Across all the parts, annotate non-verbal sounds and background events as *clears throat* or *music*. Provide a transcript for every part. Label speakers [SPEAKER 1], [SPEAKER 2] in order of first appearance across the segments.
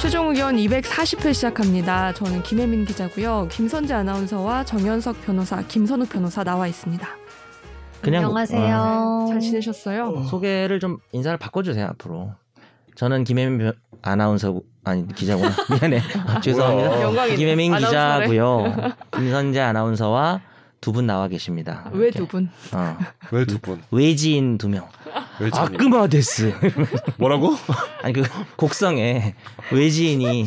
[SPEAKER 1] 대전 240회 시작합니다. 저는 김혜민 기자고요. 김선재 아나운서와 정현석 변호사, 김선욱 변호사 나와 있습니다.
[SPEAKER 2] 그냥
[SPEAKER 3] 안녕하세요.
[SPEAKER 2] 어,
[SPEAKER 3] 어.
[SPEAKER 1] 잘 지내셨어요?
[SPEAKER 2] 소개를 좀 인사를 바꿔주세요 앞으로. 저는 김혜민 변- 아나운서 아니 기자구나 *laughs* 미안해 아, 죄송합니다.
[SPEAKER 4] 뭐야.
[SPEAKER 1] 영광이네.
[SPEAKER 2] 김혜민
[SPEAKER 1] 아나운서래. *laughs*
[SPEAKER 2] 기자고요. 김선재 아나운서와 두 분 나와 계십니다.
[SPEAKER 1] 아, 왜 두 분?
[SPEAKER 2] 이렇게. 어,
[SPEAKER 4] 왜 두 분?
[SPEAKER 2] 외지인 두 명.
[SPEAKER 4] 왜 두 분?
[SPEAKER 2] 아크마데스.
[SPEAKER 4] 뭐라고?
[SPEAKER 2] 아니 그 곡성에 외지인이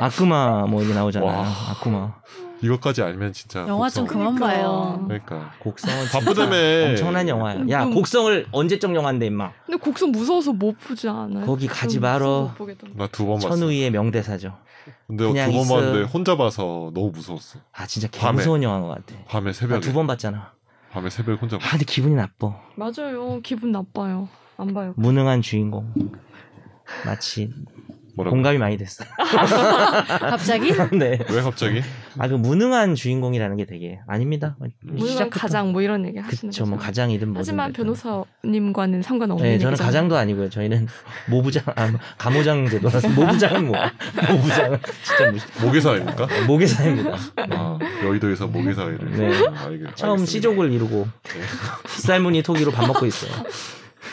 [SPEAKER 2] 아쿠마 뭐 이게 나오잖아요.
[SPEAKER 4] 와.
[SPEAKER 2] 아쿠마.
[SPEAKER 4] *laughs* 이것까지 알면 진짜
[SPEAKER 3] 영화 좀
[SPEAKER 4] 곡성.
[SPEAKER 3] 그만 봐요.
[SPEAKER 4] 그러니까
[SPEAKER 2] 곡성은 진짜
[SPEAKER 4] 바쁘다며.
[SPEAKER 2] 엄청난 영화야. 야
[SPEAKER 1] 음.
[SPEAKER 2] 곡성을 언제적 영화인데 임마.
[SPEAKER 1] 근데 곡성 무서워서 못 보지 않아요?
[SPEAKER 2] 거기 가지
[SPEAKER 1] 좀
[SPEAKER 2] 마라.
[SPEAKER 1] 무서워서 못 보겠던데.
[SPEAKER 4] 나 두 번 봤어.
[SPEAKER 2] 천우희의 명대사죠.
[SPEAKER 4] 근데
[SPEAKER 2] 그냥
[SPEAKER 4] 두 번
[SPEAKER 2] 있어.
[SPEAKER 4] 봤는데 혼자 봐서 너무 무서웠어.
[SPEAKER 2] 아 진짜
[SPEAKER 4] 밤에.
[SPEAKER 2] 개무서운 영화인 것 같아.
[SPEAKER 4] 밤에 새벽에
[SPEAKER 2] 나두번 봤잖아.
[SPEAKER 4] 밤에 새벽에 혼자
[SPEAKER 2] 아
[SPEAKER 4] 봤어.
[SPEAKER 2] 근데 기분이 나빠.
[SPEAKER 1] 맞아요. 기분 나빠요. 안 봐요.
[SPEAKER 2] 무능한 주인공. 마치
[SPEAKER 4] 뭐라고?
[SPEAKER 2] 공감이 많이
[SPEAKER 4] *laughs*
[SPEAKER 2] 됐어.
[SPEAKER 3] 갑자기?
[SPEAKER 4] 아,
[SPEAKER 2] 네.
[SPEAKER 4] 왜 갑자기?
[SPEAKER 2] 아 그 무능한 주인공이라는 게 되게 아닙니다. 뭐
[SPEAKER 1] 무능한 가장 뭐 이런 얘기 하시는
[SPEAKER 2] 그쵸
[SPEAKER 1] 거죠.
[SPEAKER 2] 뭐 가장이든 뭐든.
[SPEAKER 1] 하지만
[SPEAKER 2] 뭐든.
[SPEAKER 1] 변호사님과는 상관없는
[SPEAKER 2] 네, 저는
[SPEAKER 1] 얘기잖아요.
[SPEAKER 2] 가장도 아니고요. 저희는 모부장, 아, 가모장 제도라서 모부장은
[SPEAKER 4] *laughs*
[SPEAKER 2] 뭐, 모부장은 진짜 무시,
[SPEAKER 4] 모기사입니까?
[SPEAKER 2] 모계사입니다.
[SPEAKER 4] 아 여의도에서 모기사회를. 아,
[SPEAKER 2] 네.
[SPEAKER 4] 알겠,
[SPEAKER 2] 처음
[SPEAKER 4] 알겠습니다.
[SPEAKER 2] 시족을 이루고
[SPEAKER 4] 네.
[SPEAKER 2] *laughs* 빗살무늬 토기로 밥 먹고 있어요.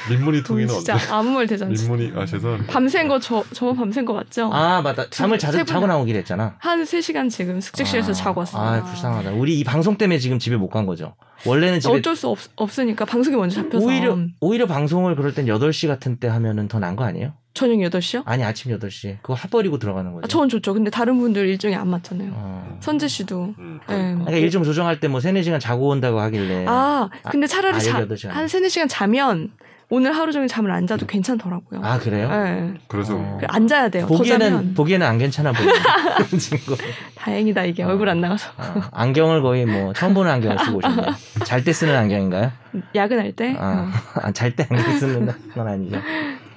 [SPEAKER 4] 민문이
[SPEAKER 1] 음,
[SPEAKER 4] 통이는 언제?
[SPEAKER 1] 진짜 아무 말 되지 않지.
[SPEAKER 4] 민문이 아 죄송합니다.
[SPEAKER 1] 밤샌 거 저, 저번 밤샌 거 맞죠?
[SPEAKER 2] 아 맞다. 잠을
[SPEAKER 1] 어, 세
[SPEAKER 2] 자주
[SPEAKER 1] 분-
[SPEAKER 2] 자고 나오기로 했잖아.
[SPEAKER 1] 한 3시간 지금 숙직실에서
[SPEAKER 2] 아,
[SPEAKER 1] 자고 왔어요.
[SPEAKER 2] 아 불쌍하다. 우리 이 방송 때문에 지금 집에 못 간 거죠. 원래는 집에
[SPEAKER 1] 어쩔 수 없, 없으니까 방송이 먼저 잡혀서
[SPEAKER 2] 오히려 오히려 방송을 그럴 땐 8시 같은 때 하면은 더 난 거 아니에요?
[SPEAKER 1] 저녁 8시요?
[SPEAKER 2] 아니 아침 8시. 그거 합버리고 들어가는 거죠.
[SPEAKER 1] 아, 저는 좋죠. 근데 다른 분들 일정이 안 맞잖아요.
[SPEAKER 2] 어.
[SPEAKER 1] 선재 씨도.
[SPEAKER 4] 음,
[SPEAKER 1] 예.
[SPEAKER 4] 그러니까.
[SPEAKER 2] 그러니까 일 좀 조정할 때 뭐 세네 시간 자고 온다고 하길래
[SPEAKER 1] 아, 근데 차라리
[SPEAKER 2] 네. 아,
[SPEAKER 1] 자,
[SPEAKER 2] 18시간.
[SPEAKER 1] 한 3, 4시간 자면 오늘 하루 종일 잠을 안 자도 괜찮더라고요.
[SPEAKER 2] 아, 그래요?
[SPEAKER 1] 예.
[SPEAKER 4] 그래서
[SPEAKER 2] 어.
[SPEAKER 1] 그래, 안 자야 돼요. 더
[SPEAKER 2] 보기에는
[SPEAKER 1] 자면
[SPEAKER 2] 보기에는 안 괜찮아
[SPEAKER 1] *laughs*
[SPEAKER 2] *laughs* 보이는 친구.
[SPEAKER 1] 다행이다 이게 얼굴 안 나가서
[SPEAKER 2] 아, 안경을 거의 뭐 처음 보는 안경을 쓰고 오셨네요. 잘 때 쓰는 안경인가요?
[SPEAKER 1] 야근할 때.
[SPEAKER 2] 아, *laughs* 잘 때 안경 쓰는 건 아니죠.
[SPEAKER 1] 어,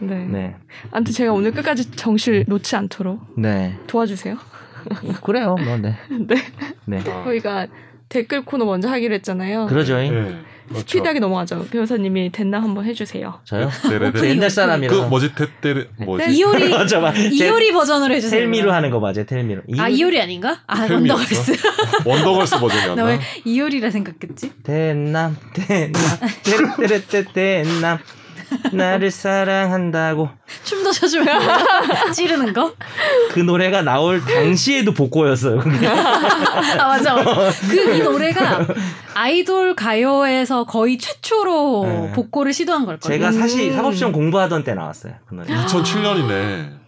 [SPEAKER 1] 네.
[SPEAKER 2] 네,
[SPEAKER 1] 아무튼 제가 오늘 끝까지 정실 놓지 않도록
[SPEAKER 2] 네,
[SPEAKER 1] 도와주세요.
[SPEAKER 2] 그래요, 뭐, 네,
[SPEAKER 1] 네.
[SPEAKER 2] 네.
[SPEAKER 4] 아,
[SPEAKER 1] 저희가 댓글 코너 먼저 하기로 했잖아요.
[SPEAKER 2] 그러죠.
[SPEAKER 4] 예. 그렇죠. 네.
[SPEAKER 1] 스피드하게 넘어가죠. 변호사님이 됐나 한번 해주세요.
[SPEAKER 2] 저요?
[SPEAKER 3] *laughs*
[SPEAKER 4] 데레데.
[SPEAKER 2] 저 옛날
[SPEAKER 4] 그
[SPEAKER 2] 사람이라.
[SPEAKER 4] 뭐지 테테레 뭐지?
[SPEAKER 3] 네, 이효리
[SPEAKER 2] 맞아, 맞아.
[SPEAKER 3] *laughs* 이효리 버전으로 해주세요.
[SPEAKER 2] 텔미로 하는 거 맞아요, 텔미로.
[SPEAKER 3] 아 이효리 아닌가? 아
[SPEAKER 4] 텔미였어? 어.
[SPEAKER 3] 언더걸스.
[SPEAKER 4] 원더걸스 버전이었나?
[SPEAKER 3] 나왜 이효리라 생각했지?
[SPEAKER 2] 대남,
[SPEAKER 3] *laughs*
[SPEAKER 2] 대남, 때레떼 대남. 나를 사랑한다고
[SPEAKER 3] 춤도 춰주면 안 돼요? 찌르는 거?
[SPEAKER 2] 그 노래가 나올 당시에도 복고였어요. 그게.
[SPEAKER 3] 아 맞아. 그 이 노래가 아이돌 가요에서 거의 최초로
[SPEAKER 2] 네.
[SPEAKER 3] 복고를 시도한 걸 거예요.
[SPEAKER 2] 제가 사실
[SPEAKER 1] 음.
[SPEAKER 2] 사법시험 공부하던 때 나왔어요. 그 노래.
[SPEAKER 3] 아,
[SPEAKER 4] 2007년이네.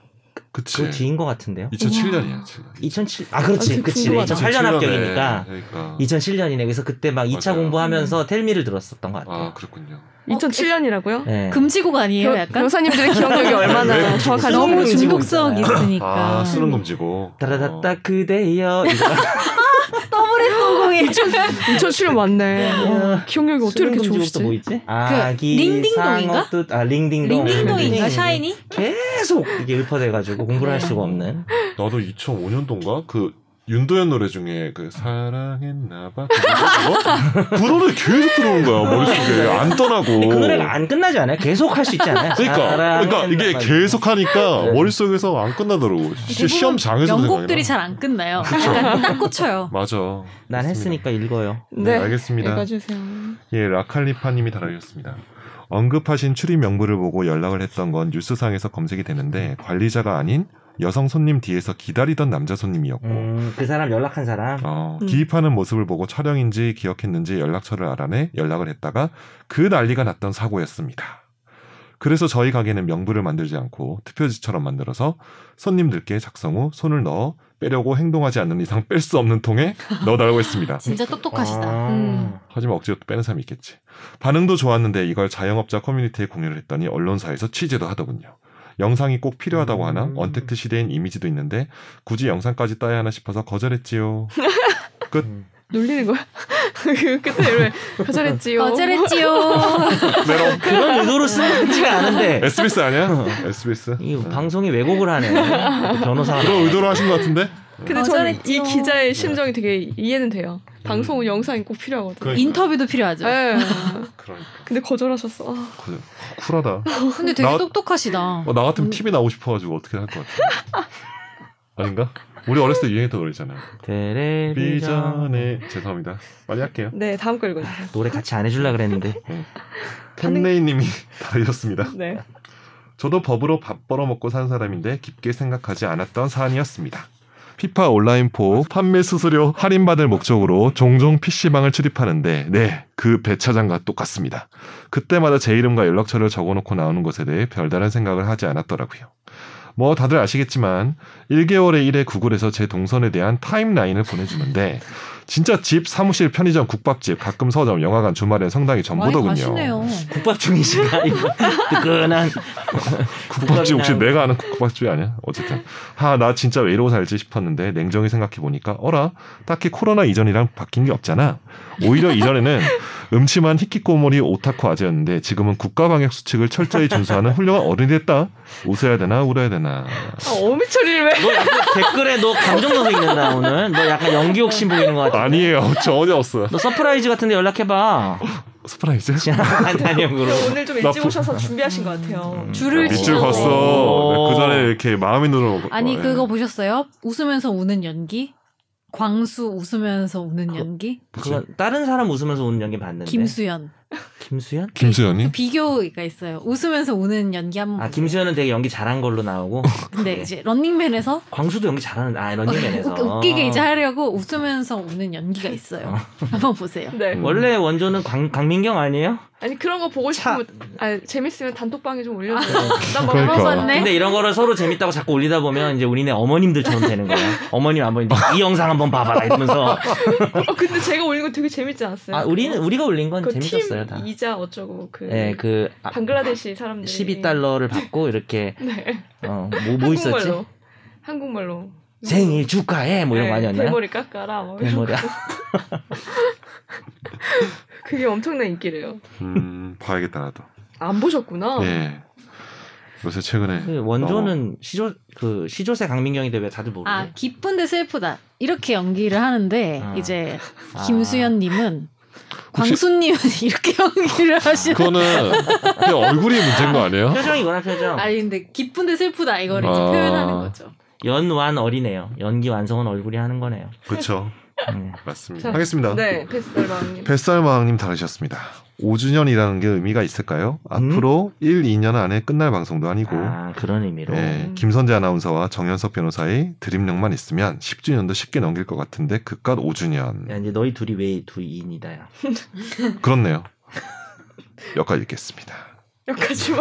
[SPEAKER 4] 그치.
[SPEAKER 2] 그 뒤인 것 같은데. 요
[SPEAKER 4] 2007년이야 지금.
[SPEAKER 2] 2007, 아, 그렇지,
[SPEAKER 1] 아, 그
[SPEAKER 2] 그치.
[SPEAKER 1] 궁금하다.
[SPEAKER 2] 2008년 합격이니까.
[SPEAKER 4] 그러니까.
[SPEAKER 2] 2007년이네. 그래서 그때 막 2차
[SPEAKER 4] 맞아요. 음.
[SPEAKER 2] 공부하면서 텔미를 들었었던 것 같아요.
[SPEAKER 4] 아 그렇군요.
[SPEAKER 2] 예.
[SPEAKER 1] 2007년이라고요?
[SPEAKER 2] 네.
[SPEAKER 3] 금지곡
[SPEAKER 1] 그,
[SPEAKER 3] 아니에요, 약간?
[SPEAKER 1] 변호사님들의
[SPEAKER 4] *laughs* 네.
[SPEAKER 1] 기억력이
[SPEAKER 4] 왜
[SPEAKER 1] 얼마나
[SPEAKER 4] 그러지?
[SPEAKER 1] 정확한지
[SPEAKER 3] 너무
[SPEAKER 2] 금지곡
[SPEAKER 3] 중독성
[SPEAKER 2] 있잖아요.
[SPEAKER 3] 있으니까.
[SPEAKER 4] 아 쓰는 금지고.
[SPEAKER 2] 그러니까.
[SPEAKER 4] 어.
[SPEAKER 2] 따라다따 그대여. 이거.
[SPEAKER 3] 더블의 소공이
[SPEAKER 1] 2007년 맞네. 와, 기억력이 어떻게 이렇게
[SPEAKER 2] 수능금지곡도
[SPEAKER 1] 좋으시지?
[SPEAKER 2] 뭐 있지? 아, 기
[SPEAKER 3] 링딩동인가?
[SPEAKER 2] 상어뜻- 아, 링딩동.
[SPEAKER 3] *laughs*
[SPEAKER 2] 네.
[SPEAKER 3] 링딩동인가 샤이니?
[SPEAKER 2] 계속 이게 읊어대가지고 공부를 할 수가 없는.
[SPEAKER 4] 어. 나도 2005년도인가 그 윤도현 노래 중에 그 사랑했나봐. 그 노래 계속 들어오는
[SPEAKER 2] *laughs*
[SPEAKER 4] 거야 머릿속에 안 떠나고.
[SPEAKER 2] 근데 그 노래가 안 끝나지 않아요? 계속 할 수 있지 않아요?
[SPEAKER 4] 그러니까 그러니까 이게
[SPEAKER 2] 사랑했나봐.
[SPEAKER 4] 계속 하니까
[SPEAKER 2] 네.
[SPEAKER 4] 머릿속에서 안 끝나더라고. 시,
[SPEAKER 3] 대부분
[SPEAKER 4] 시험장에서
[SPEAKER 3] 명곡들이
[SPEAKER 4] 생각이
[SPEAKER 3] 잘 안 끝나요. 약간 딱 꽂혀요.
[SPEAKER 4] 나. 맞아.
[SPEAKER 2] 난 했으니까 읽어요.
[SPEAKER 4] 네,
[SPEAKER 1] 네.
[SPEAKER 4] 알겠습니다.
[SPEAKER 1] 읽어주세요.
[SPEAKER 4] 예, 라칼리파님이 달아주셨습니다. 언급하신 출입 명부를 보고 연락을 했던 건 뉴스상에서 검색이 되는데 관리자가 아닌 여성 손님 뒤에서 기다리던 남자 손님이었고
[SPEAKER 2] 음, 그 사람 연락한 사람.
[SPEAKER 4] 어,
[SPEAKER 1] 음.
[SPEAKER 4] 기입하는 모습을 보고 촬영인지 기억했는지 연락처를 알아내 연락을 했다가 그 난리가 났던 사고였습니다. 그래서 저희 가게는 명부를 만들지 않고 투표지처럼 만들어서 손님들께 작성 후 손을 넣어 빼려고 행동하지 않는 이상 뺄 수 없는 통에 넣어달라고 했습니다.
[SPEAKER 3] 진짜 똑똑하시다.
[SPEAKER 2] 아.
[SPEAKER 1] 음.
[SPEAKER 4] 하지만 억지로 또 빼는 사람이 있겠지. 반응도 좋았는데 이걸 자영업자 커뮤니티에 공유를 했더니 언론사에서 취재도 하더군요. 영상이 꼭 필요하다고 하나?
[SPEAKER 2] 음.
[SPEAKER 4] 언택트 시대인 이미지도 있는데 굳이 영상까지 따야 하나 싶어서
[SPEAKER 2] *laughs*
[SPEAKER 4] 거절했지요. 끝.
[SPEAKER 2] 음.
[SPEAKER 1] 놀리는 거야? *laughs* 그 끝에 왜 거절했지요?
[SPEAKER 3] 아, 어, 거절했지요.
[SPEAKER 4] 메롱.
[SPEAKER 2] 그런 의도로 쓰지가 않은데.
[SPEAKER 4] *laughs* SBS 아니야? SBS.
[SPEAKER 2] 이
[SPEAKER 4] 어.
[SPEAKER 2] 방송이 왜곡을 하네. 변호사.
[SPEAKER 4] 그런 의도로 하신 것 같은데?
[SPEAKER 1] *laughs* 근데 저는 이
[SPEAKER 3] 거절했지요.
[SPEAKER 1] 기자의
[SPEAKER 4] 네.
[SPEAKER 1] 심정이 되게 이해는 돼요. 방송 은 영상이 꼭 필요하거든요.
[SPEAKER 4] 음. 그러니까.
[SPEAKER 3] 인터뷰도 필요하죠.
[SPEAKER 1] 예.
[SPEAKER 4] 그러니까.
[SPEAKER 1] 근데 거절하셨어. 아,
[SPEAKER 4] 그- 쿨하다.
[SPEAKER 3] 근데 되게
[SPEAKER 4] 나-
[SPEAKER 3] 똑똑하시다.
[SPEAKER 4] 어, 나 같으면 TV 나오고 싶어가지고 어떻게 할 것 같아. 아닌가? 우리 어렸을 때 유행했던 노래잖아요.
[SPEAKER 2] 텔레비전
[SPEAKER 4] 비전에 죄송합니다. 빨리 할게요.
[SPEAKER 5] 네, 다음 걸 읽어주세요.
[SPEAKER 2] 노래 같이 안 해줄라 그랬는데
[SPEAKER 4] 팬레이님이 *laughs* 다 이렇습니다.
[SPEAKER 5] 네.
[SPEAKER 4] 저도 법으로 밥 벌어먹고 산 사람인데 깊게 생각하지 않았던 사안이었습니다. 피파 온라인4 판매 수수료 할인받을 목적으로 종종 PC방을 출입하는데 네, 그 배차장과 똑같습니다. 그때마다 제 이름과 연락처를 적어놓고 나오는 것에 대해 별다른 생각을 하지 않았더라고요. 뭐 다들 아시겠지만 1개월에 1회 구글에서 제 동선에 대한 타임라인을 보내주는데 진짜 집, 사무실, 편의점, 국밥집, 가끔 서점, 영화관, 주말엔 성당이 전부더군요.
[SPEAKER 3] 많이 가시네요.
[SPEAKER 2] 국밥 중이신가 이거 뜨끈한
[SPEAKER 4] 국밥집 혹시
[SPEAKER 2] 국밥이나-
[SPEAKER 4] 내가 아는 국밥집이 아니야? 어쨌든 하 나 진짜 왜 이러고 살지 싶었는데 냉정히 생각해 보니까 어라 딱히 코로나 이전이랑 바뀐 게 없잖아. 오히려 *laughs* 이전에는 음침한 히키코모리 오타쿠 아재였는데 지금은 국가 방역 수칙을 철저히 준수하는 훌륭한 어른이 됐다. 웃어야 되나 울어야 되나.
[SPEAKER 5] 아, 어미처리를 왜?
[SPEAKER 2] 너 약간 댓글에 너 감정 넣어 있는다 오늘 너 약간 연기 욕심 보이는 것 같아
[SPEAKER 4] 아니에요 *laughs* 전혀 없어요.
[SPEAKER 2] 너 서프라이즈 같은데 연락해봐
[SPEAKER 4] 스프라이즈.
[SPEAKER 2] 단연으로
[SPEAKER 5] 오늘 좀
[SPEAKER 4] 일찍 음. 나쁘- 음.
[SPEAKER 5] 오셔서 준비하신 것 같아요.
[SPEAKER 3] 줄을
[SPEAKER 4] 밑줄
[SPEAKER 3] 치고.
[SPEAKER 4] 봤어.
[SPEAKER 2] 오.
[SPEAKER 4] 네, 그 전에 이렇게 마음이 뭐 눌러.
[SPEAKER 3] 아니 그거 보셨어요? 웃으면서 우는 연기? 광수 웃으면서 우는 연기?
[SPEAKER 2] 그건 다른 사람 웃으면서 우는 연기 봤는데
[SPEAKER 3] 김수현 그
[SPEAKER 2] 김수현?
[SPEAKER 4] 김수현이
[SPEAKER 3] 비교가 있어요. 웃으면서 우는 연기 한번.
[SPEAKER 2] 아
[SPEAKER 3] 보세요.
[SPEAKER 2] 김수현은 되게 연기 잘한 걸로 나오고
[SPEAKER 3] 근데 이제 런닝맨에서
[SPEAKER 2] 광수도 연기 잘하는 아 런닝맨에서
[SPEAKER 3] *laughs*
[SPEAKER 2] 아.
[SPEAKER 3] 웃- 웃기게 이제 하려고 웃으면서 우는 연기가 있어요. 한번 보세요.
[SPEAKER 5] 네.
[SPEAKER 4] 음.
[SPEAKER 2] 원래 원조는 광, 강민경 아니에요?
[SPEAKER 5] 아니 그런 거 보고 싶으면 아 재밌으면 단톡방에 좀 올려주세요. 나
[SPEAKER 4] 그러니까.
[SPEAKER 5] 먹어봤네.
[SPEAKER 2] 근데 이런 거를 서로 재밌다고 자꾸 올리다 보면 이제 우리네 어머님들처럼 되는 거야. 어머님 아버님 이 영상 한번 봐봐라 이러면서
[SPEAKER 5] 어, 근데 제가 올린 거 되게 재밌지 않았어요?
[SPEAKER 2] 아 우리는 우리가 올린 건
[SPEAKER 5] 그팀
[SPEAKER 2] 재밌었어요 다.
[SPEAKER 5] 이자 어쩌고 그
[SPEAKER 2] 예, 그 아,
[SPEAKER 5] 방글라데시
[SPEAKER 3] 네.
[SPEAKER 5] 사람들
[SPEAKER 2] 12달러를 받고
[SPEAKER 3] *laughs*
[SPEAKER 2] 이렇게
[SPEAKER 5] 네.
[SPEAKER 2] 어뭐 뭐 있었지?
[SPEAKER 5] 한국말로. 한국말로.
[SPEAKER 2] 생일 축하해 뭐 이런 거
[SPEAKER 5] 네,
[SPEAKER 2] 아니었나요?
[SPEAKER 5] 대머리 깎아라. 뭐 이런
[SPEAKER 3] *laughs*
[SPEAKER 2] 대머리.
[SPEAKER 5] 그게 엄청난 인기래요.
[SPEAKER 4] 음, 봐야겠다 나도.
[SPEAKER 5] 안 보셨구나.
[SPEAKER 4] 예. 요새 최근에
[SPEAKER 2] 그 원조는 시조 그 시조새 강민경이 대회 다들
[SPEAKER 4] 뭐,
[SPEAKER 2] 모르고.
[SPEAKER 4] 예?
[SPEAKER 3] 아 기쁜데 슬프다 이렇게 연기를 하는데
[SPEAKER 2] 아.
[SPEAKER 3] 이제 김수현님은 광수님은 *laughs* 이렇게 연기를 하시는.
[SPEAKER 4] *laughs* 그거는 그냥 얼굴이 문제인 거 아니에요?
[SPEAKER 2] 표정이구나 표정.
[SPEAKER 3] 아니 근데 기쁜데 슬프다 이거를 이제
[SPEAKER 4] 아.
[SPEAKER 3] 표현하는 거죠.
[SPEAKER 2] 연완 어리네요. 연기 완성은 얼굴이 하는 거네요.
[SPEAKER 4] 그렇죠.
[SPEAKER 2] 음.
[SPEAKER 4] 맞습니다.
[SPEAKER 5] 자,
[SPEAKER 4] 하겠습니다.
[SPEAKER 5] 네,
[SPEAKER 4] *laughs*
[SPEAKER 5] 베스달방님.
[SPEAKER 4] 뱃살마왕님 다루셨습니다. 5주년이라는 게 의미가 있을까요?
[SPEAKER 2] 음?
[SPEAKER 4] 앞으로 1, 2년 안에 끝날 방송도 아니고
[SPEAKER 2] 아 그런 의미로.
[SPEAKER 4] 예, 김선재 아나운서와 정현석 변호사의 드립력만 있으면 10주년도 쉽게 넘길 것 같은데 그깟 5주년
[SPEAKER 2] 야, 이제 너희 둘이 왜 둘이인이다야.
[SPEAKER 4] 그렇네요. *laughs* 여기까지 읽겠습니다.
[SPEAKER 5] 여기까지만.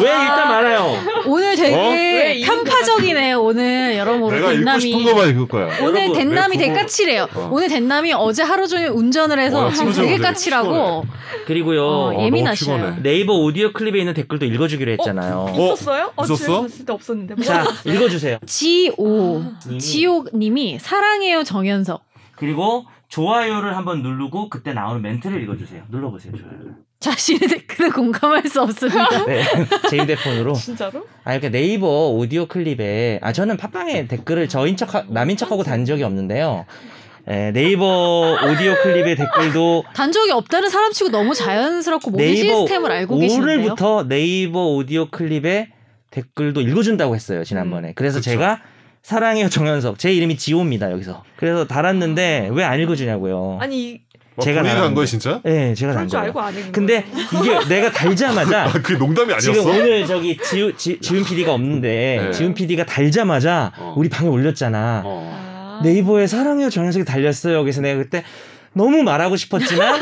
[SPEAKER 2] 왜 일단 말아요.
[SPEAKER 3] 오늘
[SPEAKER 4] 어?
[SPEAKER 5] 왜
[SPEAKER 3] 되게
[SPEAKER 5] 이런
[SPEAKER 3] 편파적이네요. 오늘 여러모로
[SPEAKER 4] 내가 읽고 싶은
[SPEAKER 3] 된남이
[SPEAKER 4] 거만 읽을 거야.
[SPEAKER 3] 오늘
[SPEAKER 2] 여러분,
[SPEAKER 3] 된남이
[SPEAKER 4] 내
[SPEAKER 3] 되게
[SPEAKER 4] 부모-
[SPEAKER 3] 까칠해요.
[SPEAKER 4] 어.
[SPEAKER 3] 오늘 된남이 어제 하루 종일 운전을 해서
[SPEAKER 4] 어,
[SPEAKER 3] 지금
[SPEAKER 4] 진짜
[SPEAKER 3] 되게
[SPEAKER 4] 오늘
[SPEAKER 3] 까칠하고
[SPEAKER 2] 그리고요
[SPEAKER 3] 어,
[SPEAKER 4] 너무
[SPEAKER 3] 예민하셔요.
[SPEAKER 4] 피곤해.
[SPEAKER 2] 네이버 오디오 클립에 있는 댓글도 읽어주기로 했잖아요.
[SPEAKER 5] 있었어요? 어, 제가
[SPEAKER 4] 있었어?
[SPEAKER 5] 봤을 때 없었는데. 뭐
[SPEAKER 2] 자 읽어주세요.
[SPEAKER 3] 지오
[SPEAKER 4] 음.
[SPEAKER 2] 이미.
[SPEAKER 3] 지옥님이 사랑해요 정현석.
[SPEAKER 2] 그리고 좋아요를 한번 누르고 그때 나오는 멘트를 읽어주세요. 눌러보세요 좋아요.
[SPEAKER 3] 자신의 댓글에 공감할 수 없습니다.
[SPEAKER 2] *laughs* 네, 제 휴대폰으로.
[SPEAKER 5] 진짜로?
[SPEAKER 2] 아 이렇게 네이버 오디오 클립에 아 저는 팟빵에 댓글을 저인 척 하- 남인 척하고 단 적이 없는데요. 에, 네이버 오디오 클립의 댓글도
[SPEAKER 3] 단적이 없다는 사람치고 너무 자연스럽고 모든
[SPEAKER 2] 네이버
[SPEAKER 3] 시스템을 알고 계시는데요.
[SPEAKER 2] 오늘부터 네이버 오디오 클립에 댓글도 읽어준다고 했어요 지난번에.
[SPEAKER 5] 음.
[SPEAKER 2] 그래서
[SPEAKER 4] 그쵸.
[SPEAKER 2] 제가 사랑해요 정현석 제 이름이 지호입니다 여기서. 그래서 달았는데 왜 안 읽어주냐고요.
[SPEAKER 5] 아니
[SPEAKER 2] 제가
[SPEAKER 4] 제가 뭐 한
[SPEAKER 2] 나왔는데.
[SPEAKER 4] 거야 진짜?
[SPEAKER 2] 네, 제가
[SPEAKER 5] 그럴
[SPEAKER 2] 단
[SPEAKER 5] 줄
[SPEAKER 2] 거예요.
[SPEAKER 5] 알고 안 읽은
[SPEAKER 2] 근데
[SPEAKER 5] 거예요.
[SPEAKER 2] 이게 내가 달자마자
[SPEAKER 4] 아, 그게 농담이
[SPEAKER 2] 지금
[SPEAKER 4] 아니었어?
[SPEAKER 2] 오늘 저기 지우, 지, 지훈 PD가 없는데
[SPEAKER 4] 네.
[SPEAKER 2] 지훈 PD가 달자마자
[SPEAKER 4] 어.
[SPEAKER 2] 우리 방에 올렸잖아.
[SPEAKER 4] 어.
[SPEAKER 5] 아.
[SPEAKER 2] 네이버에 사랑해요 정현석이 달렸어요. 그래서 내가 그때 너무 말하고
[SPEAKER 4] *laughs*
[SPEAKER 2] 싶었지만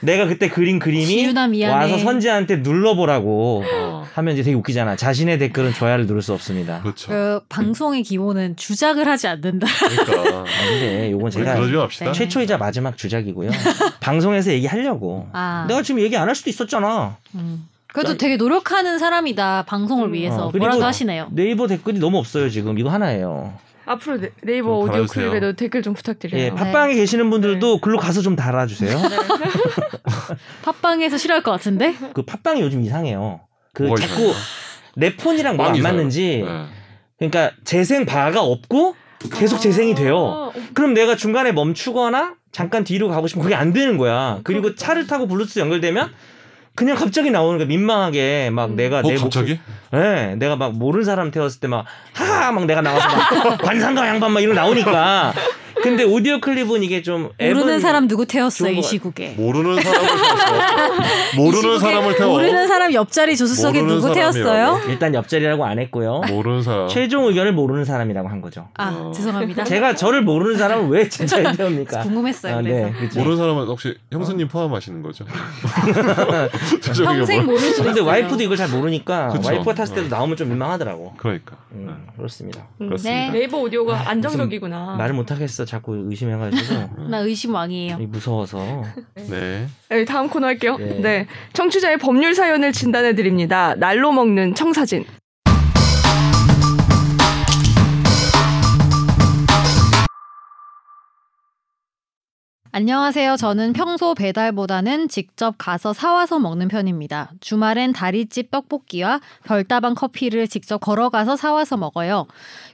[SPEAKER 2] 내가 그때 그린 그림이
[SPEAKER 3] 지윤아 미안해.
[SPEAKER 2] 와서 선지한테 눌러보라고
[SPEAKER 4] 어.
[SPEAKER 2] 하면 이제 되게 웃기잖아. 자신의 댓글은 좋아요를 누를 수 없습니다.
[SPEAKER 4] 그렇죠.
[SPEAKER 3] 그 방송의 기본은 주작을 하지
[SPEAKER 2] *laughs*
[SPEAKER 3] 않는다.
[SPEAKER 4] 그러니까
[SPEAKER 2] 근데 요건
[SPEAKER 4] 우리
[SPEAKER 2] 제가
[SPEAKER 4] 그러지 맙시다.
[SPEAKER 3] 네.
[SPEAKER 2] 최초이자 마지막 주작이고요.
[SPEAKER 3] *laughs*
[SPEAKER 2] 방송에서 얘기하려고.
[SPEAKER 3] 아,
[SPEAKER 2] 내가 지금 얘기 안 할 수도 있었잖아.
[SPEAKER 3] 음. 그래도
[SPEAKER 2] 난-
[SPEAKER 3] 되게 노력하는 사람이다 방송을
[SPEAKER 5] 음.
[SPEAKER 3] 위해서
[SPEAKER 2] 어, 그리고-
[SPEAKER 3] 뭐라도 하시네요.
[SPEAKER 2] 네이버 댓글이 너무 없어요 지금 이거 하나예요.
[SPEAKER 5] 앞으로 네, 네이버
[SPEAKER 4] 좀
[SPEAKER 5] 오디오
[SPEAKER 4] 달아주세요.
[SPEAKER 5] 클립에도 댓글 좀
[SPEAKER 2] 예,
[SPEAKER 5] 부탁드려요.
[SPEAKER 3] 네.
[SPEAKER 2] 팟빵에 계시는 분들도 글로 가서 좀 달아주세요.
[SPEAKER 3] 팟빵에서 싫어할 것 같은데?
[SPEAKER 2] 그 팟빵이 요즘 이상해요. 그
[SPEAKER 4] 뭐가
[SPEAKER 2] 자꾸
[SPEAKER 4] 이상해요?
[SPEAKER 2] 내 폰이랑 뭐
[SPEAKER 4] 빵이
[SPEAKER 2] 안
[SPEAKER 4] 이상해요.
[SPEAKER 2] 맞는지
[SPEAKER 4] 네.
[SPEAKER 2] 그러니까 재생 바가 없고 계속 재생이
[SPEAKER 3] 아.
[SPEAKER 5] 아, 어,
[SPEAKER 2] 돼요. 그럼 내가 중간에
[SPEAKER 3] 아,
[SPEAKER 2] 멈추거나 잠깐 뒤로 가고 싶으면 그게 안 되는 거야. 그리고 차를 타고 블루투스 연결되면 그냥 갑자기 나오는 거 민망하게 막
[SPEAKER 3] 음.
[SPEAKER 2] 내가
[SPEAKER 4] 어
[SPEAKER 2] 내
[SPEAKER 4] 갑자기?
[SPEAKER 2] 목소- 예, 내가 막 모르는 사람 태웠을 때 막 하하 막 내가 나와서
[SPEAKER 3] *laughs*
[SPEAKER 2] 막 관상가 양반 막 이런 거 나오니까 근데 오디오 클립은 이게 좀
[SPEAKER 3] 모르는
[SPEAKER 2] 앱은-
[SPEAKER 3] 사람 누구 태웠어
[SPEAKER 2] 좋은
[SPEAKER 3] 이
[SPEAKER 2] 것
[SPEAKER 3] 시국에.
[SPEAKER 4] 모르는 사람을
[SPEAKER 3] *laughs*
[SPEAKER 4] 태웠어. 모르는
[SPEAKER 3] 이 시국에
[SPEAKER 4] 사람을 태워.
[SPEAKER 3] 모르는 사람 옆자리 조수석에
[SPEAKER 4] 모르는
[SPEAKER 3] 누구 태웠어요?
[SPEAKER 4] 사람이라고.
[SPEAKER 2] 일단 옆자리라고 안 했고요.
[SPEAKER 4] 모르는 *laughs* 사람.
[SPEAKER 2] 최종 의견을 모르는 사람이라고 한 거죠.
[SPEAKER 3] 아
[SPEAKER 2] *laughs*
[SPEAKER 4] 어.
[SPEAKER 3] 죄송합니다.
[SPEAKER 2] 제가 저를 모르는 사람은 왜 진짜 태웁니까?
[SPEAKER 3] 궁금했어요.
[SPEAKER 2] 아,
[SPEAKER 3] 네. 그래서
[SPEAKER 2] 네, 그렇죠.
[SPEAKER 4] 모르는 사람은 혹시 형수님 포함하시는 *laughs* 거죠? 죄송해요,
[SPEAKER 3] 평생
[SPEAKER 4] 뭘.
[SPEAKER 3] 모를 수도
[SPEAKER 2] 근데
[SPEAKER 3] 있어요.
[SPEAKER 2] 와이프도 이걸 잘 모르니까
[SPEAKER 4] 그쵸.
[SPEAKER 2] 와이프가 탔을 때도
[SPEAKER 4] 어.
[SPEAKER 2] 나오면 좀 민망하더라고.
[SPEAKER 4] 그러니까.
[SPEAKER 2] 음, 그렇습니다.
[SPEAKER 4] 그렇습니다.
[SPEAKER 3] 네.
[SPEAKER 5] 네이버
[SPEAKER 2] 아,
[SPEAKER 5] 오디오가
[SPEAKER 3] 아.
[SPEAKER 5] 안정적이구나.
[SPEAKER 2] 말을 못하겠어. 자꾸 의심해가지고
[SPEAKER 3] 나 의심 왕이에요.
[SPEAKER 2] 무서워서.
[SPEAKER 4] 네.
[SPEAKER 5] 네, 다음 코너 할게요.
[SPEAKER 2] 네.
[SPEAKER 5] 네. 청취자의 법률 사연을 진단해 드립니다. 날로 먹는 청사진.
[SPEAKER 3] 안녕하세요. 저는 평소 배달보다는 직접 가서 사와서 먹는 편입니다. 주말엔 다리집 떡볶이와 별다방 커피를 직접 걸어가서 사와서 먹어요.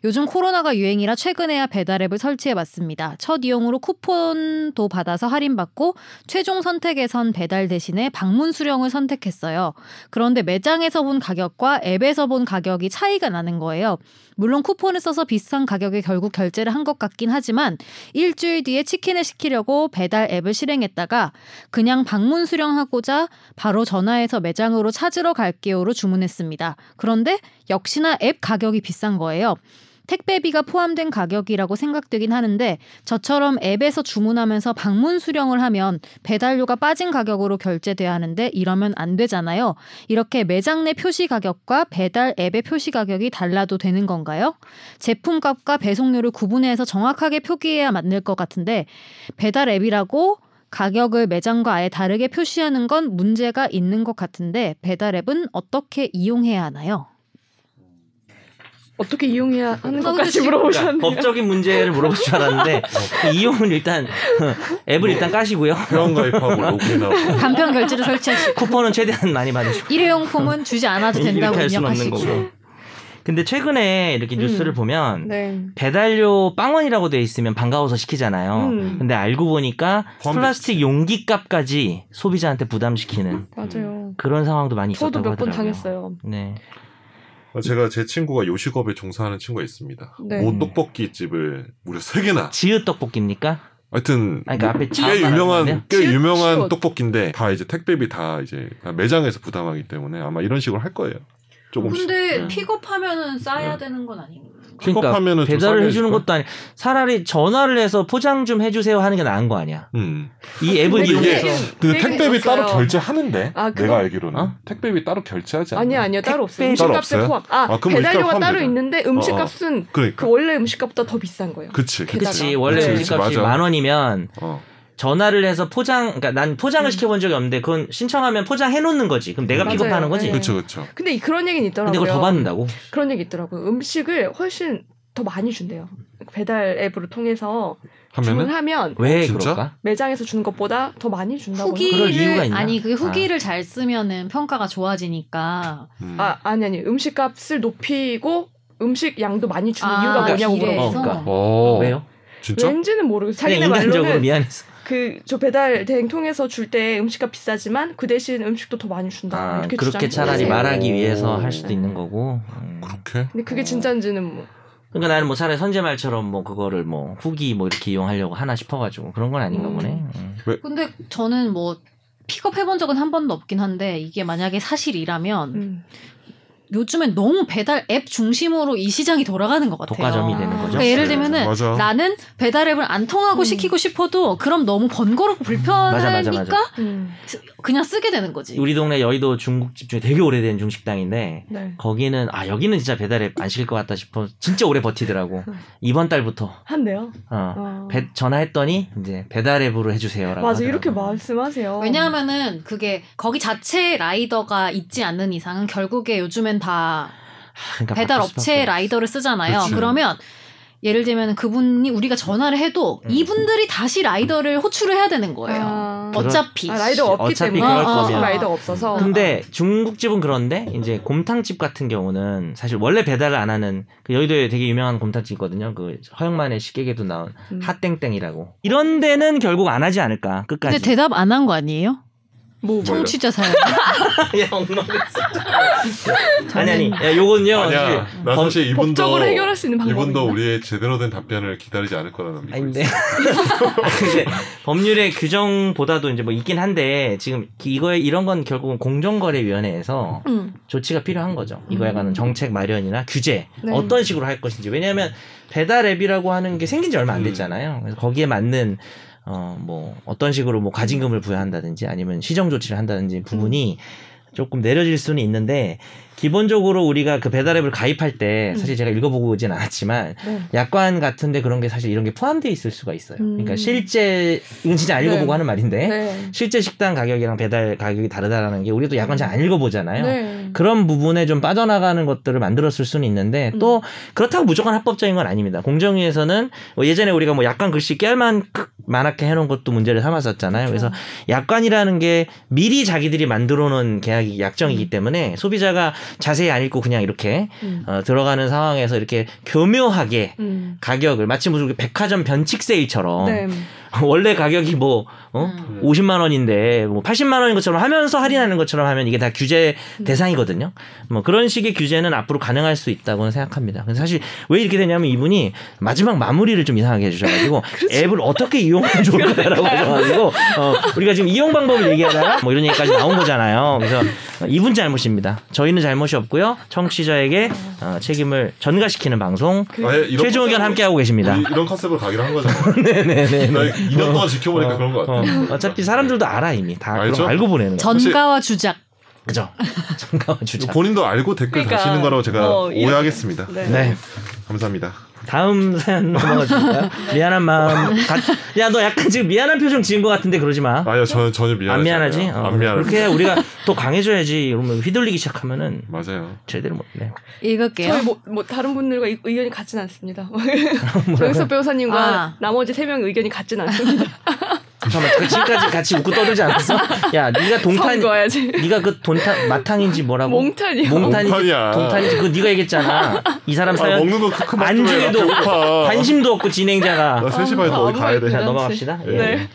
[SPEAKER 3] 요즘 코로나가 유행이라 최근에야 배달앱을 설치해봤습니다. 첫 이용으로 쿠폰도 받아서 할인받고 최종 선택에선 배달 대신에 방문 수령을 선택했어요. 그런데 매장에서 본 가격과 앱에서 본 가격이 차이가 나는 거예요. 물론 쿠폰을 써서 비슷한 가격에 결국 결제를 한 것 같긴 하지만 일주일 뒤에 치킨을 시키려고 배달 앱을 실행했다가 그냥 방문 수령하고자 바로 전화해서 매장으로 찾으러 갈게요로 주문했습니다. 그런데 역시나 앱 가격이 비싼 거예요. 택배비가 포함된 가격이라고 생각되긴 하는데 저처럼 앱에서 주문하면서 방문 수령을 하면 배달료가 빠진 가격으로 결제돼야 하는데 이러면 안 되잖아요. 이렇게 매장 내 표시 가격과 배달 앱의 표시 가격이 달라도 되는 건가요? 제품값과 배송료를 구분해서 정확하게 표기해야 맞는 것 같은데 배달 앱이라고 가격을 매장과 아예 다르게 표시하는 건 문제가 있는 것 같은데 배달 앱은 어떻게 이용해야 하나요?
[SPEAKER 5] 어떻게 이용해야 하는
[SPEAKER 3] 아,
[SPEAKER 5] 것까지
[SPEAKER 3] 근데
[SPEAKER 2] 그러니까
[SPEAKER 5] 물어보셨네요.
[SPEAKER 2] 법적인 문제를 물어볼 줄 알았는데 그 이용은 일단
[SPEAKER 4] 네.
[SPEAKER 2] 앱을 일단 까시고요.
[SPEAKER 4] 회원가입하고 로그인하고.
[SPEAKER 3] 간편 결제를 설치하시고
[SPEAKER 2] 쿠폰은 최대한 많이 받으시고
[SPEAKER 3] 일회용품은 주지 않아도
[SPEAKER 2] 이렇게
[SPEAKER 3] 된다고
[SPEAKER 2] 할 수는 없는
[SPEAKER 3] 입력하시고
[SPEAKER 2] 거고. 근데 최근에 이렇게
[SPEAKER 5] 음.
[SPEAKER 2] 뉴스를 보면
[SPEAKER 5] 네.
[SPEAKER 2] 배달료 빵원이라고 돼 있으면 반가워서 시키잖아요.
[SPEAKER 5] 음.
[SPEAKER 2] 근데 알고 보니까
[SPEAKER 4] 포함돼
[SPEAKER 2] 플라스틱 용기 값까지 소비자한테 부담시키는
[SPEAKER 5] 맞아요.
[SPEAKER 2] 그런 상황도 많이 음, 있었다고
[SPEAKER 5] 저도 몇 번
[SPEAKER 2] 하더라고요.
[SPEAKER 5] 당했어요.
[SPEAKER 2] 네.
[SPEAKER 4] 어, 제가 제 친구가 요식업에 종사하는 친구가 있습니다.
[SPEAKER 5] 네.
[SPEAKER 4] 모 떡볶이 집을 무려 세 개나.
[SPEAKER 2] 지읒 떡볶이입니까?
[SPEAKER 4] 하여튼
[SPEAKER 2] 아니, 그러니까 앞에
[SPEAKER 4] 꽤
[SPEAKER 2] 자음만 하는데요?
[SPEAKER 4] 유명한 꽤
[SPEAKER 5] 지읒,
[SPEAKER 4] 유명한
[SPEAKER 5] 지읒.
[SPEAKER 4] 떡볶이인데 다 이제 택배비 다 이제 매장에서 부담하기 때문에 아마 이런 식으로 할 거예요. 조금씩.
[SPEAKER 3] 근데
[SPEAKER 4] 네.
[SPEAKER 3] 픽업하면은
[SPEAKER 4] 싸야 네.
[SPEAKER 3] 되는 건 아닌가요?
[SPEAKER 2] 그러니까
[SPEAKER 4] 픽업하면은 좀 싸게
[SPEAKER 2] 배달을 해주는
[SPEAKER 4] 해줄걸?
[SPEAKER 2] 것도 아니 차라리 전화를 해서 포장 좀 해주세요 하는 게 나은 거 아니야.
[SPEAKER 4] 음.
[SPEAKER 2] 이 앱을
[SPEAKER 5] 근데
[SPEAKER 4] 이게-
[SPEAKER 2] 이용해서
[SPEAKER 4] 근데 그 택배비 따로
[SPEAKER 5] 없어요.
[SPEAKER 4] 결제하는데
[SPEAKER 5] 아, 그거-
[SPEAKER 4] 내가 알기로는
[SPEAKER 2] 어?
[SPEAKER 4] 택배비 따로 결제하지 않나?
[SPEAKER 5] 아니 아니요 따로 없어요.
[SPEAKER 2] 택배-
[SPEAKER 4] 따로
[SPEAKER 5] 음식값에
[SPEAKER 4] 없어요?
[SPEAKER 5] 포함. 아,
[SPEAKER 4] 아, 그럼
[SPEAKER 5] 배달료가 따로
[SPEAKER 4] 음식값 포함되죠.
[SPEAKER 5] 있는데 음식값은
[SPEAKER 4] 그러니까.
[SPEAKER 5] 그 원래 음식값보다 더 비싼 거예요.
[SPEAKER 4] 그치.
[SPEAKER 5] 그-
[SPEAKER 2] 그치
[SPEAKER 5] 배달아.
[SPEAKER 2] 원래
[SPEAKER 5] 네.
[SPEAKER 2] 음식값이
[SPEAKER 4] 맞아.
[SPEAKER 2] 만 원이면
[SPEAKER 4] 어.
[SPEAKER 2] 전화를 해서 포장 그러니까 난 포장을
[SPEAKER 5] 음.
[SPEAKER 2] 시켜본 적이 없는데 그건 신청하면 포장해 놓는 거지 그럼 내가
[SPEAKER 4] 맞아요.
[SPEAKER 2] 픽업하는 거지
[SPEAKER 5] 네.
[SPEAKER 4] 그쵸 그쵸.
[SPEAKER 5] 근데 이- 네. 그런 얘기는 있더라고요.
[SPEAKER 2] 근데 그걸 더 받는다고
[SPEAKER 5] 그런 얘기 있더라고요. 음식을 훨씬 더 많이 준대요. 배달 앱으로 통해서
[SPEAKER 4] 하면은
[SPEAKER 5] 주문하면
[SPEAKER 2] 왜
[SPEAKER 4] 진짜?
[SPEAKER 2] 그럴까
[SPEAKER 5] 매장에서 주는 것보다 더 많이 준다고.
[SPEAKER 2] 그럴 이유가
[SPEAKER 3] 후기를
[SPEAKER 2] 있나?
[SPEAKER 3] 아니 그
[SPEAKER 2] 아.
[SPEAKER 3] 후기를 잘 쓰면은 평가가 좋아지니까
[SPEAKER 4] 음.
[SPEAKER 5] 아 아니 아니 음식값을 높이고 음식 양도 많이 주는
[SPEAKER 3] 아,
[SPEAKER 5] 이유가 뭐냐고
[SPEAKER 3] 비례해서?
[SPEAKER 5] 물어봐.
[SPEAKER 2] 그러니까.
[SPEAKER 4] 어.
[SPEAKER 2] 왜요
[SPEAKER 4] 진짜?
[SPEAKER 5] 왠지는 모르고
[SPEAKER 2] 그냥
[SPEAKER 5] 자기네
[SPEAKER 2] 인간적으로
[SPEAKER 5] 말로는
[SPEAKER 2] 미안해서
[SPEAKER 5] 그 저 배달 대행 통해서 줄 때 음식값 비싸지만 그 대신 음식도 더 많이 준다
[SPEAKER 2] 아,
[SPEAKER 5] 이렇게
[SPEAKER 2] 그렇게
[SPEAKER 5] 주장하는 거예요.
[SPEAKER 2] 차라리
[SPEAKER 5] 네.
[SPEAKER 2] 말하기 위해서
[SPEAKER 4] 오.
[SPEAKER 2] 할 수도 있는 거고 음.
[SPEAKER 4] 그렇게?
[SPEAKER 5] 근데 그게 진짜인지는 뭐
[SPEAKER 2] 그러니까 나는 뭐 차라리 선제말처럼 뭐 그거를 뭐 후기 뭐 이렇게 이용하려고 하나 싶어가지고 그런 건 아닌가
[SPEAKER 5] 음.
[SPEAKER 2] 보네 음.
[SPEAKER 3] 근데 저는 뭐 픽업해본 적은 한 번도 없긴 한데 이게 만약에 사실이라면
[SPEAKER 5] 음.
[SPEAKER 3] 요즘엔 너무 배달 앱 중심으로 이 시장이 돌아가는 것 같아요.
[SPEAKER 2] 독과점이
[SPEAKER 5] 아.
[SPEAKER 2] 되는 거죠
[SPEAKER 4] 네.
[SPEAKER 3] 그러니까 예를 들면은
[SPEAKER 4] 맞아.
[SPEAKER 3] 나는 배달 앱을 안 통하고
[SPEAKER 5] 음.
[SPEAKER 3] 시키고 싶어도 그럼 너무 번거롭고 불편하니까
[SPEAKER 2] 맞아, 맞아, 맞아.
[SPEAKER 5] 음.
[SPEAKER 3] 그냥 쓰게 되는 거지.
[SPEAKER 2] 우리 동네 여의도 중국집 중에 되게 오래된 중식당인데
[SPEAKER 5] 네.
[SPEAKER 2] 거기는 아 여기는 진짜 배달앱 안 시킬 것 같다 싶어 진짜 오래 버티더라고 이번 달부터
[SPEAKER 5] 한대요.
[SPEAKER 2] 어,
[SPEAKER 5] 어.
[SPEAKER 2] 배- 전화했더니 이제 배달앱으로 해주세요라고
[SPEAKER 5] 맞아 이렇게
[SPEAKER 2] 하더라고.
[SPEAKER 5] 말씀하세요. 아.
[SPEAKER 3] 왜냐하면은 그게 거기 자체 라이더가 있지 않는 이상은 결국에 요즘엔 다
[SPEAKER 2] 아, 그러니까
[SPEAKER 3] 배달
[SPEAKER 2] 바쁠 수밖에
[SPEAKER 3] 업체
[SPEAKER 2] 없어.
[SPEAKER 3] 라이더를 쓰잖아요.
[SPEAKER 4] 그치.
[SPEAKER 3] 그러면 예를 들면 그분이 우리가 전화를 해도
[SPEAKER 2] 음.
[SPEAKER 3] 이분들이 다시 라이더를 호출을 해야 되는 거예요.
[SPEAKER 5] 아,
[SPEAKER 3] 어차피
[SPEAKER 5] 아, 라이더 없기
[SPEAKER 2] 어차피
[SPEAKER 5] 때문에
[SPEAKER 3] 그럴 거면.
[SPEAKER 5] 소속 라이더 없어서
[SPEAKER 2] 근데 중국집은 그런데 이제 곰탕집 같은 경우는 사실 원래 배달을 안 하는 그 여의도에 되게 유명한 곰탕집 있거든요. 그 허영만의 식객에도 나온
[SPEAKER 5] 음.
[SPEAKER 2] 핫땡땡이라고 이런 데는 결국 안 하지 않을까
[SPEAKER 3] 근데
[SPEAKER 2] 끝까지.
[SPEAKER 3] 대답 안 한 거 아니에요?
[SPEAKER 5] 뭐
[SPEAKER 4] 뭐.
[SPEAKER 3] 청취자 사연.
[SPEAKER 2] *laughs* 야 엉망했어. 아니 아니. 야, 요건요.
[SPEAKER 4] 아니야. 나 사실 이분도
[SPEAKER 5] 법적으로 해결할 수 있는 방법이
[SPEAKER 4] 이분도
[SPEAKER 5] 있나?
[SPEAKER 4] 우리의 제대로 된 답변을 기다리지 않을 거라는 믿고
[SPEAKER 2] 아닌데. *laughs*
[SPEAKER 4] 있어.
[SPEAKER 2] 근데 법률의 규정보다도 이제 뭐 있긴 한데 지금 이거에 이런 건 결국은 공정거래위원회에서
[SPEAKER 5] 음.
[SPEAKER 2] 조치가 필요한 거죠. 이거에
[SPEAKER 5] 음.
[SPEAKER 2] 관한 정책 마련이나 규제
[SPEAKER 5] 네.
[SPEAKER 2] 어떤 식으로 할 것인지. 왜냐하면 배달 앱이라고 하는 게 생긴 지 얼마 안
[SPEAKER 4] 음.
[SPEAKER 2] 됐잖아요. 그래서 거기에 맞는 어 뭐 어떤 식으로 뭐 가징금을 부여한다든지 아니면 시정 조치를 한다든지
[SPEAKER 5] 음.
[SPEAKER 2] 부분이 조금 내려질 수는 있는데 기본적으로 우리가 그 배달 앱을 가입할 때
[SPEAKER 5] 음.
[SPEAKER 2] 사실 제가 읽어보고 오진 않았지만
[SPEAKER 5] 네.
[SPEAKER 2] 약관 같은데 그런 게 사실 이런 게 포함돼 있을 수가 있어요.
[SPEAKER 5] 음.
[SPEAKER 2] 그러니까 실제 이건 진짜 안 읽어보고
[SPEAKER 5] 네.
[SPEAKER 2] 하는 말인데
[SPEAKER 5] 네.
[SPEAKER 2] 실제 식당 가격이랑 배달 가격이 다르다라는 게 우리도 약관 잘 안 읽어보잖아요.
[SPEAKER 5] 음. 네.
[SPEAKER 2] 그런 부분에 좀 빠져나가는 것들을 만들었을 수는 있는데
[SPEAKER 5] 음.
[SPEAKER 2] 또 그렇다고 무조건 합법적인 건 아닙니다. 공정위에서는 뭐 예전에 우리가 뭐 약관 글씨 깰만 크- 많게 해놓은 것도 문제를 삼았었잖아요. 네, 그래서
[SPEAKER 1] 그렇죠.
[SPEAKER 2] 약관이라는 게 미리 자기들이 만들어놓은 계약이 약정이기 때문에 소비자가 자세히 안 읽고 그냥 이렇게
[SPEAKER 5] 음.
[SPEAKER 2] 어, 들어가는 상황에서 이렇게 교묘하게
[SPEAKER 5] 음.
[SPEAKER 2] 가격을 마치 무슨 그 백화점 변칙 세일처럼
[SPEAKER 5] 네.
[SPEAKER 2] *laughs* 원래 가격이 뭐 어?
[SPEAKER 3] 음.
[SPEAKER 2] 50만 원인데 뭐 80만 원인 것처럼 하면서 할인하는 것처럼 하면 이게 다 규제
[SPEAKER 4] 음.
[SPEAKER 2] 대상이거든요. 뭐 그런 식의 규제는 앞으로 가능할 수 있다고는 생각합니다. 근데 사실 왜 이렇게 되냐면 이분이 마지막 마무리를 좀 이상하게
[SPEAKER 4] *laughs*
[SPEAKER 2] 해주셔가지고
[SPEAKER 4] 그렇죠.
[SPEAKER 2] 앱을 어떻게 이용하면 좋을까라고 해가지고 어, 우리가 지금 이용 방법을 얘기하다가 뭐 이런 얘기까지 나온 거잖아요. 그래서 이분 잘못입니다. 저희는 잘못이 없고요. 청취자에게 어, 책임을 전가시키는 방송
[SPEAKER 4] 아예 그 이런
[SPEAKER 2] 최종 의견
[SPEAKER 4] 컨셉으로-
[SPEAKER 2] 함께 하고 계십니다.
[SPEAKER 4] 이- 이런 컨셉으로 가기로 한 거잖아.
[SPEAKER 2] *laughs* 네네네.
[SPEAKER 4] 나 2년 동안 지켜보니까 그런 거 같아.
[SPEAKER 2] 어, 어차피 사람들도 알아 이미 다
[SPEAKER 4] 알죠?
[SPEAKER 2] 그럼 알고 보내는 거.
[SPEAKER 3] 전가와 주작.
[SPEAKER 5] *laughs*
[SPEAKER 2] 그죠? 잠깐만 주자.
[SPEAKER 4] 본인도 알고 댓글
[SPEAKER 5] 그러니까,
[SPEAKER 4] 다시는 거라고 제가
[SPEAKER 5] 어, 이렇게.
[SPEAKER 4] 오해하겠습니다.
[SPEAKER 5] 네.
[SPEAKER 2] 네.
[SPEAKER 4] 감사합니다.
[SPEAKER 2] 다음 사연
[SPEAKER 5] *laughs*
[SPEAKER 2] 넘어가 주실까요? 미안한
[SPEAKER 5] 아,
[SPEAKER 2] 마음.
[SPEAKER 5] 네.
[SPEAKER 2] 야 너 약간 지금 미안한 표정 지은 것 같은데 그러지 마.
[SPEAKER 4] 아야 전혀 전혀
[SPEAKER 2] 안
[SPEAKER 4] 미안하지.
[SPEAKER 2] 미안하지?
[SPEAKER 4] 않아요.
[SPEAKER 2] 어,
[SPEAKER 4] 안 미안해.
[SPEAKER 2] 그렇게 우리가 더 강해져야지. 이러면 휘둘리기 시작하면은
[SPEAKER 4] 맞아요.
[SPEAKER 2] 제대로 못. 네.
[SPEAKER 3] 읽을게요.
[SPEAKER 5] 저희 뭐, 뭐 다른 분들과 이- 의견이 같진 않습니다. 정석 변호사님과
[SPEAKER 3] 아.
[SPEAKER 5] 나머지 세 명 의견이 같진
[SPEAKER 4] *laughs*
[SPEAKER 5] 않습니다.
[SPEAKER 2] 잠깐만 그 지금까지 같이 웃고 떠들지 않았어? 야 네가 동탄.
[SPEAKER 5] 선거야지.
[SPEAKER 2] 네가 그 돈탄 마탕인지 뭐라고?
[SPEAKER 5] 몽탄이요.
[SPEAKER 2] 몽탄인지
[SPEAKER 4] 몽탄이야.
[SPEAKER 2] 동탄인지 그거 네가 얘기했잖아. 이 사람
[SPEAKER 4] 아,
[SPEAKER 2] 사연
[SPEAKER 4] 먹는 거 크크만
[SPEAKER 2] 안중에도
[SPEAKER 4] 배고파.
[SPEAKER 2] 관심도 없고 진행자가
[SPEAKER 4] 나 3시 반에
[SPEAKER 5] 아,
[SPEAKER 4] 또
[SPEAKER 5] 아무
[SPEAKER 4] 어디 가야 돼.
[SPEAKER 5] 말도
[SPEAKER 2] 자
[SPEAKER 5] 그렇지.
[SPEAKER 2] 넘어갑시다. 예.
[SPEAKER 5] 네.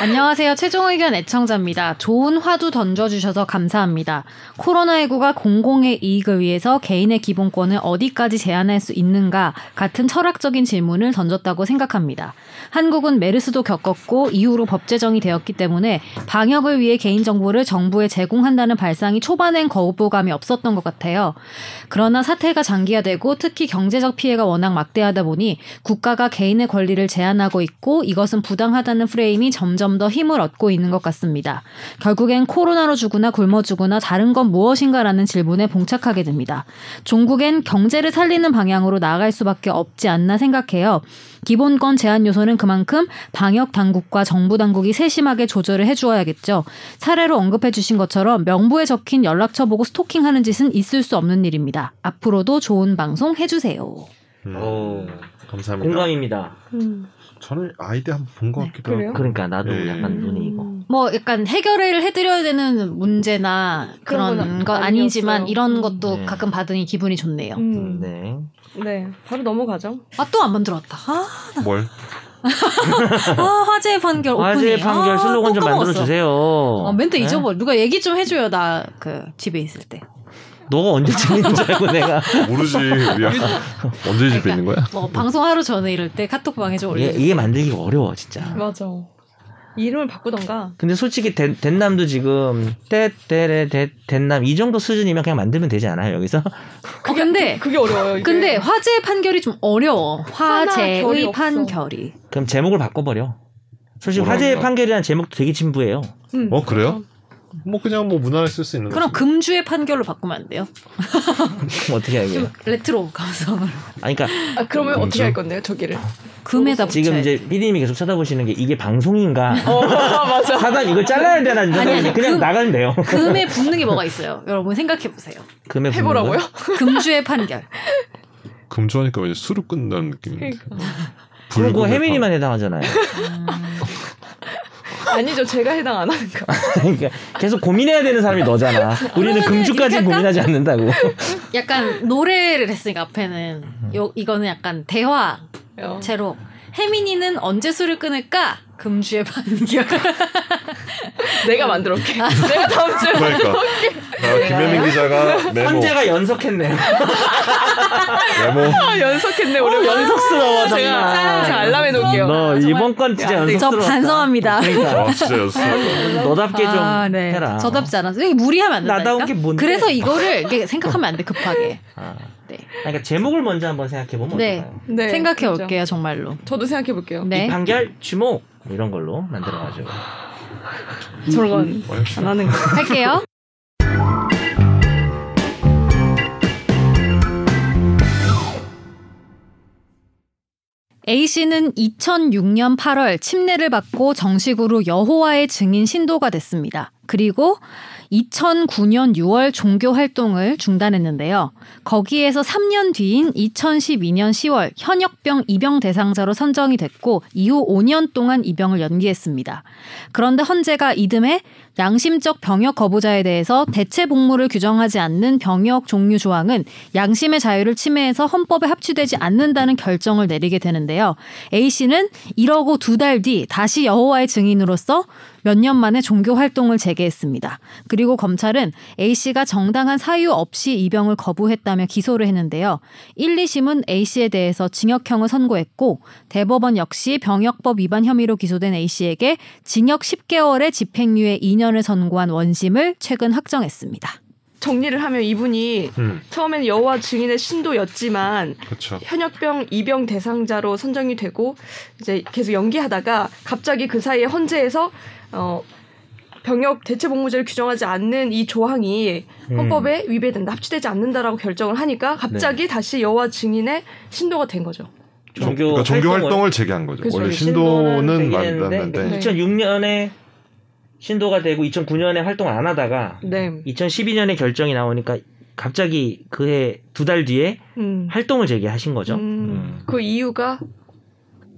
[SPEAKER 3] 안녕하세요. 최종 의견 애청자입니다. 좋은 화두 던져주셔서 감사합니다. 코로나19가 공공의 이익을 위해서 개인의 기본권을 어디까지 제한할 수 있는가 같은 철학적인 질문을 던졌다고 생각합니다. 한국은 메르스도 겪었고 이후로 법제정이 되었기 때문에 방역을 위해 개인정보를 정부에 제공한다는 발상이 초반엔 거부감이 없었던 것 같아요. 그러나 사태가 장기화되고 특히 경제적 피해가 워낙 막대하다 보니 국가가 개인의 권리를 제한하고 있고 이것은 부당하다는 프레임이 점점 더 힘을 얻고 있는 것 같습니다. 결국엔 코로나로 죽으나 굶어 죽으나 다른 건 무엇인가라는 질문에 봉착하게 됩니다. 종국엔 경제를 살리는 방향으로 나아갈 수밖에 없지 않나 생각해요. 기본권 제한 요소는 그만큼 방역 당국과 정부 당국이 세심하게 조절을 해주어야겠죠. 사례로 언급해 주신 것처럼 명부에 적힌 연락처 보고 스토킹하는 짓은 있을 수 없는 일입니다. 앞으로도 좋은 방송 해주세요.
[SPEAKER 4] 음,
[SPEAKER 2] 오.
[SPEAKER 4] 감사합니다.
[SPEAKER 2] 어, 공감입니다.
[SPEAKER 5] 음,
[SPEAKER 4] 저는 아이디 한번 본 것 같기도
[SPEAKER 5] 네, 그래요?
[SPEAKER 4] 하고.
[SPEAKER 2] 그러니까 나도
[SPEAKER 4] 예.
[SPEAKER 2] 약간 눈이 이거.
[SPEAKER 5] 음.
[SPEAKER 3] 뭐 약간 해결을 해드려야 되는 문제나
[SPEAKER 5] 그런
[SPEAKER 3] 그런
[SPEAKER 5] 건
[SPEAKER 3] 건
[SPEAKER 5] 아니었어요.
[SPEAKER 3] 아니지만 이런
[SPEAKER 5] 음.
[SPEAKER 3] 것도
[SPEAKER 2] 네.
[SPEAKER 3] 가끔 받으니 기분이 좋네요.
[SPEAKER 5] 음, 네.
[SPEAKER 2] 네.
[SPEAKER 5] 바로 넘어가죠.
[SPEAKER 3] 아 또 안 만들었다. 아,
[SPEAKER 4] 뭘?
[SPEAKER 3] 아, 화제의 판결 오프닝.
[SPEAKER 2] 화제 판결
[SPEAKER 3] 아,
[SPEAKER 2] 슬로건
[SPEAKER 3] 또
[SPEAKER 2] 좀
[SPEAKER 3] 까먹었어.
[SPEAKER 2] 만들어 주세요. 네.
[SPEAKER 3] 어, 멘트 잊어버려. 누가 얘기 좀 해줘요. 나 그 집에 있을 때.
[SPEAKER 2] 너가 언제 찍는 줄 알고
[SPEAKER 3] *laughs*
[SPEAKER 2] 내가
[SPEAKER 4] 모르지.
[SPEAKER 5] *laughs*
[SPEAKER 4] 우리 언제 집에 있는 거야?
[SPEAKER 2] 음.
[SPEAKER 3] 뭐 방송하루 전에 이럴 때 카톡방에 좀
[SPEAKER 2] 이게,
[SPEAKER 3] 올려.
[SPEAKER 2] 이게 만들기가 어려워 진짜.
[SPEAKER 3] 음.
[SPEAKER 5] 맞아. 이름을 바꾸던가.
[SPEAKER 2] 근데 솔직히 대, 된남도 지금 때때레 대 된남 이 정도 수준이면 그냥 만들면 되지 않아요 여기서? *laughs*
[SPEAKER 3] 어, 근데
[SPEAKER 5] 그게 어려워요. 이게.
[SPEAKER 3] 근데 화제의 판결이 좀 어려워.
[SPEAKER 5] 결이
[SPEAKER 3] 화제의
[SPEAKER 5] 없어.
[SPEAKER 3] 판결이.
[SPEAKER 2] 그럼 제목을 바꿔버려. 솔직히
[SPEAKER 4] 뭐라고요?
[SPEAKER 2] 화제의 판결이라는 제목도 되게 진부해요. *laughs*
[SPEAKER 5] 음, 그렇죠.
[SPEAKER 4] 어 그래요? 뭐 그냥 뭐 무난하게 쓸 수 있는 거.
[SPEAKER 3] 그럼 금주의 판결로 바꾸면 안 돼요?
[SPEAKER 2] 그럼 어떻게 해야 돼요?
[SPEAKER 3] 좀 레트로
[SPEAKER 2] *laughs*
[SPEAKER 3] 감성으로.
[SPEAKER 2] 아니 그러니까
[SPEAKER 5] 아, 그러면
[SPEAKER 4] 뭔지?
[SPEAKER 5] 어떻게 할 건데요, 저기를?
[SPEAKER 3] 금에다 붙여야
[SPEAKER 2] 지금 이제 PD님이 계속 쳐다보시는 게 이게 방송인가? *laughs*
[SPEAKER 5] 어, *laughs* 맞아.
[SPEAKER 2] 하단 이걸 잘라야 되나? 이제
[SPEAKER 3] 아니, 아니,
[SPEAKER 2] 그냥
[SPEAKER 3] 그-
[SPEAKER 2] 나가면 돼요. *laughs*
[SPEAKER 3] 금에 붙는 게 뭐가 있어요? 여러분 생각해 보세요.
[SPEAKER 2] 금에 붙는
[SPEAKER 5] 해보라고요?
[SPEAKER 2] 거야?
[SPEAKER 3] 금주의 판결.
[SPEAKER 4] 금주하니까 왠지 술을 끈다는 느낌인데.
[SPEAKER 5] 그러니까.
[SPEAKER 2] 그거
[SPEAKER 4] 불금의
[SPEAKER 2] 뭐 혜민이만 해당하잖아요.
[SPEAKER 5] *laughs* 아니죠, 제가 해당 안 하는 거.
[SPEAKER 2] 그러니까 계속 고민해야 되는 사람이 너잖아. 우리는
[SPEAKER 3] 그러면은
[SPEAKER 2] 금주까지
[SPEAKER 3] 이렇게 할까?
[SPEAKER 2] 고민하지 않는다고.
[SPEAKER 3] 약간 노래를 했으니까 앞에는 요 이거는 약간 대화
[SPEAKER 5] 요
[SPEAKER 3] 제로 혜민이는 언제 술을 끊을까? 금주의 반격.
[SPEAKER 1] 내가 만들었게.
[SPEAKER 5] *laughs*
[SPEAKER 1] 내가 다음 주에
[SPEAKER 4] 그러니까 아, 김혜민 기자가 메모
[SPEAKER 2] 현재가 연속했네요.
[SPEAKER 3] 어,
[SPEAKER 4] 메모
[SPEAKER 5] *laughs*
[SPEAKER 1] 아, 연속했네
[SPEAKER 2] 어.
[SPEAKER 1] 오랜만에.
[SPEAKER 2] 연속스러워, 정말.
[SPEAKER 1] 제가 잘 알람해 놓을게요.
[SPEAKER 2] 너 이번 건 진짜
[SPEAKER 1] 안 돼.
[SPEAKER 3] *laughs* 저
[SPEAKER 2] 연속스러워. 어.
[SPEAKER 3] 반성합니다.
[SPEAKER 4] 아 진짜 연습
[SPEAKER 2] 너답게 좀
[SPEAKER 3] 아, 네.
[SPEAKER 2] 해라. 어.
[SPEAKER 3] 저답지 않아서 이게 무리하면 안 된다니까.
[SPEAKER 2] 나다운 게 뭔데?
[SPEAKER 3] 그래서 이거를 이렇게 생각하면 안 돼 급하게.
[SPEAKER 2] 아.
[SPEAKER 3] 네.
[SPEAKER 2] 그러니까 제목을 먼저 한번 생각해 보면
[SPEAKER 3] 네.
[SPEAKER 2] 어떨까요?
[SPEAKER 1] 네,
[SPEAKER 3] 생각해
[SPEAKER 1] 그렇죠.
[SPEAKER 3] 올게요 정말로.
[SPEAKER 1] 저도 생각해 볼게요.
[SPEAKER 3] 네.
[SPEAKER 2] 판결 주목 뭐 이런 걸로 만들어가지고
[SPEAKER 1] 저건
[SPEAKER 4] 음.
[SPEAKER 1] 안 하는 거.
[SPEAKER 3] 할게요. A씨는 2006년 8월 침례를 받고 정식으로 여호와의 증인 신도가 됐습니다. 그리고 2009년 6월 종교 활동을 중단했는데요. 거기에서 3년 뒤인 2012년 10월 현역병 입영 대상자로 선정이 됐고 이후 5년 동안 입영을 연기했습니다. 그런데 헌재가 이듬해 양심적 병역 거부자에 대해서 대체 복무를 규정하지 않는 병역 종류 조항은 양심의 자유를 침해해서 헌법에 합치되지 않는다는 결정을 내리게 되는데요. A 씨는 이러고 두 달 뒤 다시 여호와의 증인으로서 몇 년 만에 종교 활동을 재개했습니다. 그리고 검찰은 A 씨가 정당한 사유 없이 입영을 거부했다며 기소를 했는데요. 1, 2심은 A 씨에 대해서 징역형을 선고했고 대법원 역시 병역법 위반 혐의로 기소된 A 씨에게 징역 10개월의 집행유예 2년을 선고한 원심을 최근 확정했습니다.
[SPEAKER 1] 정리를 하면 이분이
[SPEAKER 4] 음,
[SPEAKER 1] 처음엔 여호와 증인의 신도였지만
[SPEAKER 4] 그렇죠
[SPEAKER 1] 현역병 입영 대상자로 선정이 되고 이제 계속 연기하다가 갑자기 그 사이에 헌재에서 어 병역 대체 복무제를 규정하지 않는 이 조항이
[SPEAKER 2] 음.
[SPEAKER 3] 음.
[SPEAKER 1] 헌법에 위배된다, 합치되지 않는다라고 결정을 하니까 갑자기 다시 여호와 증인의 신도가 된 거죠.
[SPEAKER 2] 종교
[SPEAKER 4] 그러니까 종교
[SPEAKER 2] 활동을-
[SPEAKER 4] 활동을 재개한 거죠
[SPEAKER 1] 그죠.
[SPEAKER 4] 원래
[SPEAKER 2] 되긴
[SPEAKER 4] 신도는 만났는데
[SPEAKER 1] 네.
[SPEAKER 2] 2006년에 신도가 되고 2009년에 활동을 안 하다가
[SPEAKER 1] 네.
[SPEAKER 2] 2012년에 결정이 나오니까 갑자기 그해 두 달 뒤에
[SPEAKER 1] 음.
[SPEAKER 2] 활동을 재개하신 거죠.
[SPEAKER 1] 음.
[SPEAKER 2] 음.
[SPEAKER 1] 그 이유가
[SPEAKER 4] 음,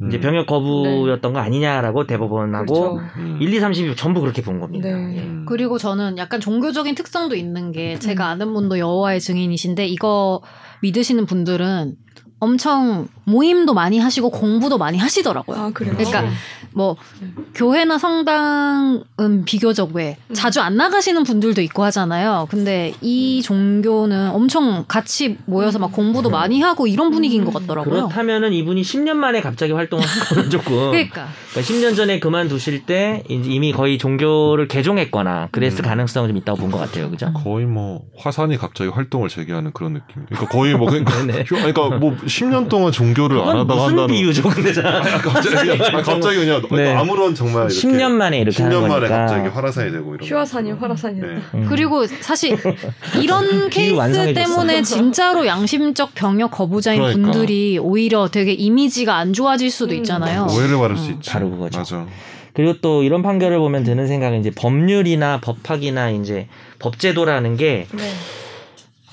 [SPEAKER 2] 그 이제 병역 거부였던 거 아니냐라고 대법원하고
[SPEAKER 1] 그렇죠.
[SPEAKER 4] 음.
[SPEAKER 2] 1, 2, 3, 10 전부 그렇게 본 겁니다.
[SPEAKER 1] 네.
[SPEAKER 2] 예.
[SPEAKER 3] 그리고 저는 약간 종교적인 특성도 있는 게 제가 아는 분도 여호와의 증인이신데 이거 믿으시는 분들은 엄청 모임도 많이 하시고 공부도 많이 하시더라고요.
[SPEAKER 1] 아 그래요.
[SPEAKER 3] 그러니까 뭐 교회나 성당은 비교적 왜
[SPEAKER 1] 음.
[SPEAKER 3] 자주 안 나가시는 분들도 있고 하잖아요. 근데 이 종교는 엄청 같이 모여서 막 공부도 많이 하고 이런 분위기인 것 같더라고요.
[SPEAKER 2] 음. 그렇다면은 이분이 10년 만에 갑자기 활동을 한
[SPEAKER 4] *laughs*
[SPEAKER 2] 거는 조금
[SPEAKER 3] 그러니까
[SPEAKER 2] 그러니까 10년 전에 그만두실 때 이제 이미 거의 종교를 개종했거나 그랬을
[SPEAKER 4] 음.
[SPEAKER 2] 가능성은 좀 있다고 본 것 같아요. 그죠?
[SPEAKER 4] 거의 뭐 화산이 갑자기 활동을 재개하는 그런 느낌. 그러니까 거의 뭐
[SPEAKER 2] *laughs*
[SPEAKER 4] 그러니까,
[SPEAKER 2] 네.
[SPEAKER 4] 그러니까 뭐 10년 동안 종교를 안
[SPEAKER 2] 그건
[SPEAKER 4] 하다가
[SPEAKER 2] 무슨
[SPEAKER 4] 한다는
[SPEAKER 2] 비유죠, 근데 자.
[SPEAKER 4] *laughs*
[SPEAKER 2] *laughs*
[SPEAKER 4] 갑자기 그냥- 아니, 갑자기 그냥 그러니까
[SPEAKER 2] 네.
[SPEAKER 4] 아무런 정말 이렇게
[SPEAKER 2] 10년 만에 이렇게
[SPEAKER 4] 10년
[SPEAKER 2] 하는
[SPEAKER 4] 만에
[SPEAKER 2] 거니까.
[SPEAKER 4] 갑자기 화라산이 되고 이런.
[SPEAKER 1] 휴화산이
[SPEAKER 4] 거.
[SPEAKER 1] 화라산이
[SPEAKER 4] 네.
[SPEAKER 2] 음.
[SPEAKER 3] 그리고 사실
[SPEAKER 2] *laughs*
[SPEAKER 3] 이런 케이스
[SPEAKER 2] 완성해줬어.
[SPEAKER 3] 때문에 진짜로 양심적 병역 거부자인
[SPEAKER 4] 그러니까.
[SPEAKER 3] 분들이 오히려 되게 이미지가 안 좋아질 수도
[SPEAKER 1] 음.
[SPEAKER 3] 있잖아요.
[SPEAKER 4] 오해를 받을 수
[SPEAKER 3] 음.
[SPEAKER 4] 있죠.
[SPEAKER 2] 어, 바로 그거죠. 네.
[SPEAKER 4] 맞아.
[SPEAKER 2] 그리고 또 이런 판결을 보면 드는 생각은 이제 법률이나 법학이나 이제 법제도라는 게
[SPEAKER 1] 네.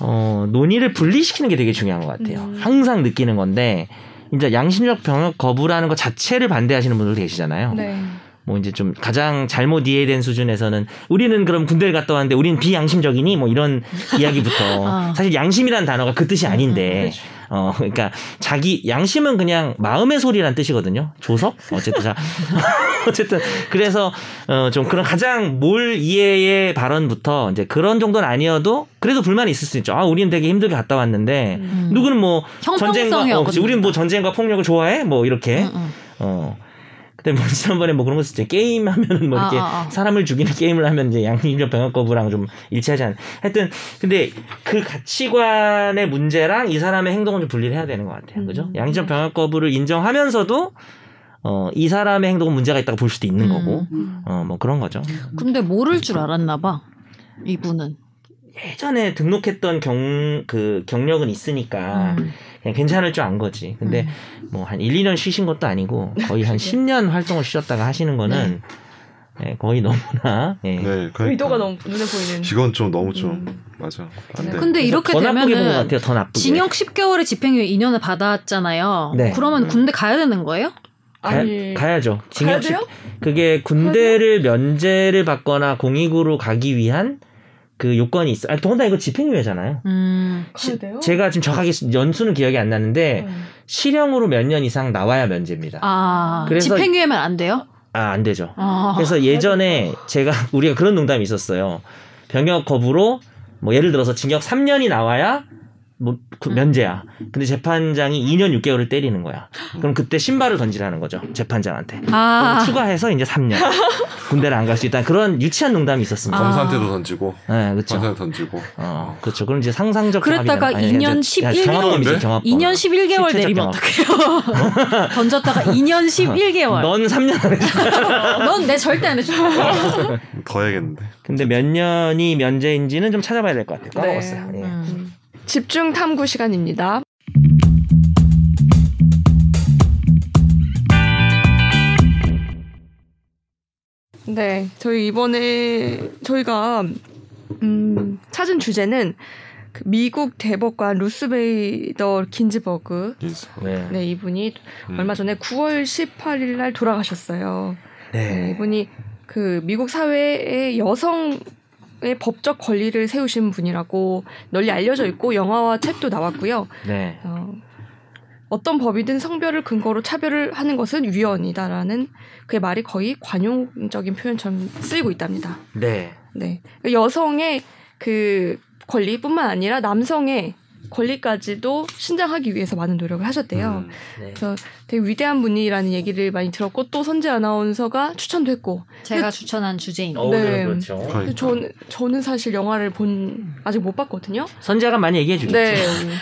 [SPEAKER 2] 어, 논의를 분리시키는 게 되게 중요한 것 같아요.
[SPEAKER 1] 음.
[SPEAKER 2] 항상 느끼는 건데 이제 양심적 병역 거부라는 것 자체를 반대하시는 분들 계시잖아요.
[SPEAKER 1] 네.
[SPEAKER 2] 뭐 이제 좀 가장 잘못 이해된 수준에서는 우리는 그럼 군대를 갔다 왔는데 우리는 비양심적이니 뭐 이런
[SPEAKER 3] *laughs*
[SPEAKER 2] 이야기부터
[SPEAKER 3] 아.
[SPEAKER 2] 사실 양심이라는 단어가 그 뜻이
[SPEAKER 3] 음,
[SPEAKER 2] 아닌데
[SPEAKER 3] 그렇죠.
[SPEAKER 2] 어 그러니까 자기 양심은 그냥 마음의 소리란 뜻이거든요 조석 어쨌든 자 *laughs* 어쨌든 그래서 어 좀 그런 가장 몰 이해의 발언부터 이제 그런 정도는 아니어도 그래도 불만이 있을 수 있죠 아 우리는 되게 힘들게 갔다 왔는데
[SPEAKER 3] 음.
[SPEAKER 2] 누구는 뭐 전쟁과
[SPEAKER 3] 형평성이
[SPEAKER 2] 어, 그치.
[SPEAKER 3] 없거든요.
[SPEAKER 2] 우리는 뭐 전쟁과 폭력을 좋아해 뭐 이렇게
[SPEAKER 3] 음, 음.
[SPEAKER 2] 어. 그때 뭐 지난번에 뭐 그런 거 있었죠. 게임 하면은 뭐
[SPEAKER 3] 아,
[SPEAKER 2] 이렇게
[SPEAKER 3] 아, 아.
[SPEAKER 2] 사람을 죽이는 게임을 하면 이제 양심적 병역 거부랑 좀 일치하지 않. 하여튼 근데 그 가치관의 문제랑 이 사람의 행동은 좀 분리를 해야 되는 것 같아요. 그죠?
[SPEAKER 1] 음.
[SPEAKER 2] 양심적 병역 거부를 인정하면서도 어, 이 사람의 행동은 문제가 있다고 볼 수도 있는
[SPEAKER 3] 음.
[SPEAKER 2] 거고. 어, 뭐 그런 거죠.
[SPEAKER 3] 근데 모를 줄 알았나 봐. 이분은.
[SPEAKER 2] 예전에 등록했던 경 그 경력은 있으니까
[SPEAKER 3] 음.
[SPEAKER 2] 그냥 괜찮을 줄 안 거지. 근데
[SPEAKER 3] 음.
[SPEAKER 2] 뭐 한 1, 2년 쉬신 것도 아니고 거의 한 10년 활동을 쉬셨다가 하시는 거는
[SPEAKER 1] 네.
[SPEAKER 2] 예, 거의 너무나 예.
[SPEAKER 4] 네. 그러니까
[SPEAKER 1] 의도가 너무 눈에 보이는.
[SPEAKER 4] 이건 좀 너무 좀
[SPEAKER 1] 음.
[SPEAKER 4] 맞아. 안 돼.
[SPEAKER 3] 근데 이렇게
[SPEAKER 2] 더 나쁘게 본것
[SPEAKER 3] 되면은
[SPEAKER 2] 같아요. 더 나쁘게.
[SPEAKER 3] 징역 10개월의 집행유예 2년을 받았잖아요.
[SPEAKER 2] 네.
[SPEAKER 1] 음.
[SPEAKER 3] 그러면
[SPEAKER 4] 네.
[SPEAKER 3] 군대 가야 되는 거예요?
[SPEAKER 2] 가,
[SPEAKER 1] 아니
[SPEAKER 2] 가야죠.
[SPEAKER 1] 가야
[SPEAKER 2] 징역 십-
[SPEAKER 1] 돼요?
[SPEAKER 2] 그게 군대를 면제를 받거나 공익으로 가기 위한 그 요건이 있어. 아, 더군다나 이거 집행유예잖아요.
[SPEAKER 3] 음.
[SPEAKER 2] 시-
[SPEAKER 1] 돼요?
[SPEAKER 2] 제가 지금 정확하게 연수는 기억이 안 나는데
[SPEAKER 1] 음.
[SPEAKER 2] 실형으로 몇 년 이상 나와야 면제입니다.
[SPEAKER 3] 아,
[SPEAKER 2] 그래서-
[SPEAKER 3] 집행유예면 안 돼요?
[SPEAKER 2] 아 안 되죠.
[SPEAKER 3] 아,
[SPEAKER 2] 그래서 예전에 제가 *laughs* 우리가 그런 농담이 있었어요. 병역 거부로 뭐 예를 들어서 징역 3년이 나와야 뭐 그
[SPEAKER 3] 음.
[SPEAKER 2] 면제야. 근데 재판장이 2년 6개월을 때리는 거야. 그럼 그때 신발을 던지라는 거죠. 재판장한테.
[SPEAKER 3] 아,
[SPEAKER 2] 그럼 추가해서 이제 3년 군대를 안 갈 수 있다. 그런 유치한 농담이 있었습니다.
[SPEAKER 3] 아.
[SPEAKER 4] 검사한테도 던지고
[SPEAKER 2] 네, 그렇죠.
[SPEAKER 4] 검사한테 던지고
[SPEAKER 2] 어, 그렇죠. 그럼 이제 상상적
[SPEAKER 3] 그랬다가
[SPEAKER 2] 경합이 나와요.
[SPEAKER 3] 2년
[SPEAKER 2] 이제
[SPEAKER 3] 11
[SPEAKER 2] 경합범이지,
[SPEAKER 4] 개월인데?
[SPEAKER 2] 경합범.
[SPEAKER 3] 2년 11개월
[SPEAKER 2] 실체적
[SPEAKER 3] 내리면
[SPEAKER 2] 경험.
[SPEAKER 3] 어떡해요? 던졌다가 2년
[SPEAKER 2] *laughs*
[SPEAKER 3] 11개월.
[SPEAKER 2] 넌 어. 3년 안 했어.
[SPEAKER 3] 넌 내 절대 안 해줘.
[SPEAKER 4] 더 해야겠는데.
[SPEAKER 2] 근데 몇 년이 면제인지는 좀 찾아봐야 될 것 같아요. 까먹었어요.
[SPEAKER 1] 네.
[SPEAKER 2] 예.
[SPEAKER 3] 음.
[SPEAKER 1] 집중 탐구 시간입니다. 네, 저희 이번에 저희가 음, 찾은 주제는 그 미국 대법관 루스베이더 긴즈버그
[SPEAKER 4] 인수.
[SPEAKER 2] 네.
[SPEAKER 1] 네 이분이
[SPEAKER 4] 음.
[SPEAKER 1] 얼마 전에 9월 18일 날 돌아가셨어요. 네,
[SPEAKER 2] 네.
[SPEAKER 1] 이분이 그 미국 사회의 여성의 법적 권리를 세우신 분이라고 널리 알려져 있고 영화와 책도 나왔고요.
[SPEAKER 2] 네.
[SPEAKER 1] 어, 어떤 법이든 성별을 근거로 차별을 하는 것은 위헌이다라는 그의 말이 거의 관용적인 표현처럼 쓰이고 있답니다.
[SPEAKER 2] 네.
[SPEAKER 1] 네. 여성의 그 권리뿐만 아니라 남성의 권리까지도 신장하기 위해서 많은 노력을 하셨대요.
[SPEAKER 4] 음.
[SPEAKER 2] 네.
[SPEAKER 1] 그래서 되게 위대한 분이라는 얘기를 많이 들었고 또 선재 아나운서가 추천됐고
[SPEAKER 3] 제가 추천한 주제입니다.
[SPEAKER 2] 어,
[SPEAKER 1] 네.
[SPEAKER 2] 네. 그렇죠.
[SPEAKER 4] 그러니까.
[SPEAKER 1] 저는 저는 사실 영화를 본 아직 못 봤거든요.
[SPEAKER 2] 선재가 많이 얘기해 주겠죠.
[SPEAKER 1] 네.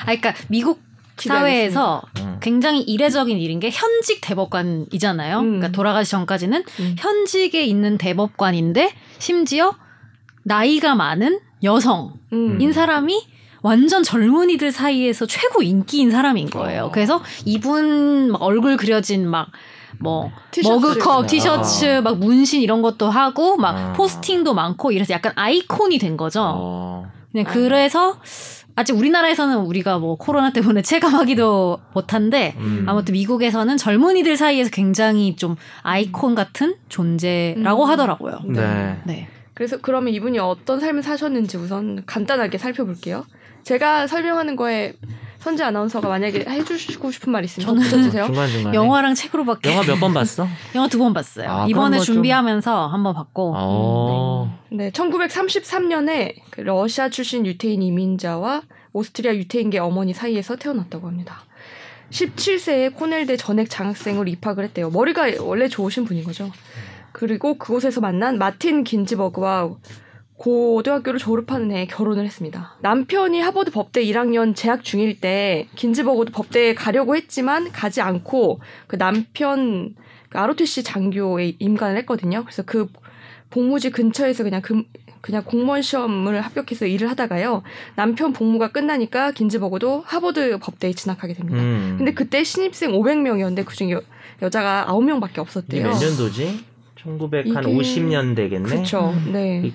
[SPEAKER 3] 아, 그러니까 미국 사회에서
[SPEAKER 2] 음.
[SPEAKER 3] 굉장히 이례적인 일인 게 현직 대법관이잖아요.
[SPEAKER 1] 음.
[SPEAKER 3] 그러니까 돌아가기 전까지는
[SPEAKER 1] 음.
[SPEAKER 3] 현직에 있는 대법관인데 심지어 나이가 많은 여성인
[SPEAKER 1] 음.
[SPEAKER 2] 인사-
[SPEAKER 3] 사람이 완전 젊은이들 사이에서 최고 인기인 사람인 거예요.
[SPEAKER 4] 어.
[SPEAKER 3] 그래서 이분 막 얼굴 그려진 막 뭐
[SPEAKER 1] 티셔츠. 네. 어.
[SPEAKER 3] 머그컵, 티셔츠,
[SPEAKER 2] 아.
[SPEAKER 3] 막 문신 이런 것도 하고 막
[SPEAKER 2] 아.
[SPEAKER 3] 포스팅도 많고 이래서 약간 아이콘이 된 거죠. 네,
[SPEAKER 2] 어.
[SPEAKER 3] 그냥 그래서 아직 우리나라에서는 우리가 뭐 코로나 때문에 *laughs* 체감하기도 못한데
[SPEAKER 2] 음.
[SPEAKER 3] 아무튼 미국에서는 젊은이들 사이에서 굉장히 좀 아이콘 같은 존재라고
[SPEAKER 1] 음.
[SPEAKER 3] 하더라고요.
[SPEAKER 2] 네.
[SPEAKER 3] 네.
[SPEAKER 1] 그래서 그러면 이분이 어떤 삶을 사셨는지 우선 간단하게 살펴볼게요. 제가 설명하는 거에 선재 아나운서가 만약에 해주시고 싶은 말 있으면
[SPEAKER 3] 저는
[SPEAKER 1] 붙여주세요.
[SPEAKER 2] 어, 중간 중간.
[SPEAKER 3] 영화랑 책으로밖에
[SPEAKER 2] 영화 몇
[SPEAKER 1] *laughs*
[SPEAKER 2] 번 봤어?
[SPEAKER 3] 영화 두 번 봤어요.
[SPEAKER 2] 아,
[SPEAKER 3] 이번에
[SPEAKER 2] 그런 거 좀-
[SPEAKER 3] 준비하면서 한 번 봤고
[SPEAKER 2] 어.
[SPEAKER 1] 네, 1933년에 그 러시아 출신 유태인 이민자와 오스트리아 유태인계 어머니 사이에서 태어났다고 합니다. 17세에 코넬대 전액 장학생으로 입학을 했대요. 머리가 원래 좋으신 분인 거죠. 그리고 그곳에서 만난 마틴 긴지버그와 고등학교를 졸업하는 해에 결혼을 했습니다. 남편이 하버드 법대 1학년 재학 중일 때 긴지버그도 법대에 가려고 했지만 가지 않고 그 남편 그 ROTC 장교에 임관을 했거든요. 그래서 그 복무지 근처에서 그냥 금- 그냥 공무원 시험을 합격해서 일을 하다가요. 남편 복무가 끝나니까 긴지버그도 하버드 법대에 진학하게 됩니다.
[SPEAKER 2] 음.
[SPEAKER 1] 네. 근데 그때 신입생 500명이었는데 그중에 여, 여자가 9명밖에
[SPEAKER 2] 이게
[SPEAKER 1] 없었대요.
[SPEAKER 2] 몇 년도지? 1950년
[SPEAKER 1] 이게-
[SPEAKER 2] 50년 되겠네. 음.
[SPEAKER 1] 그렇죠. 네.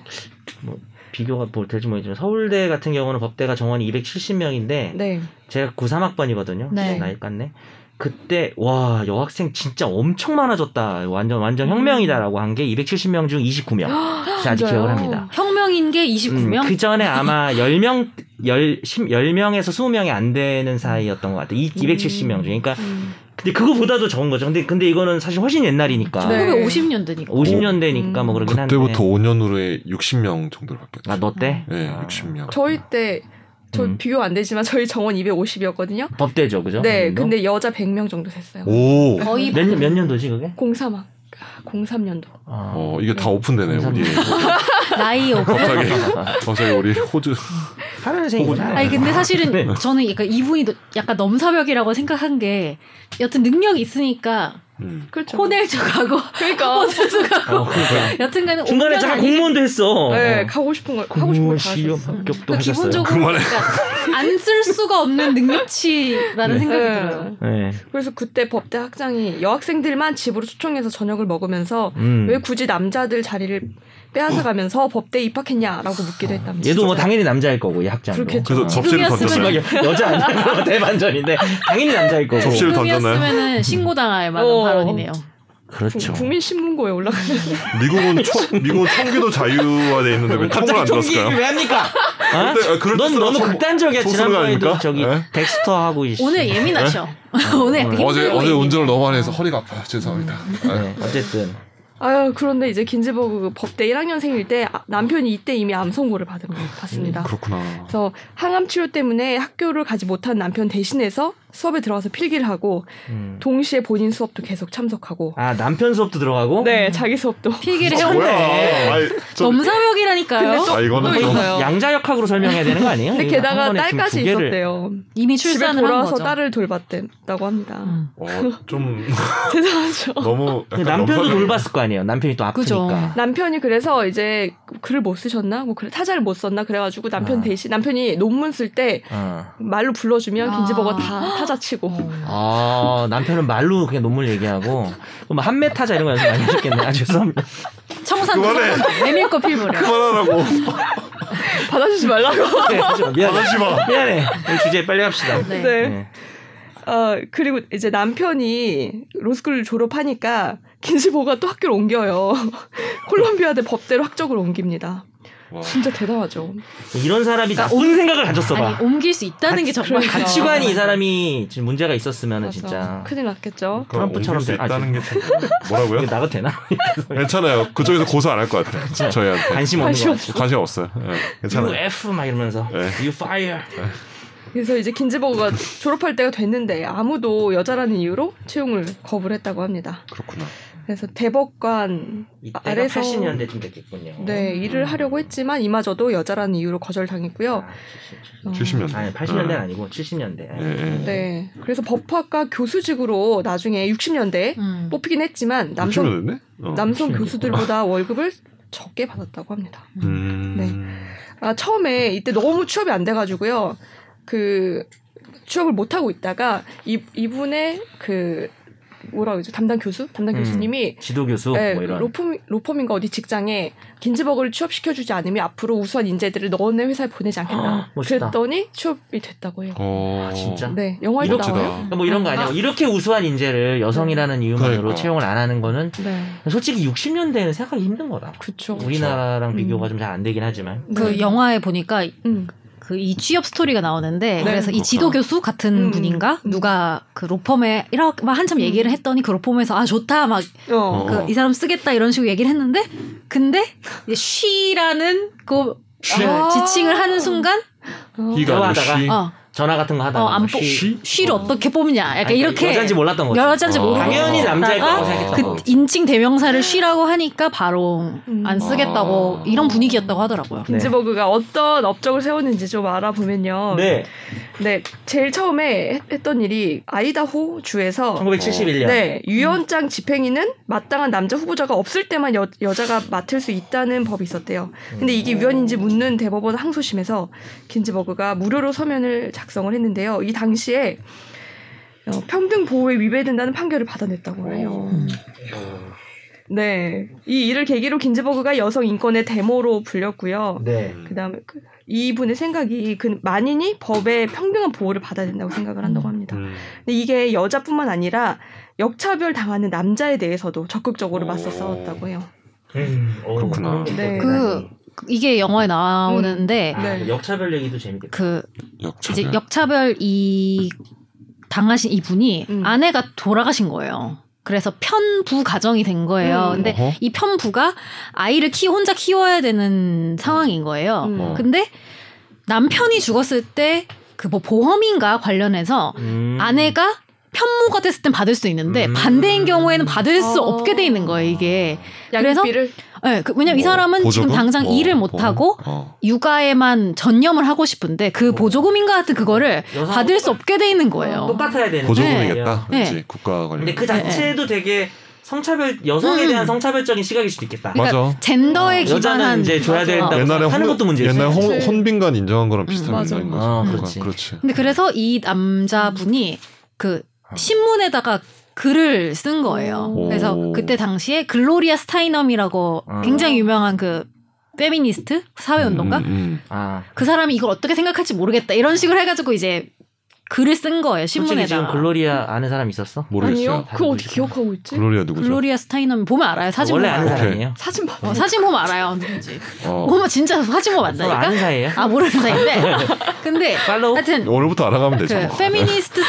[SPEAKER 2] 비교가 뭐 될지 모르지만 서울대 같은 경우는 법대가 정원이 270명인데
[SPEAKER 1] 네.
[SPEAKER 2] 제가 93학번이거든요.
[SPEAKER 3] 네.
[SPEAKER 2] 나이 깠네. 그때 와 여학생 진짜 엄청 많아졌다. 완전 완전 혁명이다라고 한 게 270명 중 29명. 제가 아직
[SPEAKER 1] 진짜요?
[SPEAKER 2] 기억을 합니다.
[SPEAKER 3] 혁명인 게
[SPEAKER 2] 음,
[SPEAKER 3] 29명.
[SPEAKER 2] 그 전에 아마 10명, 10, 10명에서 20명이 안 되는 사이였던 것 같아요. 이 270명 중에. 그러니까,
[SPEAKER 1] 음.
[SPEAKER 2] 근데 그거보다도 적은 거죠. 근데, 근데 이거는 사실 훨씬 옛날이니까.
[SPEAKER 1] 네.
[SPEAKER 3] 1950년대니까.
[SPEAKER 2] 50년대니까 뭐 그러긴 한데.
[SPEAKER 4] 그때부터 5년 후에 60명 정도로 바뀌었죠.
[SPEAKER 2] 아, 너 때?
[SPEAKER 4] 네,
[SPEAKER 2] 아,
[SPEAKER 4] 60명.
[SPEAKER 1] 저희 때, 저
[SPEAKER 2] 음.
[SPEAKER 1] 비교 안 되지만 저희 정원 250이었거든요.
[SPEAKER 2] 법대죠, 그죠?
[SPEAKER 1] 네.
[SPEAKER 2] 정도?
[SPEAKER 1] 근데 여자 100명 정도 됐어요.
[SPEAKER 4] 오,
[SPEAKER 3] 거의
[SPEAKER 2] 몇, 년- 몇 년도지, 그게?
[SPEAKER 1] 03학. 아, 03년도.
[SPEAKER 2] 어.
[SPEAKER 4] 어 이게 다 오픈되네 요 우리. 뭐,
[SPEAKER 3] 나이 오고.
[SPEAKER 4] 갑자기
[SPEAKER 2] *laughs*
[SPEAKER 4] 갑자기 우리 호주.
[SPEAKER 2] 8년생이구나.
[SPEAKER 3] 아니 근데
[SPEAKER 2] *laughs*
[SPEAKER 3] 사실은
[SPEAKER 2] 네.
[SPEAKER 3] 저는 약간 이분이 너- 약간 넘사벽이라고 생각한 게 여튼 능력이 있으니까
[SPEAKER 4] 음.
[SPEAKER 1] 그렇죠.
[SPEAKER 3] 코넬저 가고
[SPEAKER 1] 그러니까.
[SPEAKER 3] 호주도 가고
[SPEAKER 2] 어, 그러니까. 중간에
[SPEAKER 3] 여튼간에 옥면
[SPEAKER 2] 잠깐
[SPEAKER 3] 아니에요.
[SPEAKER 2] 공무원도 했어.
[SPEAKER 1] 네,
[SPEAKER 2] 어.
[SPEAKER 1] 가고 싶은 걸 하고 싶은
[SPEAKER 2] 공무원
[SPEAKER 1] 걸
[SPEAKER 2] 시험
[SPEAKER 1] 다하셨어.
[SPEAKER 2] 합격도
[SPEAKER 3] 그러니까
[SPEAKER 2] 하셨어요.
[SPEAKER 3] 기본적으로 그러니까
[SPEAKER 4] 그만해.
[SPEAKER 3] 안 쓸 수가 없는 능력치라는
[SPEAKER 2] 네.
[SPEAKER 3] 생각이
[SPEAKER 1] 네.
[SPEAKER 3] 들어요.
[SPEAKER 2] 네.
[SPEAKER 1] 그래서 그때 법대 학장이 여학생들만 집으로 초청해서 저녁을 먹으면서
[SPEAKER 2] 음.
[SPEAKER 1] 왜 굳이 남자들 자리를 빼앗아가면서 법대 에 입학했냐라고 묻기도 했답니다.
[SPEAKER 2] 얘도 뭐 당연히 남자일 거고, 이 학장도.
[SPEAKER 1] 그렇겠죠.
[SPEAKER 4] 그래서 접시를
[SPEAKER 3] 지금이었으면-
[SPEAKER 2] 막
[SPEAKER 4] 던졌어요.
[SPEAKER 2] 여- 여자 안 되는 거 대반전인데 당연히 남자일 거고.
[SPEAKER 4] 접시를 던졌나요?
[SPEAKER 2] 음.
[SPEAKER 3] 지금이었으면은 신고당할 만한
[SPEAKER 1] 어.
[SPEAKER 3] 발언이네요.
[SPEAKER 2] 그렇죠.
[SPEAKER 1] 국민신문고에 올라가는
[SPEAKER 4] 미국은 총, 미국은 총기도 자유화돼 있는데 왜 총을 안
[SPEAKER 2] 갑자기 총기
[SPEAKER 4] 들었을까요?
[SPEAKER 2] 얘기 왜 합니까? 어?
[SPEAKER 4] 근데, 아, 그럴
[SPEAKER 2] 넌
[SPEAKER 4] 뜻으로
[SPEAKER 2] 너무
[SPEAKER 4] 소-
[SPEAKER 2] 극단적이야.
[SPEAKER 4] 소설가
[SPEAKER 2] 지난번에도
[SPEAKER 4] 아닙니까?
[SPEAKER 2] 저기 어,
[SPEAKER 4] 네?
[SPEAKER 2] 덱스터하고 이 씨.
[SPEAKER 3] 오늘 예민하셔.
[SPEAKER 2] 네?
[SPEAKER 3] *laughs* 오늘 약간
[SPEAKER 4] 어제
[SPEAKER 3] 힘들어요,
[SPEAKER 4] 어제
[SPEAKER 3] 이게.
[SPEAKER 4] 운전을 너무 많이 해서 허리가 아파요. 죄송합니다. 아,
[SPEAKER 2] 네, 어쨌든
[SPEAKER 1] *laughs* 아유 그런데 이제 긴즈버그 그 법대 1학년생일 때 아- 남편이 이때 이미 암 선고를 받은 거 봤습니다.
[SPEAKER 4] 아, 그렇구나.
[SPEAKER 1] 그래서 항암 치료 때문에 학교를 가지 못한 남편 대신해서 수업에 들어가서 필기를 하고
[SPEAKER 2] 음.
[SPEAKER 1] 동시에 본인 수업도 계속 참석하고
[SPEAKER 2] 아 남편 수업도 들어가고.
[SPEAKER 1] 네 자기 수업도 *laughs*
[SPEAKER 3] 필기를
[SPEAKER 4] 아,
[SPEAKER 3] 해온
[SPEAKER 4] 뭐야? 아이, 좀-
[SPEAKER 3] 넘사벽이라니까요.
[SPEAKER 4] 아 이거는
[SPEAKER 1] 또
[SPEAKER 4] 좀
[SPEAKER 1] 있어요.
[SPEAKER 2] 양자역학으로 설명해야 되는 거 아니에요?
[SPEAKER 1] 근데
[SPEAKER 2] 이거 한
[SPEAKER 1] 게다가
[SPEAKER 2] 번에 지금
[SPEAKER 1] 딸까지
[SPEAKER 2] 두 개를-
[SPEAKER 1] 있었대요.
[SPEAKER 3] 이미
[SPEAKER 1] 집에
[SPEAKER 3] 출산을 한
[SPEAKER 1] 돌아와서
[SPEAKER 3] 거죠.
[SPEAKER 1] 딸을 돌봤다고 합니다.
[SPEAKER 3] 음.
[SPEAKER 4] 어, 좀
[SPEAKER 1] 죄송하죠.
[SPEAKER 4] 너무
[SPEAKER 2] 근데
[SPEAKER 4] 약간
[SPEAKER 2] 남편도
[SPEAKER 4] 넘사벽이-
[SPEAKER 2] 돌봤을 거 아니에요. 남편이 또
[SPEAKER 3] 그죠.
[SPEAKER 2] 아프니까.
[SPEAKER 1] 남편이 그래서 이제 글을 못 쓰셨나? 뭐 글- 타자를 못 썼나? 그래가지고 남편
[SPEAKER 2] 아.
[SPEAKER 1] 대신 남편이 논문 쓸 때
[SPEAKER 2] 어.
[SPEAKER 1] 말로 불러주면
[SPEAKER 3] 아.
[SPEAKER 1] 긴지버거 다 타자 치고
[SPEAKER 2] 아 남편은 말로 그냥 논문을 얘기하고 그럼 뭐 한매 타자 이런 거 연습 많이 해줬겠네. 아 죄송합니다.
[SPEAKER 3] 청산
[SPEAKER 4] 그만해.
[SPEAKER 3] 청산. 메밀꽃
[SPEAKER 2] *laughs*
[SPEAKER 3] 필모래.
[SPEAKER 4] 그만하라고
[SPEAKER 1] *laughs* 받아주지 말라고.
[SPEAKER 2] 네, 그죠. 미안해.
[SPEAKER 4] 하지 마.
[SPEAKER 2] 미안해. 우리 주제 빨리 합시다.
[SPEAKER 3] 네.
[SPEAKER 1] 네.
[SPEAKER 2] 네.
[SPEAKER 1] 어, 그리고 이제 남편이 로스쿨 졸업하니까 긴지버거가 또 학교를 옮겨요. *laughs* 콜롬비아대 법대로 학적으로 옮깁니다.
[SPEAKER 4] 와.
[SPEAKER 1] 어. 진짜 대단하죠.
[SPEAKER 2] 이런 사람이 나쁜 생각을 가졌어 봐.
[SPEAKER 3] 아니 옮길 수 있다는 게 정말
[SPEAKER 1] 그러니까.
[SPEAKER 2] 가치관이 이 사람이 지금 문제가 있었으면 은
[SPEAKER 1] 맞아.
[SPEAKER 2] 네, 진짜
[SPEAKER 1] 큰일 났겠죠.
[SPEAKER 4] 그럼
[SPEAKER 2] 트럼프처럼
[SPEAKER 4] 옮길 수
[SPEAKER 2] 돼. 아,
[SPEAKER 4] 있다는 게 참- 뭐라고요?
[SPEAKER 2] 이게 나가 되나?
[SPEAKER 4] 괜찮아요. 그쪽에서 고소 안 할 것 같아요. 저희한테
[SPEAKER 2] 관심 없는
[SPEAKER 1] 관심
[SPEAKER 2] 거
[SPEAKER 1] 없어.
[SPEAKER 2] 같아.
[SPEAKER 4] 관심 없어요. 예,
[SPEAKER 2] You
[SPEAKER 4] 괜찮아요.
[SPEAKER 2] F 막 이러면서
[SPEAKER 4] 네.
[SPEAKER 2] You fire.
[SPEAKER 1] 그래서 이제 긴지버거가 졸업할 때가 됐는데 아무도 여자라는 이유로 채용을 거부를 했다고 합니다.
[SPEAKER 4] 그렇구나.
[SPEAKER 1] 그래서 대법관
[SPEAKER 2] 이때가
[SPEAKER 1] 아래서-
[SPEAKER 2] 80년대쯤 됐겠군요.
[SPEAKER 1] 네 일을 하려고 했지만 이마저도 여자라는 이유로 거절당했고요.
[SPEAKER 2] 아, 70.
[SPEAKER 1] 어,
[SPEAKER 4] 70년대.
[SPEAKER 2] 아니 80년대는
[SPEAKER 4] 네.
[SPEAKER 2] 아니고 70년대.
[SPEAKER 4] 예, 예.
[SPEAKER 1] 네 그래서 법학과 교수직으로 나중에 60년대
[SPEAKER 3] 음.
[SPEAKER 1] 뽑히긴 했지만 남성
[SPEAKER 4] 남성 됐네? 어.
[SPEAKER 1] 남성
[SPEAKER 2] 60년대.
[SPEAKER 1] 교수들보다 월급을 적게 받았다고 합니다.
[SPEAKER 4] 음.
[SPEAKER 1] 아, 처음에 이때 너무 취업이 안 돼가지고요. 그 취업을 못 하고 있다가 이 이분의 그 뭐라 그러죠 담당 교수 담당
[SPEAKER 2] 음.
[SPEAKER 1] 교수님이
[SPEAKER 2] 지도 교수
[SPEAKER 1] 예,
[SPEAKER 2] 뭐 이런.
[SPEAKER 1] 로펌, 로펌인가 어디 직장에 긴즈버그를 취업시켜주지 않으면 앞으로 우수한 인재들을 너네 회사에 보내지 않겠다.
[SPEAKER 2] 아, 멋있다.
[SPEAKER 1] 그랬더니 취업이 됐다고 해요.
[SPEAKER 4] 어.
[SPEAKER 2] 아, 진짜?
[SPEAKER 1] 네, 영화에도
[SPEAKER 4] 멋지다.
[SPEAKER 1] 나와요.
[SPEAKER 2] 그러니까 뭐 이런 거 아니야. 이렇게 우수한 인재를 여성이라는 이유만으로
[SPEAKER 4] 그러니까.
[SPEAKER 2] 채용을 안 하는 거는
[SPEAKER 1] 네,
[SPEAKER 2] 솔직히 60년대는 생각하기 힘든 거다.
[SPEAKER 1] 그쵸.
[SPEAKER 2] 우리나라랑
[SPEAKER 1] 음.
[SPEAKER 2] 비교가 좀 잘 안 되긴 하지만.
[SPEAKER 1] 네.
[SPEAKER 3] 그 영화에 보니까
[SPEAKER 1] 음.
[SPEAKER 3] 그 이 취업 스토리가 나오는데
[SPEAKER 2] 네.
[SPEAKER 3] 그래서
[SPEAKER 2] 그렇죠.
[SPEAKER 3] 이
[SPEAKER 4] 그렇구나.
[SPEAKER 3] 지도 교수 같은
[SPEAKER 1] 음.
[SPEAKER 3] 분인가
[SPEAKER 1] 음.
[SPEAKER 3] 누가 그 로펌에 이렇게 막 한참
[SPEAKER 1] 음.
[SPEAKER 3] 얘기를 했더니 그 로펌에서 아 좋다 막 그 이
[SPEAKER 1] 어.
[SPEAKER 4] 어.
[SPEAKER 3] 사람 쓰겠다 이런 식으로 얘기를 했는데 근데 이제 쉬라는 그
[SPEAKER 4] 쉬?
[SPEAKER 3] 어, 지칭을
[SPEAKER 1] 아.
[SPEAKER 3] 하는 순간
[SPEAKER 1] 어.
[SPEAKER 4] 희가 아니고
[SPEAKER 2] 대화하다가.
[SPEAKER 4] 쉬.
[SPEAKER 3] 어,
[SPEAKER 2] 전화 같은 거 하다가
[SPEAKER 3] 어, 안
[SPEAKER 2] 뭐
[SPEAKER 3] 뽑-
[SPEAKER 2] 쉬-
[SPEAKER 3] 쉬를 어떻게 뽑냐 약간
[SPEAKER 2] 아니, 그러니까
[SPEAKER 3] 이렇게
[SPEAKER 2] 여잔지 몰랐던 거지.
[SPEAKER 3] 여잔지
[SPEAKER 4] 어.
[SPEAKER 3] 모르고
[SPEAKER 2] 당연히 남자일
[SPEAKER 3] 있다가
[SPEAKER 2] 거라고 생각했던
[SPEAKER 3] 그
[SPEAKER 2] 거고.
[SPEAKER 3] 인칭 대명사를 쉬라고 하니까 바로
[SPEAKER 1] 음.
[SPEAKER 3] 안 쓰겠다고
[SPEAKER 4] 아.
[SPEAKER 3] 이런 분위기였다고 하더라고요.
[SPEAKER 2] 네.
[SPEAKER 1] 긴즈버그가 어떤 업적을 세웠는지 좀 알아보면요.
[SPEAKER 2] 네.
[SPEAKER 1] 네, 제일 처음에 했- 했던 일이 아이다호 주에서
[SPEAKER 2] 어, 1971년.
[SPEAKER 1] 네, 유언장 집행인은 마땅한 남자 후보자가 없을 때만 여, 여자가 맡을 수 있다는 법이 있었대요. 근데 이게 위헌인지 묻는 대법원 항소심에서 긴즈버그가 무료로 서면을 작성을 했는데요. 이 당시에 어, 평등 보호에 위배된다는 판결을 받아냈다고 해요. 네, 이 일을 계기로 긴즈버그가 여성 인권의 데모로 불렸고요.
[SPEAKER 2] 네.
[SPEAKER 1] 그다음에 그- 이분의 생각이 그 만인이 법의 평등한 보호를 받아야 된다고 생각을 한다고 합니다.
[SPEAKER 4] 음.
[SPEAKER 1] 근데 이게 여자뿐만 아니라 역차별 당하는 남자에 대해서도 적극적으로 맞서
[SPEAKER 4] 오.
[SPEAKER 1] 싸웠다고 해요.
[SPEAKER 2] 음, 어,
[SPEAKER 4] 그렇구나.
[SPEAKER 1] 네.
[SPEAKER 3] 그 이게 영화에 나오는데
[SPEAKER 2] 아,
[SPEAKER 1] 네.
[SPEAKER 2] 역차별 얘기도 재밌겠다.
[SPEAKER 3] 그
[SPEAKER 4] 역차별.
[SPEAKER 3] 이제 역차별 이 당하신 이분이
[SPEAKER 1] 음.
[SPEAKER 3] 아내가 돌아가신 거예요. 그래서 편부 가정이 된 거예요.
[SPEAKER 1] 음.
[SPEAKER 3] 근데
[SPEAKER 4] 어허.
[SPEAKER 3] 이 편부가 아이를 키 혼자 키워야 되는 상황인 거예요.
[SPEAKER 1] 음.
[SPEAKER 4] 어.
[SPEAKER 3] 근데 남편이 죽었을 때 그 뭐 보험인가 관련해서
[SPEAKER 2] 음.
[SPEAKER 3] 아내가 편모가 됐을 땐 받을 수 있는데
[SPEAKER 2] 음.
[SPEAKER 3] 반대인 경우에는 받을 수
[SPEAKER 1] 어.
[SPEAKER 3] 없게 돼 있는 거예요 이게. 그래서
[SPEAKER 1] 양육비를
[SPEAKER 3] 네, 그- 왜냐면 이
[SPEAKER 4] 뭐,
[SPEAKER 3] 사람은 지금
[SPEAKER 4] 보조금?
[SPEAKER 3] 당장
[SPEAKER 4] 뭐,
[SPEAKER 3] 일을 못
[SPEAKER 4] 보험?
[SPEAKER 3] 하고
[SPEAKER 4] 어.
[SPEAKER 3] 육아에만 전념을 하고 싶은데 그 보조금인가 하여튼 그거를
[SPEAKER 2] 여성-
[SPEAKER 3] 받을 수 없게 돼 있는 거예요.
[SPEAKER 2] 똑같아야 되는
[SPEAKER 4] 보조금이겠다.
[SPEAKER 3] 네.
[SPEAKER 4] 왠지 국가 관련.
[SPEAKER 2] 근데 그 자체도 되게 성차별 여성에
[SPEAKER 3] 음.
[SPEAKER 2] 대한 성차별적인 시각이 수도 있겠다.
[SPEAKER 4] 맞아.
[SPEAKER 3] 젠더에 기반한
[SPEAKER 2] 어.
[SPEAKER 3] 네.
[SPEAKER 2] 여자는 이제 줘야
[SPEAKER 1] 맞아.
[SPEAKER 2] 된다고
[SPEAKER 4] 옛날에
[SPEAKER 2] 하는
[SPEAKER 4] 홍-
[SPEAKER 2] 그러니까 것도 문제지.
[SPEAKER 4] 옛날 홍,
[SPEAKER 1] 사실.
[SPEAKER 4] 혼빈간 인정한 거랑
[SPEAKER 3] 음,
[SPEAKER 4] 비슷한
[SPEAKER 1] 맞아.
[SPEAKER 4] 인정인 거죠.
[SPEAKER 2] 아,
[SPEAKER 4] 그러니까
[SPEAKER 2] 그렇지.
[SPEAKER 4] 그렇지.
[SPEAKER 3] 근데 그래서 이 남자분이 그 신문에다가 글을 쓴 거예요.
[SPEAKER 1] 오.
[SPEAKER 3] 그래서 그때 당시에 글로리아 스타이넘이라고
[SPEAKER 2] 아.
[SPEAKER 3] 굉장히 유명한 그 페미니스트 사회운동가
[SPEAKER 4] 음, 음,
[SPEAKER 2] 아,
[SPEAKER 3] 그 사람이 이걸 어떻게 생각할지 모르겠다 이런 식으로 해가지고 이제 글을 쓴 거예요
[SPEAKER 2] 솔직히 지금
[SPEAKER 3] 신문에다가.
[SPEAKER 2] 글로리아 아는 사람 있었어?
[SPEAKER 4] 모르겠어요.
[SPEAKER 1] 아니요. 그거 어떻게 기억하고 있지?
[SPEAKER 4] 글로리아 누구죠?
[SPEAKER 3] 글로리아 스타이넘 보면 알아요 사진
[SPEAKER 2] 원래
[SPEAKER 3] 보면
[SPEAKER 2] 아는
[SPEAKER 3] 알아요.
[SPEAKER 4] 알아요.
[SPEAKER 2] 사람이에요.
[SPEAKER 1] 사진 봐.
[SPEAKER 3] 어, 사진 보면 알아요 누군지.
[SPEAKER 4] 어,
[SPEAKER 3] 보면 진짜 사진 보면
[SPEAKER 2] 서로
[SPEAKER 3] 안다니까.
[SPEAKER 2] 아는 사이예요.
[SPEAKER 3] 아 모르는 사이인데. 근데
[SPEAKER 2] 팔로우.
[SPEAKER 3] 하여튼
[SPEAKER 4] 오늘부터 알아가면 뭐. 되죠.
[SPEAKER 2] 어?
[SPEAKER 3] 그 페미니스트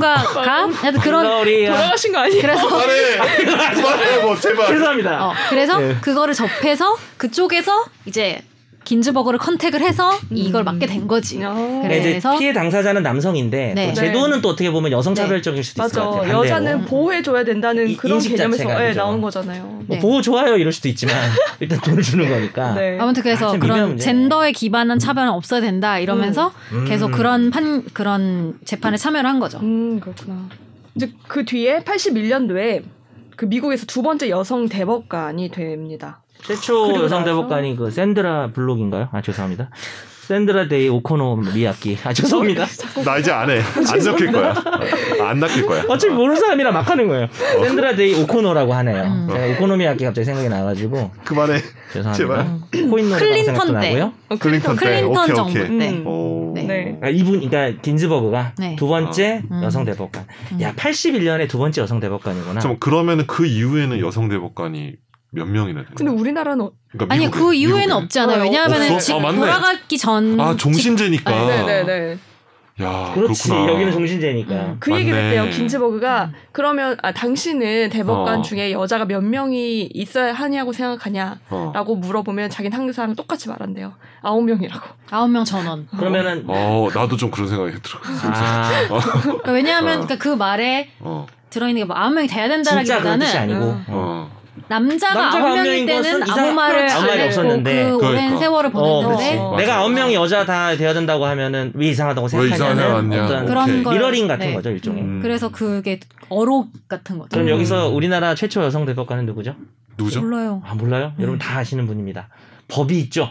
[SPEAKER 3] 사회운동가가 하여튼 그런
[SPEAKER 2] 글로리아.
[SPEAKER 1] 돌아가신 거 아니에요? *laughs*
[SPEAKER 3] 그래서
[SPEAKER 4] 그만해, 그만해, 뭐 제발.
[SPEAKER 2] 죄송합니다.
[SPEAKER 3] 어, 그래서
[SPEAKER 2] 예.
[SPEAKER 3] 그거를 접해서 그쪽에서 이제 긴즈버그를 컨택을 해서 이걸 맡게 된 거지.
[SPEAKER 1] 아.
[SPEAKER 2] 네, 이제
[SPEAKER 3] 그래서-
[SPEAKER 2] 피해 당사자는 남성인데
[SPEAKER 3] 네.
[SPEAKER 2] 또 제도는 또 어떻게 보면 여성 차별적일 수도 있을 것
[SPEAKER 1] 맞아.
[SPEAKER 2] 같아요. 반대로.
[SPEAKER 1] 여자는 보호해줘야 된다는
[SPEAKER 2] 이-
[SPEAKER 1] 그런
[SPEAKER 2] 인식
[SPEAKER 1] 개념에서
[SPEAKER 2] 자체가
[SPEAKER 1] 예,
[SPEAKER 2] 그죠.
[SPEAKER 1] 나온 거잖아요.
[SPEAKER 2] 뭐
[SPEAKER 3] 네.
[SPEAKER 2] 보호 좋아요 이럴 수도
[SPEAKER 3] *laughs*
[SPEAKER 2] 있지만 일단 돈을 주는 거니까.
[SPEAKER 1] 네.
[SPEAKER 3] 아무튼
[SPEAKER 2] 아,
[SPEAKER 3] 그래서
[SPEAKER 2] 참 미묘한
[SPEAKER 3] 그런
[SPEAKER 2] 문제네.
[SPEAKER 3] 젠더에 기반한 차별은 없어야 된다 이러면서
[SPEAKER 2] 음.
[SPEAKER 3] 계속
[SPEAKER 2] 음.
[SPEAKER 3] 그런 판 그런 재판에 참여를 한 거죠.
[SPEAKER 1] 음 그렇구나. 이제 그 뒤에 81년도에 그 미국에서 두 번째 여성 대법관이 됩니다.
[SPEAKER 2] 최초
[SPEAKER 1] 그리고
[SPEAKER 2] 여성
[SPEAKER 1] 나서-
[SPEAKER 2] 대법관이 그 샌드라 블록인가요? 아 죄송합니다. 샌드라 데이 오코노 미야키. 아
[SPEAKER 3] *laughs*
[SPEAKER 2] 죄송합니다.
[SPEAKER 4] 나 이제 안 해. 안 섞일 거야. 안 낚일 거야.
[SPEAKER 3] 아,
[SPEAKER 2] 어차피 아, 모르는 사람이라 막 하는 거예요. 샌드라 데이 오코노라고 하네요.
[SPEAKER 3] 음.
[SPEAKER 2] 제가 오코노 미야키 갑자기 생각이 나가지고
[SPEAKER 4] 그만해.
[SPEAKER 2] 죄송합니다. 코인 노래
[SPEAKER 3] 클린턴
[SPEAKER 2] 생각도
[SPEAKER 3] 때.
[SPEAKER 2] 나고요.
[SPEAKER 1] 어,
[SPEAKER 3] 그러니까.
[SPEAKER 4] 클린턴 때.
[SPEAKER 3] 클린턴
[SPEAKER 4] 오케이,
[SPEAKER 3] 정부
[SPEAKER 4] 오케이.
[SPEAKER 3] 때.
[SPEAKER 1] 음.
[SPEAKER 4] 오.
[SPEAKER 3] 네.
[SPEAKER 1] 네.
[SPEAKER 2] 아, 이분, 그러니까 긴즈버그가
[SPEAKER 3] 네.
[SPEAKER 2] 두 번째
[SPEAKER 3] 아.
[SPEAKER 2] 여성
[SPEAKER 3] 음.
[SPEAKER 2] 대법관.
[SPEAKER 3] 음.
[SPEAKER 2] 야, 81년에 두 번째 여성 대법관이구나.
[SPEAKER 4] 잠깐 그러면은 그 이후에는 여성 대법관이 몇 명이나 되는
[SPEAKER 1] 근데
[SPEAKER 4] 거야?
[SPEAKER 1] 우리나라는 어-
[SPEAKER 4] 그러니까
[SPEAKER 3] 아니
[SPEAKER 4] 미국은,
[SPEAKER 3] 그 이후에는
[SPEAKER 4] 미국은?
[SPEAKER 3] 없지 않아요.
[SPEAKER 1] 어,
[SPEAKER 3] 왜냐하면
[SPEAKER 4] 없어?
[SPEAKER 3] 지금
[SPEAKER 4] 아, 맞네.
[SPEAKER 3] 돌아가기 전
[SPEAKER 4] 아 종신제니까.
[SPEAKER 3] 직- 네,
[SPEAKER 1] 네네네.
[SPEAKER 4] 야
[SPEAKER 2] 그렇지.
[SPEAKER 4] 그렇구나.
[SPEAKER 2] 여기는 종신제니까.
[SPEAKER 3] 음.
[SPEAKER 1] 그 얘기를
[SPEAKER 4] 맞네.
[SPEAKER 1] 했대요.
[SPEAKER 2] 음.
[SPEAKER 1] 긴즈버그가 그러면 아, 당신은 대법관
[SPEAKER 4] 어.
[SPEAKER 1] 중에 여자가 몇 명이 있어야 하냐고 생각하냐라고
[SPEAKER 4] 어.
[SPEAKER 1] 물어보면 자기는 항상 똑같이 말한대요. 아홉 명이라고.
[SPEAKER 3] 아홉 명 전원.
[SPEAKER 2] 그러면은,
[SPEAKER 4] 어 나도 좀 그런 생각이 들어.
[SPEAKER 2] 아,
[SPEAKER 3] 그러니까 왜냐하면
[SPEAKER 4] 어.
[SPEAKER 3] 그러니까 그 말에
[SPEAKER 4] 어.
[SPEAKER 3] 들어있는 게 뭐 아홉 명이 돼야
[SPEAKER 2] 진짜 그런 뜻이
[SPEAKER 3] 된다라기보다는
[SPEAKER 2] 아니고.
[SPEAKER 1] 음.
[SPEAKER 2] 어.
[SPEAKER 4] 어.
[SPEAKER 3] 남자가
[SPEAKER 2] 남자가
[SPEAKER 3] 아홉 명일
[SPEAKER 2] 아홉 명인 것은
[SPEAKER 3] 때는 아무
[SPEAKER 2] 이상-
[SPEAKER 3] 말을
[SPEAKER 2] 아무
[SPEAKER 3] 안
[SPEAKER 2] 말이
[SPEAKER 3] 했고
[SPEAKER 2] 없었는데.
[SPEAKER 3] 그
[SPEAKER 4] 그러니까.
[SPEAKER 3] 오랜 세월을
[SPEAKER 2] 어,
[SPEAKER 3] 보냈는데
[SPEAKER 2] 그렇지.
[SPEAKER 1] 맞아요.
[SPEAKER 2] 내가 아홉 명이 여자 다 되어야 된다고 하면은 왜 이상하다고
[SPEAKER 4] 왜 이상하냐,
[SPEAKER 2] 생각하냐는
[SPEAKER 4] 맞냐.
[SPEAKER 2] 어떤
[SPEAKER 4] 그럼- 오케이.
[SPEAKER 3] 그런 거
[SPEAKER 2] 미러링 같은
[SPEAKER 3] 네.
[SPEAKER 2] 거죠, 일종의.
[SPEAKER 4] 음.
[SPEAKER 3] 그래서 그게 어록 같은 거죠.
[SPEAKER 2] 그럼
[SPEAKER 4] 음.
[SPEAKER 2] 여기서 우리나라 최초 여성 대법관은 누구죠?
[SPEAKER 4] 누구죠?
[SPEAKER 3] 몰라요.
[SPEAKER 2] 아, 몰라요?
[SPEAKER 3] 음.
[SPEAKER 2] 여러분 다 아시는 분입니다. 법이 있죠?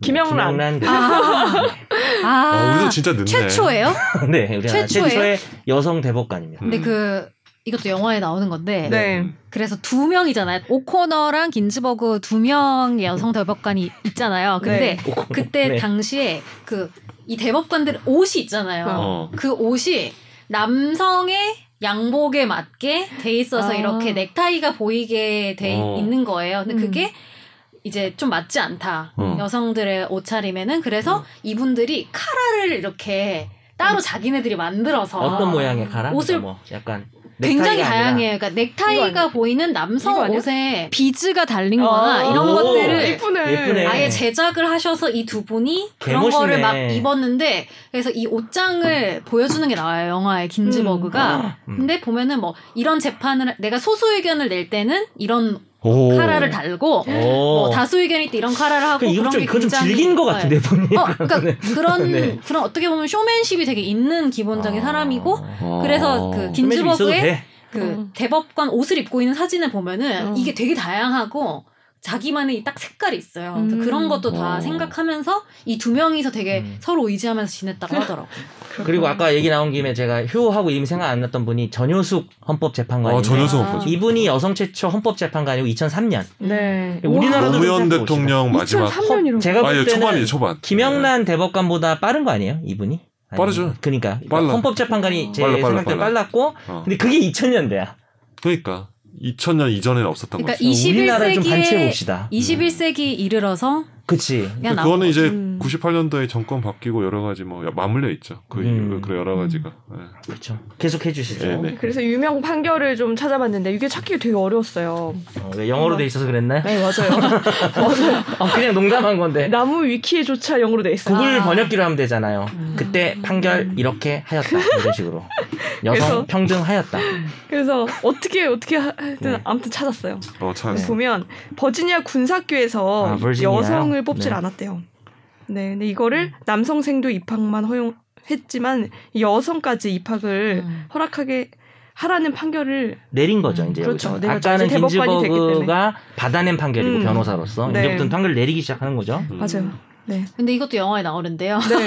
[SPEAKER 1] 김영란.
[SPEAKER 2] 김영란. 그
[SPEAKER 3] 아,
[SPEAKER 4] 어,
[SPEAKER 3] 아
[SPEAKER 4] 우리도 진짜 늦네.
[SPEAKER 3] 최초예요?
[SPEAKER 2] *laughs* 네, 우리나라
[SPEAKER 3] 최초예요?
[SPEAKER 2] 최초의 여성 대법관입니다.
[SPEAKER 3] 근데
[SPEAKER 4] 음.
[SPEAKER 3] 그 이것도 영화에 나오는 건데
[SPEAKER 1] 네.
[SPEAKER 3] 그래서 두 명이잖아요. 오코너랑 긴즈버그 두 명의 여성 대법관이 있잖아요. 근데
[SPEAKER 2] 오코노.
[SPEAKER 3] 그때
[SPEAKER 2] 네.
[SPEAKER 3] 당시에 그 이 대법관들 옷이 있잖아요.
[SPEAKER 4] 어.
[SPEAKER 3] 그 옷이 남성의 양복에 맞게 돼 있어서
[SPEAKER 1] 아.
[SPEAKER 3] 이렇게 넥타이가 보이게 돼
[SPEAKER 4] 어.
[SPEAKER 3] 있는 거예요. 근데
[SPEAKER 1] 음.
[SPEAKER 3] 그게 이제 좀 맞지 않다.
[SPEAKER 4] 어.
[SPEAKER 3] 여성들의 옷차림에는 그래서
[SPEAKER 4] 음.
[SPEAKER 3] 이분들이 카라를 이렇게 따로 자기네들이 만들어서
[SPEAKER 2] 어떤 모양의 가라?
[SPEAKER 3] 아, 옷을
[SPEAKER 2] 뭐 약간
[SPEAKER 3] 굉장히
[SPEAKER 2] 넥타이가 아니라
[SPEAKER 3] 다양해요. 그러니까
[SPEAKER 1] 이거
[SPEAKER 3] 넥타이가
[SPEAKER 1] 아니야?
[SPEAKER 3] 보이는
[SPEAKER 1] 이거
[SPEAKER 3] 남성
[SPEAKER 1] 아니야?
[SPEAKER 3] 옷에 비즈가 달린 거나
[SPEAKER 1] 아.
[SPEAKER 3] 이런
[SPEAKER 2] 어. 오.
[SPEAKER 3] 것들을
[SPEAKER 1] 예쁘네.
[SPEAKER 2] 예쁘네.
[SPEAKER 3] 아예 제작을 하셔서 이 두 분이 그런
[SPEAKER 2] 개멋있네.
[SPEAKER 3] 거를 막 입었는데 그래서 이 옷장을 보여주는 게 나와요 영화의 긴즈버그가
[SPEAKER 2] 음.
[SPEAKER 3] 근데 보면은 뭐 이런 재판을 내가 소수 의견을 낼 때는 이런
[SPEAKER 4] 오.
[SPEAKER 3] 카라를 달고
[SPEAKER 2] 음. 오.
[SPEAKER 3] 뭐 다수 의견일 때 이런 카라를 하고
[SPEAKER 2] 어. 그 이거
[SPEAKER 3] 그런
[SPEAKER 2] 좀
[SPEAKER 3] 게
[SPEAKER 2] 그거 좀
[SPEAKER 3] 굉장히
[SPEAKER 2] 즐긴 것
[SPEAKER 3] 네.
[SPEAKER 2] 같은데 본인.
[SPEAKER 3] 어, 그러니까 그런
[SPEAKER 2] *laughs* 네.
[SPEAKER 3] 그런 어떻게 보면 쇼맨십이 되게 있는 기본적인 사람이고
[SPEAKER 4] 어.
[SPEAKER 3] 그래서 그 긴-
[SPEAKER 2] 쇼맨십 아. 있어도
[SPEAKER 3] 긴즈버그의
[SPEAKER 2] 돼.
[SPEAKER 3] 그
[SPEAKER 1] 음.
[SPEAKER 3] 대법관 옷을 입고 있는 사진을 보면은
[SPEAKER 1] 음.
[SPEAKER 3] 이게 되게 다양하고 자기만의 이딱 색깔이 있어요. 그래서
[SPEAKER 1] 음.
[SPEAKER 3] 그런 것도 다
[SPEAKER 4] 어.
[SPEAKER 3] 생각하면서 이 두 명이서 되게
[SPEAKER 2] 음.
[SPEAKER 3] 서로 의지하면서 지냈다고 하더라고.
[SPEAKER 4] 음.
[SPEAKER 3] 요
[SPEAKER 2] 그리고 아까 얘기 나온 김에 제가 효하고 이름 생각 안 났던 분이 전효숙 헌법재판관인데
[SPEAKER 4] 어, 전효수 없었죠.
[SPEAKER 2] 이분이 여성 최초 헌법재판관이고 2003년
[SPEAKER 1] 네.
[SPEAKER 2] 우리나라도
[SPEAKER 4] 노무현
[SPEAKER 2] 그렇다고
[SPEAKER 4] 대통령 마지막.
[SPEAKER 1] 2003년이로.
[SPEAKER 2] 제가 볼
[SPEAKER 4] 아, 예,
[SPEAKER 2] 때는
[SPEAKER 4] 초반이에요, 초반. 예,
[SPEAKER 2] 김영란 대법관보다 빠른 거 아니에요, 이분이? 아니면-
[SPEAKER 4] 빠르죠.
[SPEAKER 2] 그러니까
[SPEAKER 4] 빨라.
[SPEAKER 2] 헌법재판관이 제
[SPEAKER 4] 빨라, 빨라,
[SPEAKER 2] 생각대로
[SPEAKER 4] 빨라.
[SPEAKER 2] 빨랐고,
[SPEAKER 4] 어.
[SPEAKER 2] 근데 그게 2000년대야.
[SPEAKER 4] 그러니까 2000년 이전에는 없었던
[SPEAKER 3] 그러니까
[SPEAKER 4] 거죠.
[SPEAKER 2] 우리나라 좀
[SPEAKER 3] 21세기에
[SPEAKER 2] 반치해봅시다.
[SPEAKER 3] 21세기 이르러서
[SPEAKER 2] 그치.
[SPEAKER 3] 그냥 나온 뭐- 거죠.
[SPEAKER 4] 그거는 이제
[SPEAKER 1] 음.
[SPEAKER 4] 98년도에 정권 바뀌고 여러 가지 뭐 맞물려 있죠. 그
[SPEAKER 2] 음.
[SPEAKER 4] 그 여러 가지가. 예.
[SPEAKER 2] 그렇죠. 계속 해주시죠.
[SPEAKER 4] 네, 네.
[SPEAKER 1] 그래서 유명 판결을 좀 찾아봤는데 이게 찾기가 되게 어려웠어요.
[SPEAKER 2] 어, 왜 영어로 돼 있어서 그랬나요?
[SPEAKER 1] 네 맞아요.
[SPEAKER 2] 아, 그냥 농담한
[SPEAKER 1] *laughs*
[SPEAKER 2] 건데.
[SPEAKER 1] 나무 위키조차 영어로 돼 있어요.
[SPEAKER 2] 구글
[SPEAKER 3] 아.
[SPEAKER 2] 번역기로 하면 되잖아요. 그때 판결 이렇게 하였다. 이런
[SPEAKER 1] *laughs*
[SPEAKER 2] 식으로. 여성
[SPEAKER 1] 음. 그래서-
[SPEAKER 2] 평등하였다.
[SPEAKER 1] 그래서 어떻게 어떻게 하여튼
[SPEAKER 2] 네.
[SPEAKER 1] 아무튼 찾았어요.
[SPEAKER 4] 어, 참.
[SPEAKER 3] 네.
[SPEAKER 1] 보면 버지니아 군사학교에서
[SPEAKER 2] 아, 버지니아요?
[SPEAKER 1] 여성을 뽑질
[SPEAKER 2] 네.
[SPEAKER 1] 않았대요. 네, 근데 이거를 남성생도 입학만 허용했지만 여성까지 입학을
[SPEAKER 3] 음.
[SPEAKER 1] 허락하게 하라는 판결을
[SPEAKER 2] 내린 거죠, 이제.
[SPEAKER 1] 그렇죠.
[SPEAKER 2] 여기서.
[SPEAKER 1] 네, 맞아요.
[SPEAKER 2] 아까는
[SPEAKER 1] 이제 대법관이 되기
[SPEAKER 2] 긴즈버그가 받아낸 판결이고,
[SPEAKER 1] 음.
[SPEAKER 2] 변호사로서.
[SPEAKER 1] 네.
[SPEAKER 2] 이제부터는 판결을 내리기 시작하는 거죠.
[SPEAKER 4] 음.
[SPEAKER 1] 맞아요. 네,
[SPEAKER 3] 근데 이것도 영화에 나오는데요.
[SPEAKER 1] 네.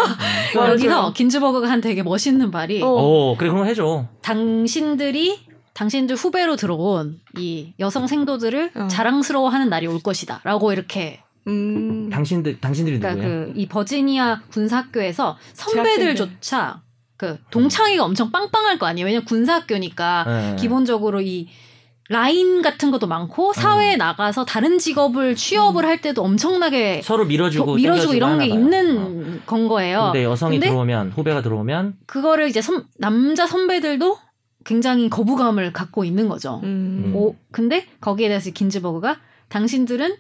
[SPEAKER 1] 맞아요.
[SPEAKER 3] 여기서 긴즈버그가 한 되게 멋있는 말이
[SPEAKER 1] 어.
[SPEAKER 2] 오, 그래, 그럼 해줘.
[SPEAKER 3] 당신들이 당신들 후배로 들어온 이 여성 생도들을
[SPEAKER 1] 어.
[SPEAKER 3] 자랑스러워하는 날이 올 것이다라고 이렇게
[SPEAKER 1] 음,
[SPEAKER 2] 당신들, 당신들이
[SPEAKER 3] 그러니까
[SPEAKER 2] 누구예요?
[SPEAKER 3] 그 이 버지니아 군사학교에서 선배들조차 그 동창회가 엄청 빵빵할 거 아니에요. 왜냐면 군사학교니까
[SPEAKER 2] 예.
[SPEAKER 3] 그 기본적으로 이 라인 같은 것도
[SPEAKER 2] 음.
[SPEAKER 3] 많고 사회에 나가서 다른 직업을 취업을 할 때도 엄청나게
[SPEAKER 2] 서로 음. 밀어주고
[SPEAKER 3] 도-
[SPEAKER 2] 땡겨주고
[SPEAKER 3] 밀어주고 이런 게
[SPEAKER 2] 하나 봐요. 어.
[SPEAKER 3] 있는 건 거예요.
[SPEAKER 2] 근데 여성이
[SPEAKER 3] 근데
[SPEAKER 2] 들어오면 후배가 들어오면
[SPEAKER 3] 그거를 이제 선- 남자 선배들도 굉장히 거부감을 갖고 있는 거죠.
[SPEAKER 1] 음.
[SPEAKER 3] 오, 근데 거기에 대해서 긴즈버그가 당신들은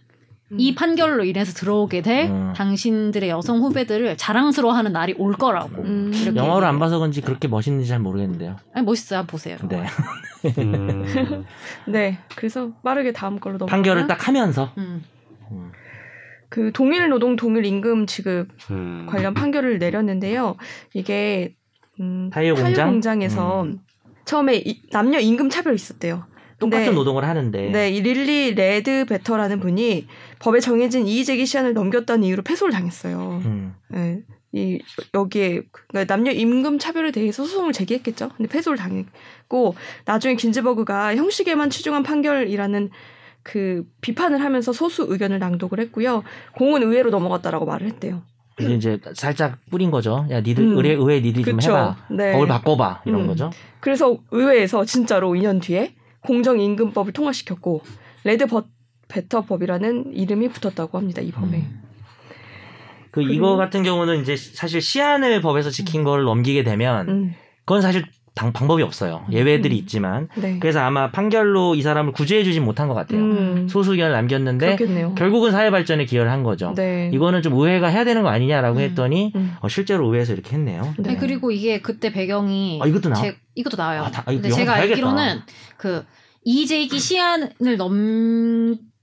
[SPEAKER 3] 이 판결로 인해서 들어오게 될
[SPEAKER 2] 음.
[SPEAKER 3] 당신들의 여성 후배들을 자랑스러워하는 날이 올 거라고.
[SPEAKER 1] 음.
[SPEAKER 3] 이렇게.
[SPEAKER 2] 영어를 안 봐서 그런지 그렇게 멋있는지 잘 모르겠는데요.
[SPEAKER 3] 아니, 멋있어요. 한번 보세요.
[SPEAKER 2] 네.
[SPEAKER 3] *laughs*
[SPEAKER 4] 음.
[SPEAKER 1] 네. 그래서 빠르게 다음 걸로 넘어.
[SPEAKER 2] 판결을 딱 하면서
[SPEAKER 3] 음.
[SPEAKER 2] 음.
[SPEAKER 1] 그 동일 노동 동일 임금 지급
[SPEAKER 4] 음.
[SPEAKER 1] 관련 판결을 내렸는데요. 이게 음,
[SPEAKER 2] 타이어 공장?
[SPEAKER 1] 에서 처음에 이- 남녀 임금 차별이 있었대요.
[SPEAKER 2] 똑같은
[SPEAKER 1] 네.
[SPEAKER 2] 노동을 하는데
[SPEAKER 1] 네, 이 릴리 레드 베터라는 분이 법에 정해진 이의 제기 시한을 넘겼다는 이유로 패소를 당했어요.
[SPEAKER 2] 음.
[SPEAKER 1] 예, 이 여기에 그러니까 남녀 임금 차별에 대해서 소송을 제기했겠죠. 근데 패소를 당했고 나중에 긴즈버그가 형식에만 치중한 판결이라는 그 비판을 하면서 소수 의견을 낭독을 했고요. 공은 의회로 넘어갔다라고 말을 했대요.
[SPEAKER 2] 그래서 이제 살짝 뿌린 거죠. 야, 니들
[SPEAKER 1] 음.
[SPEAKER 2] 의회 의회 니들이 좀
[SPEAKER 1] 그렇죠.
[SPEAKER 2] 해봐.
[SPEAKER 1] 네.
[SPEAKER 2] 법을 바꿔봐 이런
[SPEAKER 1] 음.
[SPEAKER 2] 거죠.
[SPEAKER 1] 그래서 의회에서 진짜로 2년 뒤에 공정 임금법을 통과시켰고 레드 버, 베터 법이라는 이름이 붙었다고 합니다. 이 법에.
[SPEAKER 2] 그 이거 같은 경우는 이제 사실 시한을 법에서 지킨 걸 넘기게 되면
[SPEAKER 1] 음,
[SPEAKER 2] 그건 사실 당- 방법이 없어요. 예외들이
[SPEAKER 1] 음.
[SPEAKER 2] 있지만
[SPEAKER 1] 네.
[SPEAKER 2] 그래서 아마 판결로 이 사람을 구제해주진 못한 것 같아요.
[SPEAKER 1] 음,
[SPEAKER 2] 소수 의견을 남겼는데
[SPEAKER 1] 그렇겠네요.
[SPEAKER 2] 결국은 사회 발전에 기여를 한 거죠.
[SPEAKER 1] 네.
[SPEAKER 2] 이거는 좀 의회가 해야 되는 거 아니냐라고
[SPEAKER 3] 음.
[SPEAKER 2] 했더니
[SPEAKER 1] 음.
[SPEAKER 2] 어, 실제로 의회에서 이렇게 했네요.
[SPEAKER 1] 네.
[SPEAKER 3] 아니, 그리고 이게 그때 배경이
[SPEAKER 2] 아 이것도 나와.
[SPEAKER 3] 제, 이것도 나와요.
[SPEAKER 2] 아, 다- 아, 이거
[SPEAKER 3] 근데
[SPEAKER 2] 영화
[SPEAKER 3] 제가
[SPEAKER 2] 봐야겠다.
[SPEAKER 3] 알기로는 그 이재기 시한을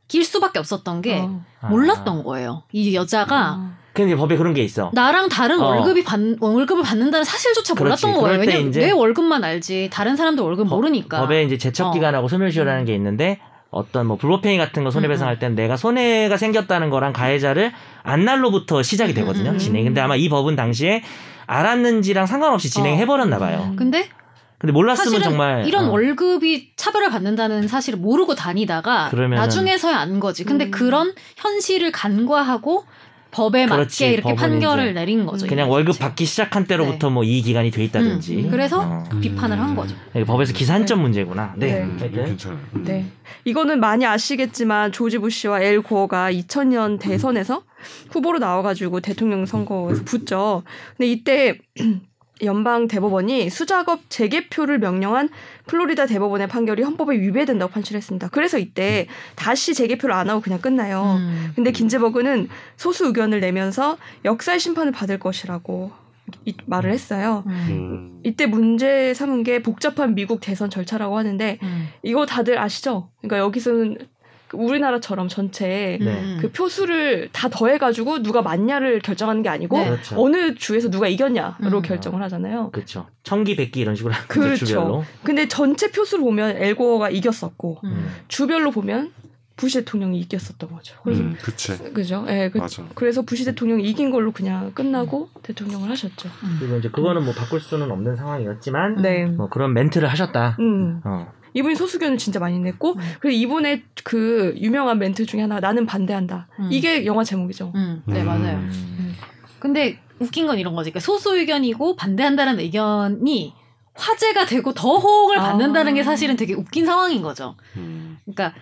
[SPEAKER 3] 넘길 수밖에 없었던 게
[SPEAKER 1] 어.
[SPEAKER 3] 몰랐던 거예요. 이 여자가
[SPEAKER 2] 아. 근데 법에 그런 게 있어.
[SPEAKER 3] 나랑 다른
[SPEAKER 2] 음. 어.
[SPEAKER 3] 월급이 받, 월급을 받는다는 사실조차 몰랐던
[SPEAKER 2] 그렇지.
[SPEAKER 3] 거예요.
[SPEAKER 2] 그럴 때
[SPEAKER 3] 왜냐면
[SPEAKER 2] 이제
[SPEAKER 3] 내 월급만 알지 다른 사람들 월급
[SPEAKER 2] 법-
[SPEAKER 3] 모르니까.
[SPEAKER 2] 법에 이제 제척
[SPEAKER 3] 어. 음.
[SPEAKER 2] 기간하고 소멸시효라는 게 있는데 어떤 뭐 불법행위 같은 거 손해배상할 땐 내가 손해가 생겼다는 거랑 가해자를 안 날로부터 시작이 되거든요.
[SPEAKER 1] 음, 음.
[SPEAKER 2] 진행. 근데 아마 이 법은 당시에 알았는지랑 상관없이 진행해 버렸나 봐요.
[SPEAKER 1] 음.
[SPEAKER 3] 근데
[SPEAKER 2] 근데 몰랐으면
[SPEAKER 3] 어. 사실은
[SPEAKER 2] 정말
[SPEAKER 3] 이런
[SPEAKER 2] 어,
[SPEAKER 3] 월급이 차별을 받는다는 사실을 모르고 다니다가
[SPEAKER 2] 그러면은-
[SPEAKER 3] 나중에서야 안 거지. 근데
[SPEAKER 1] 음.
[SPEAKER 3] 그런 현실을 간과하고 법에
[SPEAKER 2] 그렇지.
[SPEAKER 3] 맞게 이렇게
[SPEAKER 2] 법은
[SPEAKER 3] 판결을
[SPEAKER 2] 이제
[SPEAKER 3] 내린 거죠.
[SPEAKER 2] 그냥
[SPEAKER 3] 이게
[SPEAKER 2] 월급
[SPEAKER 3] 진짜.
[SPEAKER 2] 받기 시작한 때로부터 뭐 이 기간이 돼 있다든지.
[SPEAKER 3] 네. 음, 그래서
[SPEAKER 2] 어.
[SPEAKER 3] 비판을 한 거죠.
[SPEAKER 2] 네, 법에서 기산점 문제구나. 네.
[SPEAKER 1] 네.
[SPEAKER 4] 음,
[SPEAKER 2] 하여튼.
[SPEAKER 4] 괜찮아요. 음.
[SPEAKER 1] 네. 이거는 많이 아시겠지만 조지 부시와 엘 고어가 2000년 대선에서 후보로 나와가지고 대통령 선거에서 붙죠. 근데 이때 *clears throat* 연방 대법원이 수작업 재개표를 명령한 플로리다 대법원의 판결이 헌법에 위배된다고 판시했습니다. 그래서 이때 다시 재개표를 안 하고 그냥 끝나요.
[SPEAKER 3] 음.
[SPEAKER 1] 근데 긴제버그는 소수 의견을 내면서 역사의 심판을 받을 것이라고 이- 말을
[SPEAKER 2] 그,
[SPEAKER 1] 했어요.
[SPEAKER 3] 음.
[SPEAKER 4] 음.
[SPEAKER 1] 이때 문제 삼은 게 복잡한 미국 대선 절차라고 하는데
[SPEAKER 3] 음.
[SPEAKER 1] 이거 다들 아시죠? 그러니까 여기서는 그 우리나라처럼 전체
[SPEAKER 2] 네.
[SPEAKER 3] 음.
[SPEAKER 1] 그 표수를 다 더해가지고 누가 맞냐를 결정하는 게 아니고
[SPEAKER 3] 네.
[SPEAKER 2] 그렇죠.
[SPEAKER 1] 어느 주에서 누가 이겼냐로
[SPEAKER 3] 음.
[SPEAKER 1] 결정을 하잖아요.
[SPEAKER 2] 그렇죠. 청기 백기 이런 식으로 하는
[SPEAKER 1] 그렇죠.
[SPEAKER 2] 거죠, 주별로.
[SPEAKER 1] 근데 전체 표수를 보면 엘고어가 이겼었고
[SPEAKER 3] 음.
[SPEAKER 1] 주별로 보면 부시 대통령이 이겼었던 거죠. 그래서
[SPEAKER 4] 음, 그치.
[SPEAKER 1] 그죠? 예, 그,
[SPEAKER 4] 맞아.
[SPEAKER 1] 그래서 부시 대통령이 이긴 걸로 그냥 끝나고 대통령을 하셨죠.
[SPEAKER 2] 그리고 이제 그거는 뭐 바꿀 수는 없는 상황이었지만
[SPEAKER 1] 네.
[SPEAKER 2] 뭐 그런 멘트를 하셨다.
[SPEAKER 1] 음.
[SPEAKER 3] 네.
[SPEAKER 2] 어.
[SPEAKER 1] 이분이 소수견을 진짜 많이 냈고
[SPEAKER 3] 음.
[SPEAKER 1] 그리고 이분의 그 유명한 멘트 중에 하나가 나는 반대한다.
[SPEAKER 3] 음.
[SPEAKER 1] 이게 영화 제목이죠.
[SPEAKER 3] 음. 네,
[SPEAKER 4] 음.
[SPEAKER 3] 맞아요. 근데 웃긴 건 이런 거지. 그러니까 소수 의견이고 반대한다는 의견이 화제가 되고 더 호응을
[SPEAKER 1] 아.
[SPEAKER 3] 받는다는 게 사실은 되게 웃긴 상황인 거죠.
[SPEAKER 4] 음.
[SPEAKER 3] 그러니까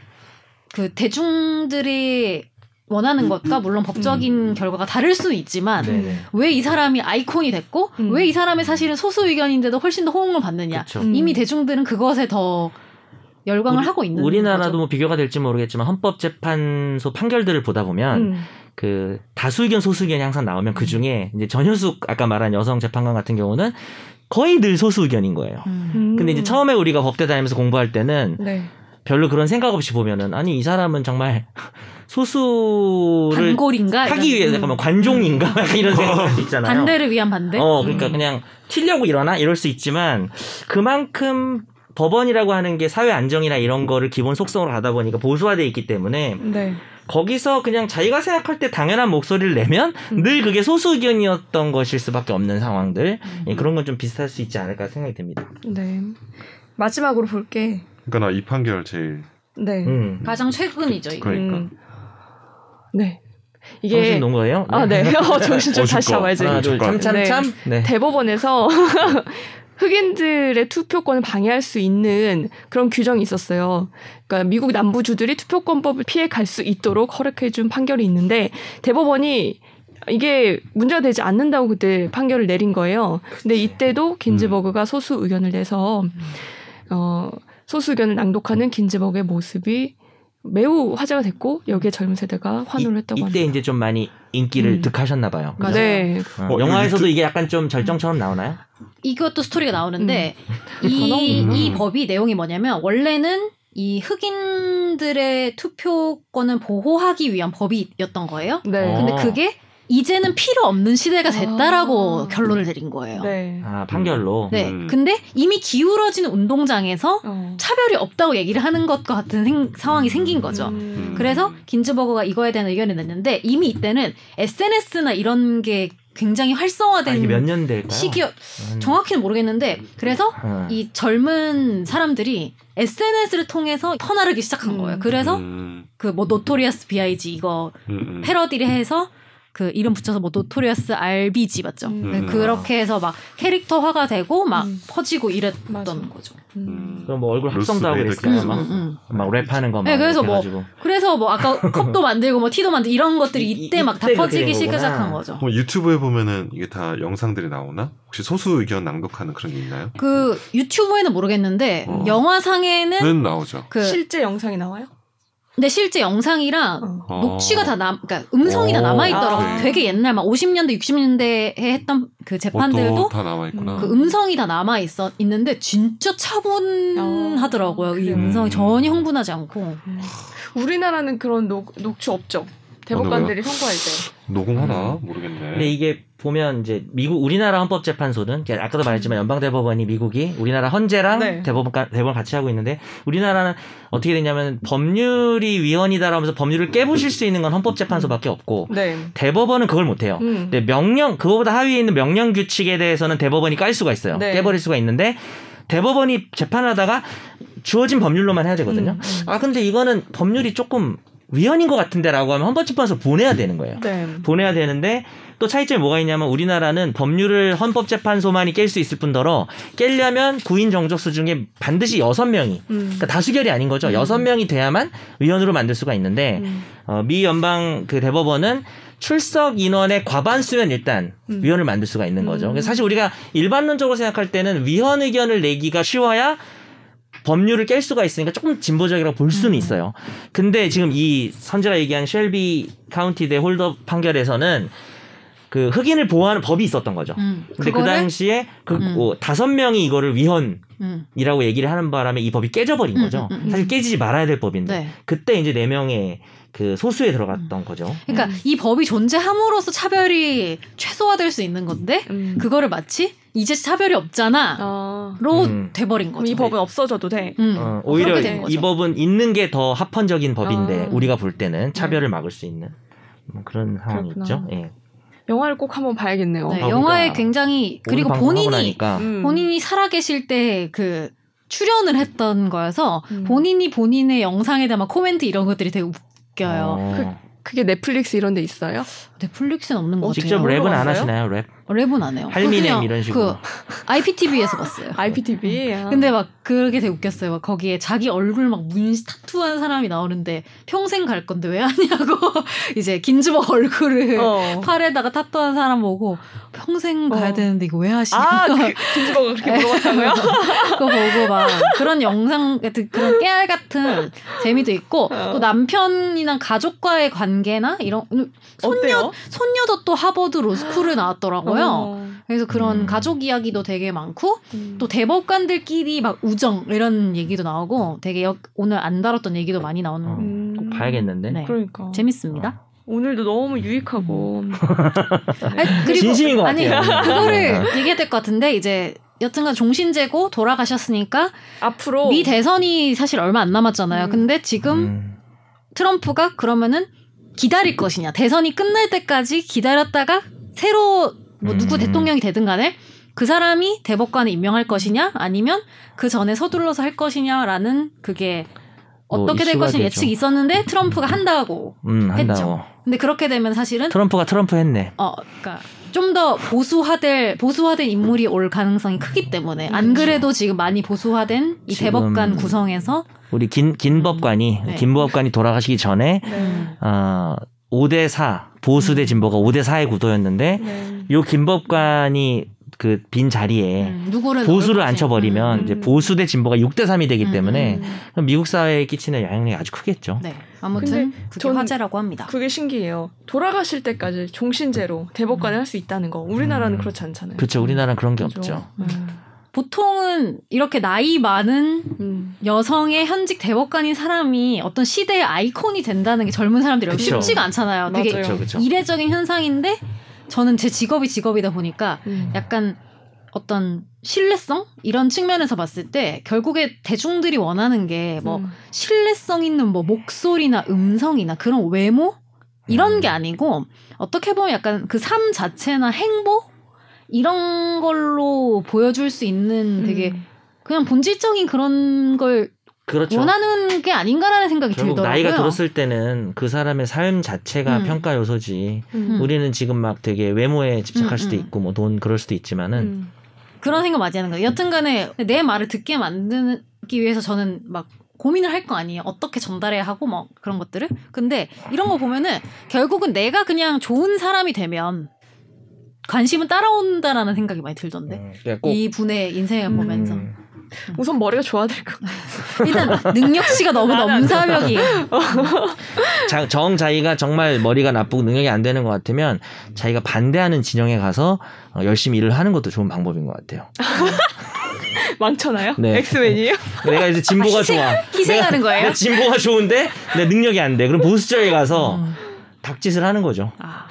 [SPEAKER 3] 그 대중들이 원하는 것과 물론 법적인 결과가 다를 수는 있지만
[SPEAKER 2] 음. 네네.
[SPEAKER 3] 왜 이 사람이 아이콘이 됐고
[SPEAKER 1] 음.
[SPEAKER 3] 왜 이 사람이 사실은 소수 의견인데도 훨씬 더 호응을 받느냐.
[SPEAKER 2] 그렇죠.
[SPEAKER 1] 음.
[SPEAKER 3] 이미 대중들은 그것에 더 열광을
[SPEAKER 2] 우리-
[SPEAKER 3] 하고 있는
[SPEAKER 2] 우리나라도
[SPEAKER 3] 거죠.
[SPEAKER 2] 뭐 비교가 될지 모르겠지만 헌법재판소 판결들을 보다 보면
[SPEAKER 1] 음.
[SPEAKER 2] 그 다수 의견 소수 의견이 항상 나오면 그 중에 이제 전효숙 아까 말한 여성 재판관 같은 경우는 거의 늘 소수 의견인 거예요.
[SPEAKER 3] 음.
[SPEAKER 1] 음.
[SPEAKER 2] 근데 이제 처음에 우리가 법대 다니면서 공부할 때는
[SPEAKER 1] 네.
[SPEAKER 2] 별로 그런 생각 없이 보면은 아니 이 사람은 정말 *laughs* 소수를
[SPEAKER 3] 반골인가
[SPEAKER 2] 하기
[SPEAKER 3] 이런-
[SPEAKER 2] 위해 잠깐만 관종인가 *laughs* 약간 이런 생각이 있잖아요.
[SPEAKER 3] 반대를 위한
[SPEAKER 1] 네?
[SPEAKER 3] 반대.
[SPEAKER 2] 어, 그러니까
[SPEAKER 1] 음.
[SPEAKER 2] 그냥 튀려고 일어나 이럴 수 있지만 그만큼 법원이라고 하는 게 사회 안정이나 이런 거를 기본 속성으로 가다 보니까 보수화돼 있기 때문에
[SPEAKER 1] 네.
[SPEAKER 2] 거기서 그냥 자기가 생각할 때 당연한 목소리를 내면
[SPEAKER 1] 음.
[SPEAKER 2] 늘 그게 소수 의견이었던 것일 수밖에 없는 상황들
[SPEAKER 3] 음.
[SPEAKER 2] 예, 그런 건 좀 비슷할 수 있지 않을까 생각이 듭니다.
[SPEAKER 1] 네. 마지막으로 볼게.
[SPEAKER 4] 그러니까 나 이 판결 제일
[SPEAKER 1] 네.
[SPEAKER 2] 음.
[SPEAKER 3] 가장 최근이죠. 이게.
[SPEAKER 4] 그러니까
[SPEAKER 1] 음. 네. 이게
[SPEAKER 2] 놓은 거예요?
[SPEAKER 1] 아, 네. 어, 정신 좀
[SPEAKER 4] 어지껏.
[SPEAKER 1] 다시 잡아야지.
[SPEAKER 2] 하나 둘
[SPEAKER 4] 네.
[SPEAKER 2] 참참참. 네.
[SPEAKER 1] 대법원에서 *laughs* 흑인들의 투표권을 방해할 수 있는 그런 규정이 있었어요. 그러니까 미국 남부주들이 투표권법을 피해 갈 수 있도록 허락해준 판결이 있는데 대법원이 이게 문제가 되지 않는다고 그때 판결을 내린 거예요. 근데 이때도
[SPEAKER 2] 음.
[SPEAKER 1] 긴즈버그가 소수 의견을 내서
[SPEAKER 3] 음.
[SPEAKER 1] 어, 소수 의견을 낭독하는 긴즈버그의 모습이 매우 화제가 됐고 여기에 젊은 세대가 환호를
[SPEAKER 2] 이-
[SPEAKER 1] 했다고
[SPEAKER 2] 이때
[SPEAKER 1] 합니다.
[SPEAKER 2] 이제 좀 많이 인기를
[SPEAKER 1] 음.
[SPEAKER 2] 득하셨나 봐요. 그죠?
[SPEAKER 1] 네,
[SPEAKER 2] 어,
[SPEAKER 4] 어,
[SPEAKER 2] 영화에서도
[SPEAKER 4] 이거
[SPEAKER 2] 이게 약간 좀 절정처럼 나오나요?
[SPEAKER 3] 이것도 스토리가 나오는데 이,
[SPEAKER 4] 음.
[SPEAKER 3] 이 법이 내용이 뭐냐면 원래는 이 흑인들의 투표권을 보호하기 위한 법이었던 거예요.
[SPEAKER 1] 네,
[SPEAKER 2] 어.
[SPEAKER 3] 근데 그게 이제는 필요 없는 시대가 됐다라고
[SPEAKER 1] 아.
[SPEAKER 3] 결론을 내린 거예요. 네.
[SPEAKER 1] 네.
[SPEAKER 2] 아 판결로.
[SPEAKER 4] 음.
[SPEAKER 3] 근데 이미 기울어진 운동장에서
[SPEAKER 1] 어.
[SPEAKER 3] 차별이 없다고 얘기를 하는 것과 같은 생- 상황이 생긴 거죠.
[SPEAKER 1] 음.
[SPEAKER 3] 그래서 긴즈버거가 이거에 대한 의견을 냈는데 이미 이때는 SNS나 이런 게 굉장히
[SPEAKER 2] 아, 이게 몇
[SPEAKER 3] 활성화된
[SPEAKER 2] 년 될까요?
[SPEAKER 3] 시기였
[SPEAKER 2] 음.
[SPEAKER 3] 정확히는 모르겠는데 그래서
[SPEAKER 2] 어.
[SPEAKER 3] 이 젊은 사람들이 SNS를 통해서 퍼나르기 시작한
[SPEAKER 1] 음.
[SPEAKER 3] 거예요. 그래서
[SPEAKER 4] 음,
[SPEAKER 3] 그 뭐 노토리어스 B.I.G 이거
[SPEAKER 4] 음, 음.
[SPEAKER 3] 패러디를 해서 그 이름 붙여서 뭐 노토리어스 R.B.G 맞죠?
[SPEAKER 1] 음.
[SPEAKER 3] 네, 그렇게 해서 막 캐릭터화가 되고 막
[SPEAKER 1] 음.
[SPEAKER 3] 퍼지고 이랬던
[SPEAKER 1] 맞아.
[SPEAKER 3] 거죠.
[SPEAKER 1] 음.
[SPEAKER 2] 그럼 뭐 얼굴
[SPEAKER 4] 루스
[SPEAKER 2] 합성도 하고
[SPEAKER 4] 베이더
[SPEAKER 2] 그랬어요.
[SPEAKER 4] 음,
[SPEAKER 2] 막,
[SPEAKER 4] 음,
[SPEAKER 2] 막 랩하는 거 막.
[SPEAKER 3] 네, 그래서
[SPEAKER 2] 이렇게
[SPEAKER 3] 뭐
[SPEAKER 2] 해가지고.
[SPEAKER 3] 그래서
[SPEAKER 2] *laughs*
[SPEAKER 3] 뭐 아까 컵도 만들고 뭐 티도 만들고 이런 것들이
[SPEAKER 2] 이- 이-
[SPEAKER 3] 이때 막 다
[SPEAKER 2] 이때 그렇게
[SPEAKER 3] 퍼지기
[SPEAKER 2] 된 거구나.
[SPEAKER 3] 시작한 거죠.
[SPEAKER 4] 뭐 유튜브에 보면은 이게 다 영상들이 나오나? 혹시 소수 의견 낭독하는 그런 게 있나요?
[SPEAKER 3] 그 유튜브에는 모르겠는데
[SPEAKER 4] 어.
[SPEAKER 3] 영화상에는
[SPEAKER 4] 는 나오죠.
[SPEAKER 3] 그
[SPEAKER 1] 실제 영상이 나와요?
[SPEAKER 3] 근데 실제 영상이랑
[SPEAKER 1] 어.
[SPEAKER 4] 어.
[SPEAKER 3] 녹취가 다 남, 그러니까 음성이 다
[SPEAKER 2] 오.
[SPEAKER 3] 남아 있더라고.
[SPEAKER 2] 네.
[SPEAKER 1] 아.
[SPEAKER 3] 요 되게 옛날 막 50년대, 60년대에 했던 그
[SPEAKER 4] 뭣도
[SPEAKER 2] 어,
[SPEAKER 3] 재판들도
[SPEAKER 4] 다 나와 있구나.
[SPEAKER 3] 그 음성이 다 남아 있어 있는데 진짜 차분하더라고요. 이
[SPEAKER 1] 어, 그래요?
[SPEAKER 3] 음성이
[SPEAKER 4] 음.
[SPEAKER 3] 전혀 흥분하지 않고.
[SPEAKER 1] 우리나라는 그런 녹, 녹취 없죠.
[SPEAKER 3] 아,
[SPEAKER 1] 대법관들이 선고할 때.
[SPEAKER 4] 녹음하나
[SPEAKER 2] 음.
[SPEAKER 4] 모르겠네.
[SPEAKER 2] 근데 이게 보면 이제 미국 우리나라 헌법재판소는 이제 아까도 말했지만 연방대법원이 미국이 우리나라 헌재랑
[SPEAKER 1] 네.
[SPEAKER 2] 대법원 대법원 같이 하고 있는데 우리나라는 어떻게 되냐면 법률이 위헌이다라면서 법률을 깨부실 수 있는 건 헌법재판소밖에 없고
[SPEAKER 1] 네.
[SPEAKER 2] 대법원은 그걸 못 해요.
[SPEAKER 1] 음.
[SPEAKER 3] 네.
[SPEAKER 2] 근데 네, 명령 그거보다 하위에 있는 명령 규칙에 대해서는 대법원이 깔 수가 있어요.
[SPEAKER 1] 네.
[SPEAKER 2] 깨버릴 수가 있는데 대법원이 재판하다가 주어진 법률로만 해야 되거든요.
[SPEAKER 1] 음, 음.
[SPEAKER 2] 아 근데 이거는 법률이 조금 위헌인 것 같은데라고 하면 헌법재판소 보내야 되는 거예요.
[SPEAKER 1] 네.
[SPEAKER 2] 보내야 되는데 또 차이점이 뭐가 있냐면 우리나라는 법률을 헌법재판소만이 깰 수 있을 뿐더러 깰려면 구인 정적수 중에 반드시 여섯 명이
[SPEAKER 1] 음.
[SPEAKER 2] 그러니까 다수결이 아닌 거죠. 여섯 명이 돼야만 의원으로 만들 수가
[SPEAKER 3] 네.
[SPEAKER 2] 있는데
[SPEAKER 1] 음.
[SPEAKER 2] 어, 미 연방 그 대법원은 출석 인원의 과반수면 일단
[SPEAKER 1] 음.
[SPEAKER 2] 위원을 만들 수가 있는 거죠.
[SPEAKER 1] 음.
[SPEAKER 2] 그래서 사실 우리가 일반론적으로 생각할 때는 위헌 의견을 내기가 쉬워야 법률을 깰 수가 있으니까 조금 진보적이라고 볼
[SPEAKER 3] 음.
[SPEAKER 2] 수는 있어요. 근데 지금 이 선재가 얘기한 쉘비 카운티 대 홀더 판결에서는 그 흑인을 보호하는 법이 있었던 거죠.
[SPEAKER 3] 음.
[SPEAKER 2] 근데 그
[SPEAKER 3] 그거를
[SPEAKER 2] 당시에 그
[SPEAKER 3] 음.
[SPEAKER 2] 어, 다섯 명이 이거를 위헌이라고
[SPEAKER 3] 음.
[SPEAKER 2] 얘기를 하는 바람에 이 법이 깨져버린
[SPEAKER 3] 음,
[SPEAKER 2] 거죠.
[SPEAKER 3] 음, 음, 음.
[SPEAKER 2] 사실 깨지지 말아야 될 법인데
[SPEAKER 3] 네.
[SPEAKER 2] 그때 이제 네 명의 그 소수에 들어갔던 거죠.
[SPEAKER 3] 그러니까
[SPEAKER 1] 음.
[SPEAKER 3] 이 법이 존재함으로써 차별이 최소화될 수 있는 건데
[SPEAKER 1] 음.
[SPEAKER 3] 그거를 마치 이제 차별이 없잖아로
[SPEAKER 1] 아.
[SPEAKER 2] 음.
[SPEAKER 3] 돼버린
[SPEAKER 1] 그럼
[SPEAKER 3] 거죠.
[SPEAKER 1] 이 법은 없어져도 돼.
[SPEAKER 3] 음.
[SPEAKER 2] 어, 오히려
[SPEAKER 3] 그렇게 된
[SPEAKER 2] 이
[SPEAKER 3] 거죠.
[SPEAKER 2] 법은 있는 게 더 합헌적인 법인데
[SPEAKER 1] 아.
[SPEAKER 2] 우리가 볼 때는
[SPEAKER 3] 음.
[SPEAKER 2] 차별을 막을 수 있는 뭐 그런 상황이
[SPEAKER 1] 그렇구나.
[SPEAKER 2] 있죠. 예.
[SPEAKER 1] 영화를 꼭 한번 봐야겠네요.
[SPEAKER 3] 네,
[SPEAKER 2] 어,
[SPEAKER 3] 영화에
[SPEAKER 2] 그러니까.
[SPEAKER 3] 굉장히
[SPEAKER 2] 오늘
[SPEAKER 3] 그리고
[SPEAKER 2] 방송하고
[SPEAKER 3] 본인이
[SPEAKER 2] 나니까
[SPEAKER 1] 음.
[SPEAKER 3] 본인이 살아계실 때 그 출연을 했던 거여서
[SPEAKER 1] 음.
[SPEAKER 3] 본인이 본인의 영상에 대한 막 코멘트 이런 것들이 되게 웃겨요.
[SPEAKER 2] 어.
[SPEAKER 1] 그게 넷플릭스 이런 데 있어요?
[SPEAKER 3] 넷플릭스는 없는 것
[SPEAKER 1] 어,
[SPEAKER 3] 같아요.
[SPEAKER 2] 직접 랩은 안
[SPEAKER 1] 올라왔어요?
[SPEAKER 2] 하시나요? 랩?
[SPEAKER 3] 랩은 안 해요.
[SPEAKER 2] 할미넴
[SPEAKER 3] 그냥
[SPEAKER 2] 이런 식으로.
[SPEAKER 3] 그 IPTV에서 봤어요.
[SPEAKER 1] IPTV. 아.
[SPEAKER 3] 음. 근데 막 그게 되게 웃겼어요. 막 거기에 자기 얼굴 막 문신 타투한 사람이 나오는데 평생 갈 건데 왜 하냐고 *laughs* 이제 긴즈버 얼굴을
[SPEAKER 1] 어.
[SPEAKER 3] 팔에다가 타투한 사람 보고 평생
[SPEAKER 1] 어.
[SPEAKER 3] 가야 되는데 이거 왜 하시냐? *laughs*
[SPEAKER 1] 아, 그, 김지버가 그렇게 물어봤다고요?
[SPEAKER 3] 그거 보고 막 그런 영상 같은 그런 깨알 같은 재미도 있고
[SPEAKER 1] 어.
[SPEAKER 3] 또 남편이나 가족과의 관계나 이런 손녀
[SPEAKER 1] 어때요?
[SPEAKER 3] 손녀도 또 하버드 로스쿨을 나왔더라고요.
[SPEAKER 1] 어.
[SPEAKER 3] 그래서 그런
[SPEAKER 2] 음.
[SPEAKER 3] 가족 이야기도 되게 많고
[SPEAKER 1] 음.
[SPEAKER 3] 또 대법관들끼리 막 우정 이런 얘기도 나오고 되게 역- 오늘 안 다뤘던 얘기도 많이 나오는
[SPEAKER 2] 어.
[SPEAKER 1] 음.
[SPEAKER 2] 꼭 봐야겠는데. 어.
[SPEAKER 3] 네.
[SPEAKER 1] 그러니까.
[SPEAKER 3] 재밌습니다. 음.
[SPEAKER 1] 오늘도 너무 유익하고.
[SPEAKER 3] 아니, 그리고
[SPEAKER 2] 진심인 것
[SPEAKER 3] 아니,
[SPEAKER 2] 같아요.
[SPEAKER 3] *laughs*
[SPEAKER 2] 네. 음.
[SPEAKER 3] 그거를 얘기해야 될 것 같은데 이제 여튼간 종신제고 돌아가셨으니까
[SPEAKER 1] 앞으로.
[SPEAKER 3] 미 대선이 사실 얼마 안 남았잖아요.
[SPEAKER 1] 음.
[SPEAKER 3] 근데 지금
[SPEAKER 2] 음.
[SPEAKER 3] 트럼프가 그러면은 기다릴 것이냐 대선이 끝날 때까지 기다렸다가 새로 뭐 누구
[SPEAKER 2] 음.
[SPEAKER 3] 대통령이 되든 간에 그 사람이 대법관을 임명할 것이냐 아니면 그 전에 서둘러서 할 것이냐라는 그게
[SPEAKER 2] 뭐
[SPEAKER 3] 어떻게 될
[SPEAKER 2] 이슈가 되죠.
[SPEAKER 3] 것이냐 예측이 있었는데 트럼프가 한다고
[SPEAKER 2] 음, 한다고.
[SPEAKER 3] 했죠. 근데 그렇게 되면 사실은
[SPEAKER 2] 트럼프가 트럼프 했네.
[SPEAKER 3] 어, 그러니까 좀 더 보수화될 보수화된 인물이 올 가능성이 크기 때문에 안 그래도 지금 많이 보수화된 이
[SPEAKER 2] 그렇죠. 지금-
[SPEAKER 3] 대법관 구성에서
[SPEAKER 2] 우리 긴, 긴 법관이,
[SPEAKER 3] 네.
[SPEAKER 2] 긴 법관이 돌아가시기 전에,
[SPEAKER 1] 네.
[SPEAKER 2] 어, 5대4, 보수 대 진보가 5대4의 구도였는데, *laughs*
[SPEAKER 1] 네.
[SPEAKER 2] 요 긴 법관이 그 빈 자리에
[SPEAKER 3] 음, 누구를
[SPEAKER 2] 보수를
[SPEAKER 3] 넣을 거지.
[SPEAKER 2] 앉혀버리면,
[SPEAKER 1] 음.
[SPEAKER 2] 이제 보수 대 진보가 6대3이 되기
[SPEAKER 3] 음.
[SPEAKER 2] 때문에,
[SPEAKER 1] 음.
[SPEAKER 2] 그럼 미국 사회에 끼치는 영향력이 아주 크겠죠.
[SPEAKER 3] 네. 아무튼 그게
[SPEAKER 1] 전-
[SPEAKER 3] 화제라고 합니다.
[SPEAKER 1] 그게 신기해요. 돌아가실 때까지 종신제로 대법관을 할 수 있다는 거. 우리나라는
[SPEAKER 2] 음.
[SPEAKER 1] 그렇지 않잖아요.
[SPEAKER 2] 그렇죠. 우리나라는 그런 게
[SPEAKER 1] 그죠.
[SPEAKER 2] 없죠.
[SPEAKER 1] 음.
[SPEAKER 3] 보통은 이렇게 나이 많은
[SPEAKER 1] 음.
[SPEAKER 3] 여성의 현직 대법관인 사람이 어떤 시대의 아이콘이 된다는 게 젊은 사람들이
[SPEAKER 2] 그쵸.
[SPEAKER 3] 쉽지가 않잖아요. 되게
[SPEAKER 1] 맞아요.
[SPEAKER 2] 그렇죠, 그렇죠.
[SPEAKER 3] 이례적인 현상인데 저는 제 직업이 직업이다 보니까
[SPEAKER 1] 음.
[SPEAKER 3] 약간 어떤 신뢰성 이런 측면에서 봤을 때 결국에 대중들이 원하는 게 뭐
[SPEAKER 1] 음.
[SPEAKER 3] 신뢰성 있는 뭐 목소리나 음성이나 그런 외모 이런
[SPEAKER 2] 음.
[SPEAKER 3] 게 아니고 어떻게 보면 약간 그 삶 자체나 행보 이런 걸로 보여줄 수 있는 되게
[SPEAKER 1] 음.
[SPEAKER 3] 그냥 본질적인 그런 걸
[SPEAKER 2] 그렇죠.
[SPEAKER 3] 원하는 게 아닌가라는 생각이
[SPEAKER 2] 결국
[SPEAKER 3] 들더라고요.
[SPEAKER 2] 나이가 들었을 때는 그 사람의 삶 자체가
[SPEAKER 3] 음.
[SPEAKER 2] 평가 요소지.
[SPEAKER 1] 음.
[SPEAKER 2] 우리는 지금 막 되게 외모에 집착할
[SPEAKER 3] 음,
[SPEAKER 2] 수도
[SPEAKER 3] 음.
[SPEAKER 2] 있고 뭐 돈 그럴 수도 있지만은
[SPEAKER 1] 음.
[SPEAKER 3] 그런 생각 많이 하는 거예요. 여튼간에 내 말을 듣게 만들기 위해서 저는 막 고민을 할 거 아니에요. 어떻게 전달해야 하고 막 그런 것들을. 근데 이런 거 보면은 결국은 내가 그냥 좋은 사람이 되면 관심은 따라온다라는 생각이 많이 들던데.
[SPEAKER 2] 음, 그러니까
[SPEAKER 3] 네. 이 분의 인생을
[SPEAKER 1] 음.
[SPEAKER 3] 보면서
[SPEAKER 2] 음,
[SPEAKER 1] 우선 머리가 좋아야 될 것. 같아요.
[SPEAKER 3] 일단 능력치가
[SPEAKER 1] *laughs*
[SPEAKER 3] 너무
[SPEAKER 1] 나는
[SPEAKER 3] 넘사벽이
[SPEAKER 2] 자- 정 자기가 정말 머리가 나쁘고 능력이 안 되는 것 같으면 자기가 반대하는 진영에 가서 어, 열심히 일을 하는 것도 좋은 방법인 것 같아요.
[SPEAKER 1] 많잖아요.
[SPEAKER 2] 네.
[SPEAKER 1] 엑스맨이에요.
[SPEAKER 2] 내가 이제 진보가 좋아.
[SPEAKER 3] 희생하는 거예요.
[SPEAKER 2] 내가 진보가 좋은데 내 능력이 안 돼. 그럼 보수 쪽에 가서 닭짓을 하는 거죠.
[SPEAKER 3] 어. 아.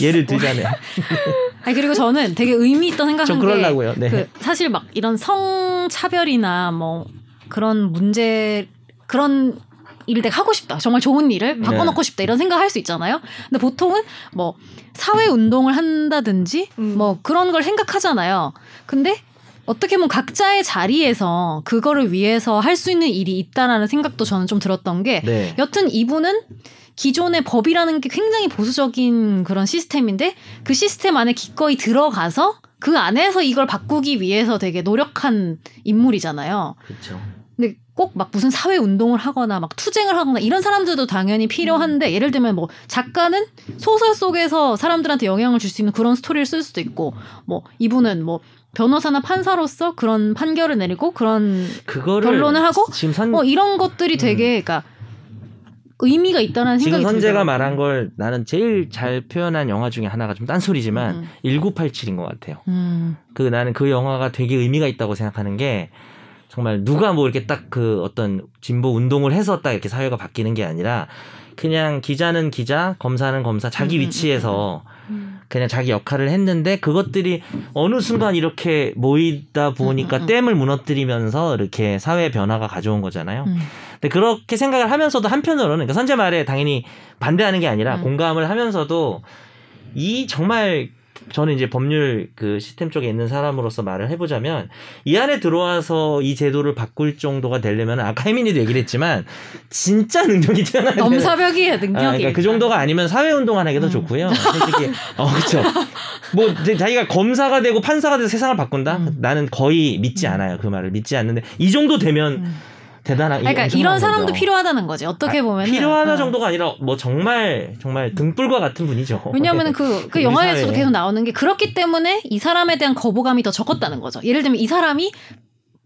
[SPEAKER 2] 예를 들자면
[SPEAKER 3] *laughs* 아니 그리고 저는 되게 의미 있다
[SPEAKER 2] 저
[SPEAKER 3] 생각하는 게
[SPEAKER 2] 그럴라고요. 네.
[SPEAKER 3] 그 사실 막 이런 성차별이나 뭐 그런 문제 그런 일을 내가 하고 싶다. 정말 좋은
[SPEAKER 2] 네.
[SPEAKER 3] 일을 바꿔놓고 싶다. 이런 생각 할 수 있잖아요. 근데 보통은 뭐 사회 운동을 한다든지
[SPEAKER 1] 음.
[SPEAKER 3] 뭐 그런 걸 생각하잖아요. 근데 어떻게 보면 각자의 자리에서 그거를 위해서 할 수 있는 일이 있다라는 생각도 저는 좀 들었던 게
[SPEAKER 2] 네.
[SPEAKER 3] 여튼 이분은 기존의 법이라는 게 굉장히 보수적인 그런 시스템인데 그 시스템 안에 기꺼이 들어가서 그 안에서 이걸 바꾸기 위해서 되게 노력한 인물이잖아요.
[SPEAKER 2] 그렇죠.
[SPEAKER 3] 근데 꼭 막 무슨 사회 운동을 하거나 막 투쟁을 하거나 이런 사람들도 당연히 필요한데 예를 들면 뭐 작가는 소설 속에서 사람들한테 영향을 줄 수 있는 그런 스토리를 쓸 수도 있고 뭐 이분은 뭐 변호사나 판사로서 그런 판결을 내리고 그런
[SPEAKER 2] 그거를
[SPEAKER 3] 결론을 하고
[SPEAKER 2] 지금 선
[SPEAKER 3] 뭐 이런 것들이 되게 그러니까 의미가 있다는
[SPEAKER 2] 음. 지금
[SPEAKER 3] 생각이
[SPEAKER 2] 선재가
[SPEAKER 3] 들더라고요. 음.
[SPEAKER 2] 말한 걸 나는 제일 잘 표현한 영화 중에 하나가 좀 딴소리지만
[SPEAKER 3] 음.
[SPEAKER 2] 1987인 것 같아요.
[SPEAKER 3] 음.
[SPEAKER 2] 그 나는 그 영화가 되게 의미가 있다고 생각하는 게 정말 누가 뭐 이렇게 딱 그 어떤 진보 운동을 해서 딱 이렇게 사회가 바뀌는 게 아니라 그냥 기자는 기자, 검사는 검사 자기
[SPEAKER 3] 음, 음,
[SPEAKER 2] 위치에서 그냥 자기 역할을 했는데 그것들이 어느 순간 이렇게 모이다 보니까
[SPEAKER 3] 음, 음, 음.
[SPEAKER 2] 댐을 무너뜨리면서 이렇게 사회 변화가 가져온 거잖아요.
[SPEAKER 3] 음.
[SPEAKER 2] 근데 그렇게 생각을 하면서도 한편으로는 그러니까 선제 말에 당연히 반대하는 게 아니라
[SPEAKER 3] 음.
[SPEAKER 2] 공감을 하면서도 이 정말 저는 이제 법률 그 시스템 쪽에 있는 사람으로서 말을 해보자면 이 안에 들어와서 이 제도를 바꿀 정도가 되려면 아까 혜민이도 얘기를 했지만 진짜 능력이 뛰어나야 되는
[SPEAKER 3] 넘사벽이에요 능력이.
[SPEAKER 2] 아, 그러니까 그 정도가 아니면 사회 운동하는 게 더
[SPEAKER 3] 음.
[SPEAKER 2] 좋고요.
[SPEAKER 3] *laughs*
[SPEAKER 2] 솔직히 어 그렇죠. 뭐 이제 자기가 검사가 되고 판사가 돼서 세상을 바꾼다?
[SPEAKER 3] 음.
[SPEAKER 2] 나는 거의 믿지
[SPEAKER 3] 음.
[SPEAKER 2] 않아요. 그 말을 믿지 않는데 이 정도 되면
[SPEAKER 3] 음.
[SPEAKER 2] 대단한.
[SPEAKER 3] 그러니까
[SPEAKER 2] 엄청난
[SPEAKER 3] 이런 사람도
[SPEAKER 2] 거죠.
[SPEAKER 3] 필요하다는 거지. 어떻게
[SPEAKER 2] 아,
[SPEAKER 3] 보면
[SPEAKER 2] 필요하다 정도가 아니라 뭐 정말 정말 등불과 같은 분이죠.
[SPEAKER 3] 왜냐하면 그, 그
[SPEAKER 2] 우리
[SPEAKER 3] 영화에서도
[SPEAKER 2] 사회에.
[SPEAKER 3] 계속 나오는 게 그렇기 때문에 이 사람에 대한 거부감이 더 적었다는 거죠. 예를 들면 이 사람이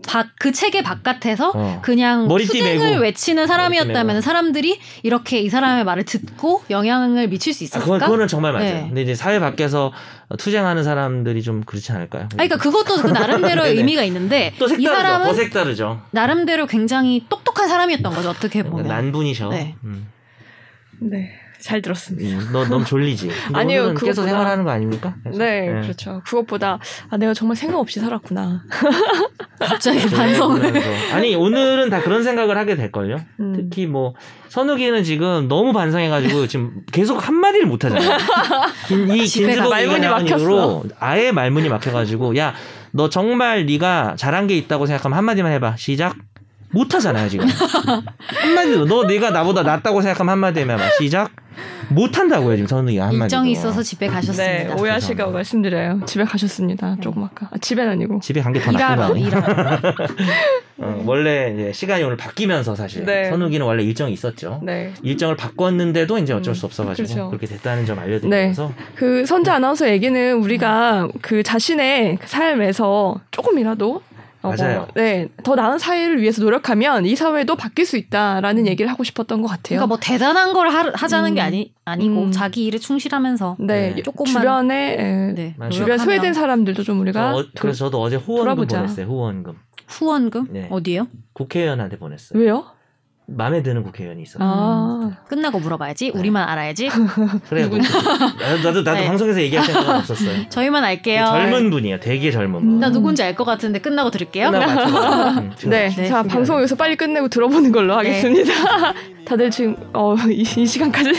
[SPEAKER 3] 바, 그 체계 바깥에서
[SPEAKER 2] *laughs* 어.
[SPEAKER 3] 그냥
[SPEAKER 2] 머리띠
[SPEAKER 3] 투쟁을
[SPEAKER 2] 메고.
[SPEAKER 3] 외치는 사람이었다면
[SPEAKER 2] 메고.
[SPEAKER 3] 사람들이 이렇게 이 사람의 말을 듣고 영향을 미칠 수
[SPEAKER 2] 아,
[SPEAKER 3] 있었을까?
[SPEAKER 2] 그건, 그거는 정말 맞아요.
[SPEAKER 3] 네.
[SPEAKER 2] 근데 이제 사회 밖에서 투쟁하는 사람들이 좀 그렇지 않을까요?
[SPEAKER 3] 아니, 그러니까 그것도 그
[SPEAKER 2] *laughs*
[SPEAKER 3] 나름대로의
[SPEAKER 2] 네네.
[SPEAKER 3] 의미가 있는데
[SPEAKER 2] 또
[SPEAKER 3] 이
[SPEAKER 2] 색다르죠.
[SPEAKER 3] 사람은
[SPEAKER 2] 더 색다르죠.
[SPEAKER 3] 나름대로 굉장히 똑똑한 사람이었던 거죠 어떻게 보면
[SPEAKER 2] 그러니까 난분이셔.
[SPEAKER 3] 네.
[SPEAKER 2] 음.
[SPEAKER 1] 네. 잘 들었습니다.
[SPEAKER 2] 음, 너 너무
[SPEAKER 3] *laughs*
[SPEAKER 2] 졸리지. 근데
[SPEAKER 1] 아니요,
[SPEAKER 2] 오늘은 계속
[SPEAKER 1] 그거보다-
[SPEAKER 2] 생활하는 거 아닙니까?
[SPEAKER 1] 네,
[SPEAKER 2] 예.
[SPEAKER 1] 그렇죠. 그것보다 아 내가 정말 생각 없이 살았구나.
[SPEAKER 3] 갑자기
[SPEAKER 2] 네,
[SPEAKER 3] 반성을
[SPEAKER 2] 그러면서. 아니 오늘은 다 그런 생각을 하게 될 걸요.
[SPEAKER 1] 음.
[SPEAKER 2] 특히 뭐 선욱이는 지금 너무 반성해가지고 지금 계속 한 마디를 못
[SPEAKER 3] *laughs*
[SPEAKER 2] 하잖아요. 긴, 이
[SPEAKER 3] 집에 가-
[SPEAKER 2] 긴즈버그
[SPEAKER 1] 말문이 막혔어.
[SPEAKER 2] 이후로 아예 말문이 막혀가지고 야 너 정말 네가 잘한 게 있다고 생각하면 한 마디만 해봐. 시작. 못 하잖아요
[SPEAKER 3] *laughs*
[SPEAKER 2] 지금 한마디로 너 네가 나보다 낫다고 생각하면 한마디 하면 아마 시작 못 한다고요 지금 선우이가 한마디로
[SPEAKER 3] 일정이 있어서 집에
[SPEAKER 1] 네,
[SPEAKER 3] 가셨습니다.
[SPEAKER 1] 오야씨가 말씀드려요. 집에 가셨습니다. 조금 아까. 아, 집엔 아니고.
[SPEAKER 2] 집에 간 게 더 나쁜 거 아니에요?
[SPEAKER 3] 일하러 일하러.
[SPEAKER 2] 어, 원래 이제 시간이 오늘 바뀌면서 사실
[SPEAKER 1] 네.
[SPEAKER 2] 선우기는 원래 일정이 있었죠
[SPEAKER 1] 네.
[SPEAKER 2] 일정을 바꿨는데도 이제 어쩔
[SPEAKER 1] 음,
[SPEAKER 2] 수 없어가지고
[SPEAKER 1] 그렇죠.
[SPEAKER 2] 그렇게 됐다는 점 알려드리면서
[SPEAKER 3] 네.
[SPEAKER 1] 그 선재 아나운서 얘기는 우리가 그 자신의 그 삶에서 조금이라도 어,
[SPEAKER 2] 맞아요.
[SPEAKER 1] 네, 더 나은 사회를 위해서 노력하면 이 사회도 바뀔 수 있다라는 얘기를 하고 싶었던 것 같아요.
[SPEAKER 3] 그러니까 뭐 대단한 걸 하, 하자는
[SPEAKER 1] 음.
[SPEAKER 3] 게 아니 아니고
[SPEAKER 1] 음.
[SPEAKER 3] 자기 일에 충실하면서
[SPEAKER 1] 네,
[SPEAKER 2] 네.
[SPEAKER 3] 조금만-
[SPEAKER 1] 주변에 예,
[SPEAKER 3] 네,
[SPEAKER 2] 맞아요.
[SPEAKER 1] 주변
[SPEAKER 3] 노력하면
[SPEAKER 1] 소외된 사람들도 좀
[SPEAKER 2] 저
[SPEAKER 1] 우리가
[SPEAKER 2] 어- 그래서 저도 어제 후원금
[SPEAKER 1] 돌아보자.
[SPEAKER 2] 보냈어요 후원금
[SPEAKER 3] 후원금
[SPEAKER 2] 네.
[SPEAKER 3] 어디요?
[SPEAKER 2] 국회의원한테 보냈어요
[SPEAKER 1] 왜요?
[SPEAKER 2] 마음에 드는 국회의원이 있어.
[SPEAKER 1] 아,
[SPEAKER 3] 끝나고 물어봐야지.
[SPEAKER 2] 네.
[SPEAKER 3] 우리만 알아야지.
[SPEAKER 2] 그래. 뭐, 나도 나도, 나도
[SPEAKER 3] 네.
[SPEAKER 2] 방송에서 얘기할 생각은
[SPEAKER 3] *laughs*
[SPEAKER 2] 없었어요.
[SPEAKER 3] 저희만 알게요.
[SPEAKER 2] 그 젊은 분이에요. 되게 젊은 분.
[SPEAKER 3] 나 누군지 알 것 같은데 끝나고 들을게요.
[SPEAKER 2] 끝나고 맞춰봐. 응, 지금
[SPEAKER 1] 네,
[SPEAKER 3] 네,
[SPEAKER 1] 자
[SPEAKER 3] 신기하네.
[SPEAKER 1] 방송 여기서 빨리 끝내고 들어보는 걸로 하겠습니다. *laughs* 다들 지금 어, 이, 이 시간까지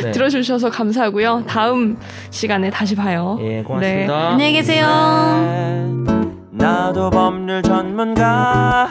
[SPEAKER 2] 네.
[SPEAKER 1] *laughs* 들어주셔서 감사하고요. 다음 시간에 다시 봐요.
[SPEAKER 2] 예, 고맙습니다.
[SPEAKER 3] 안녕히 계세요.
[SPEAKER 2] 네.
[SPEAKER 6] 나도 법률 전문가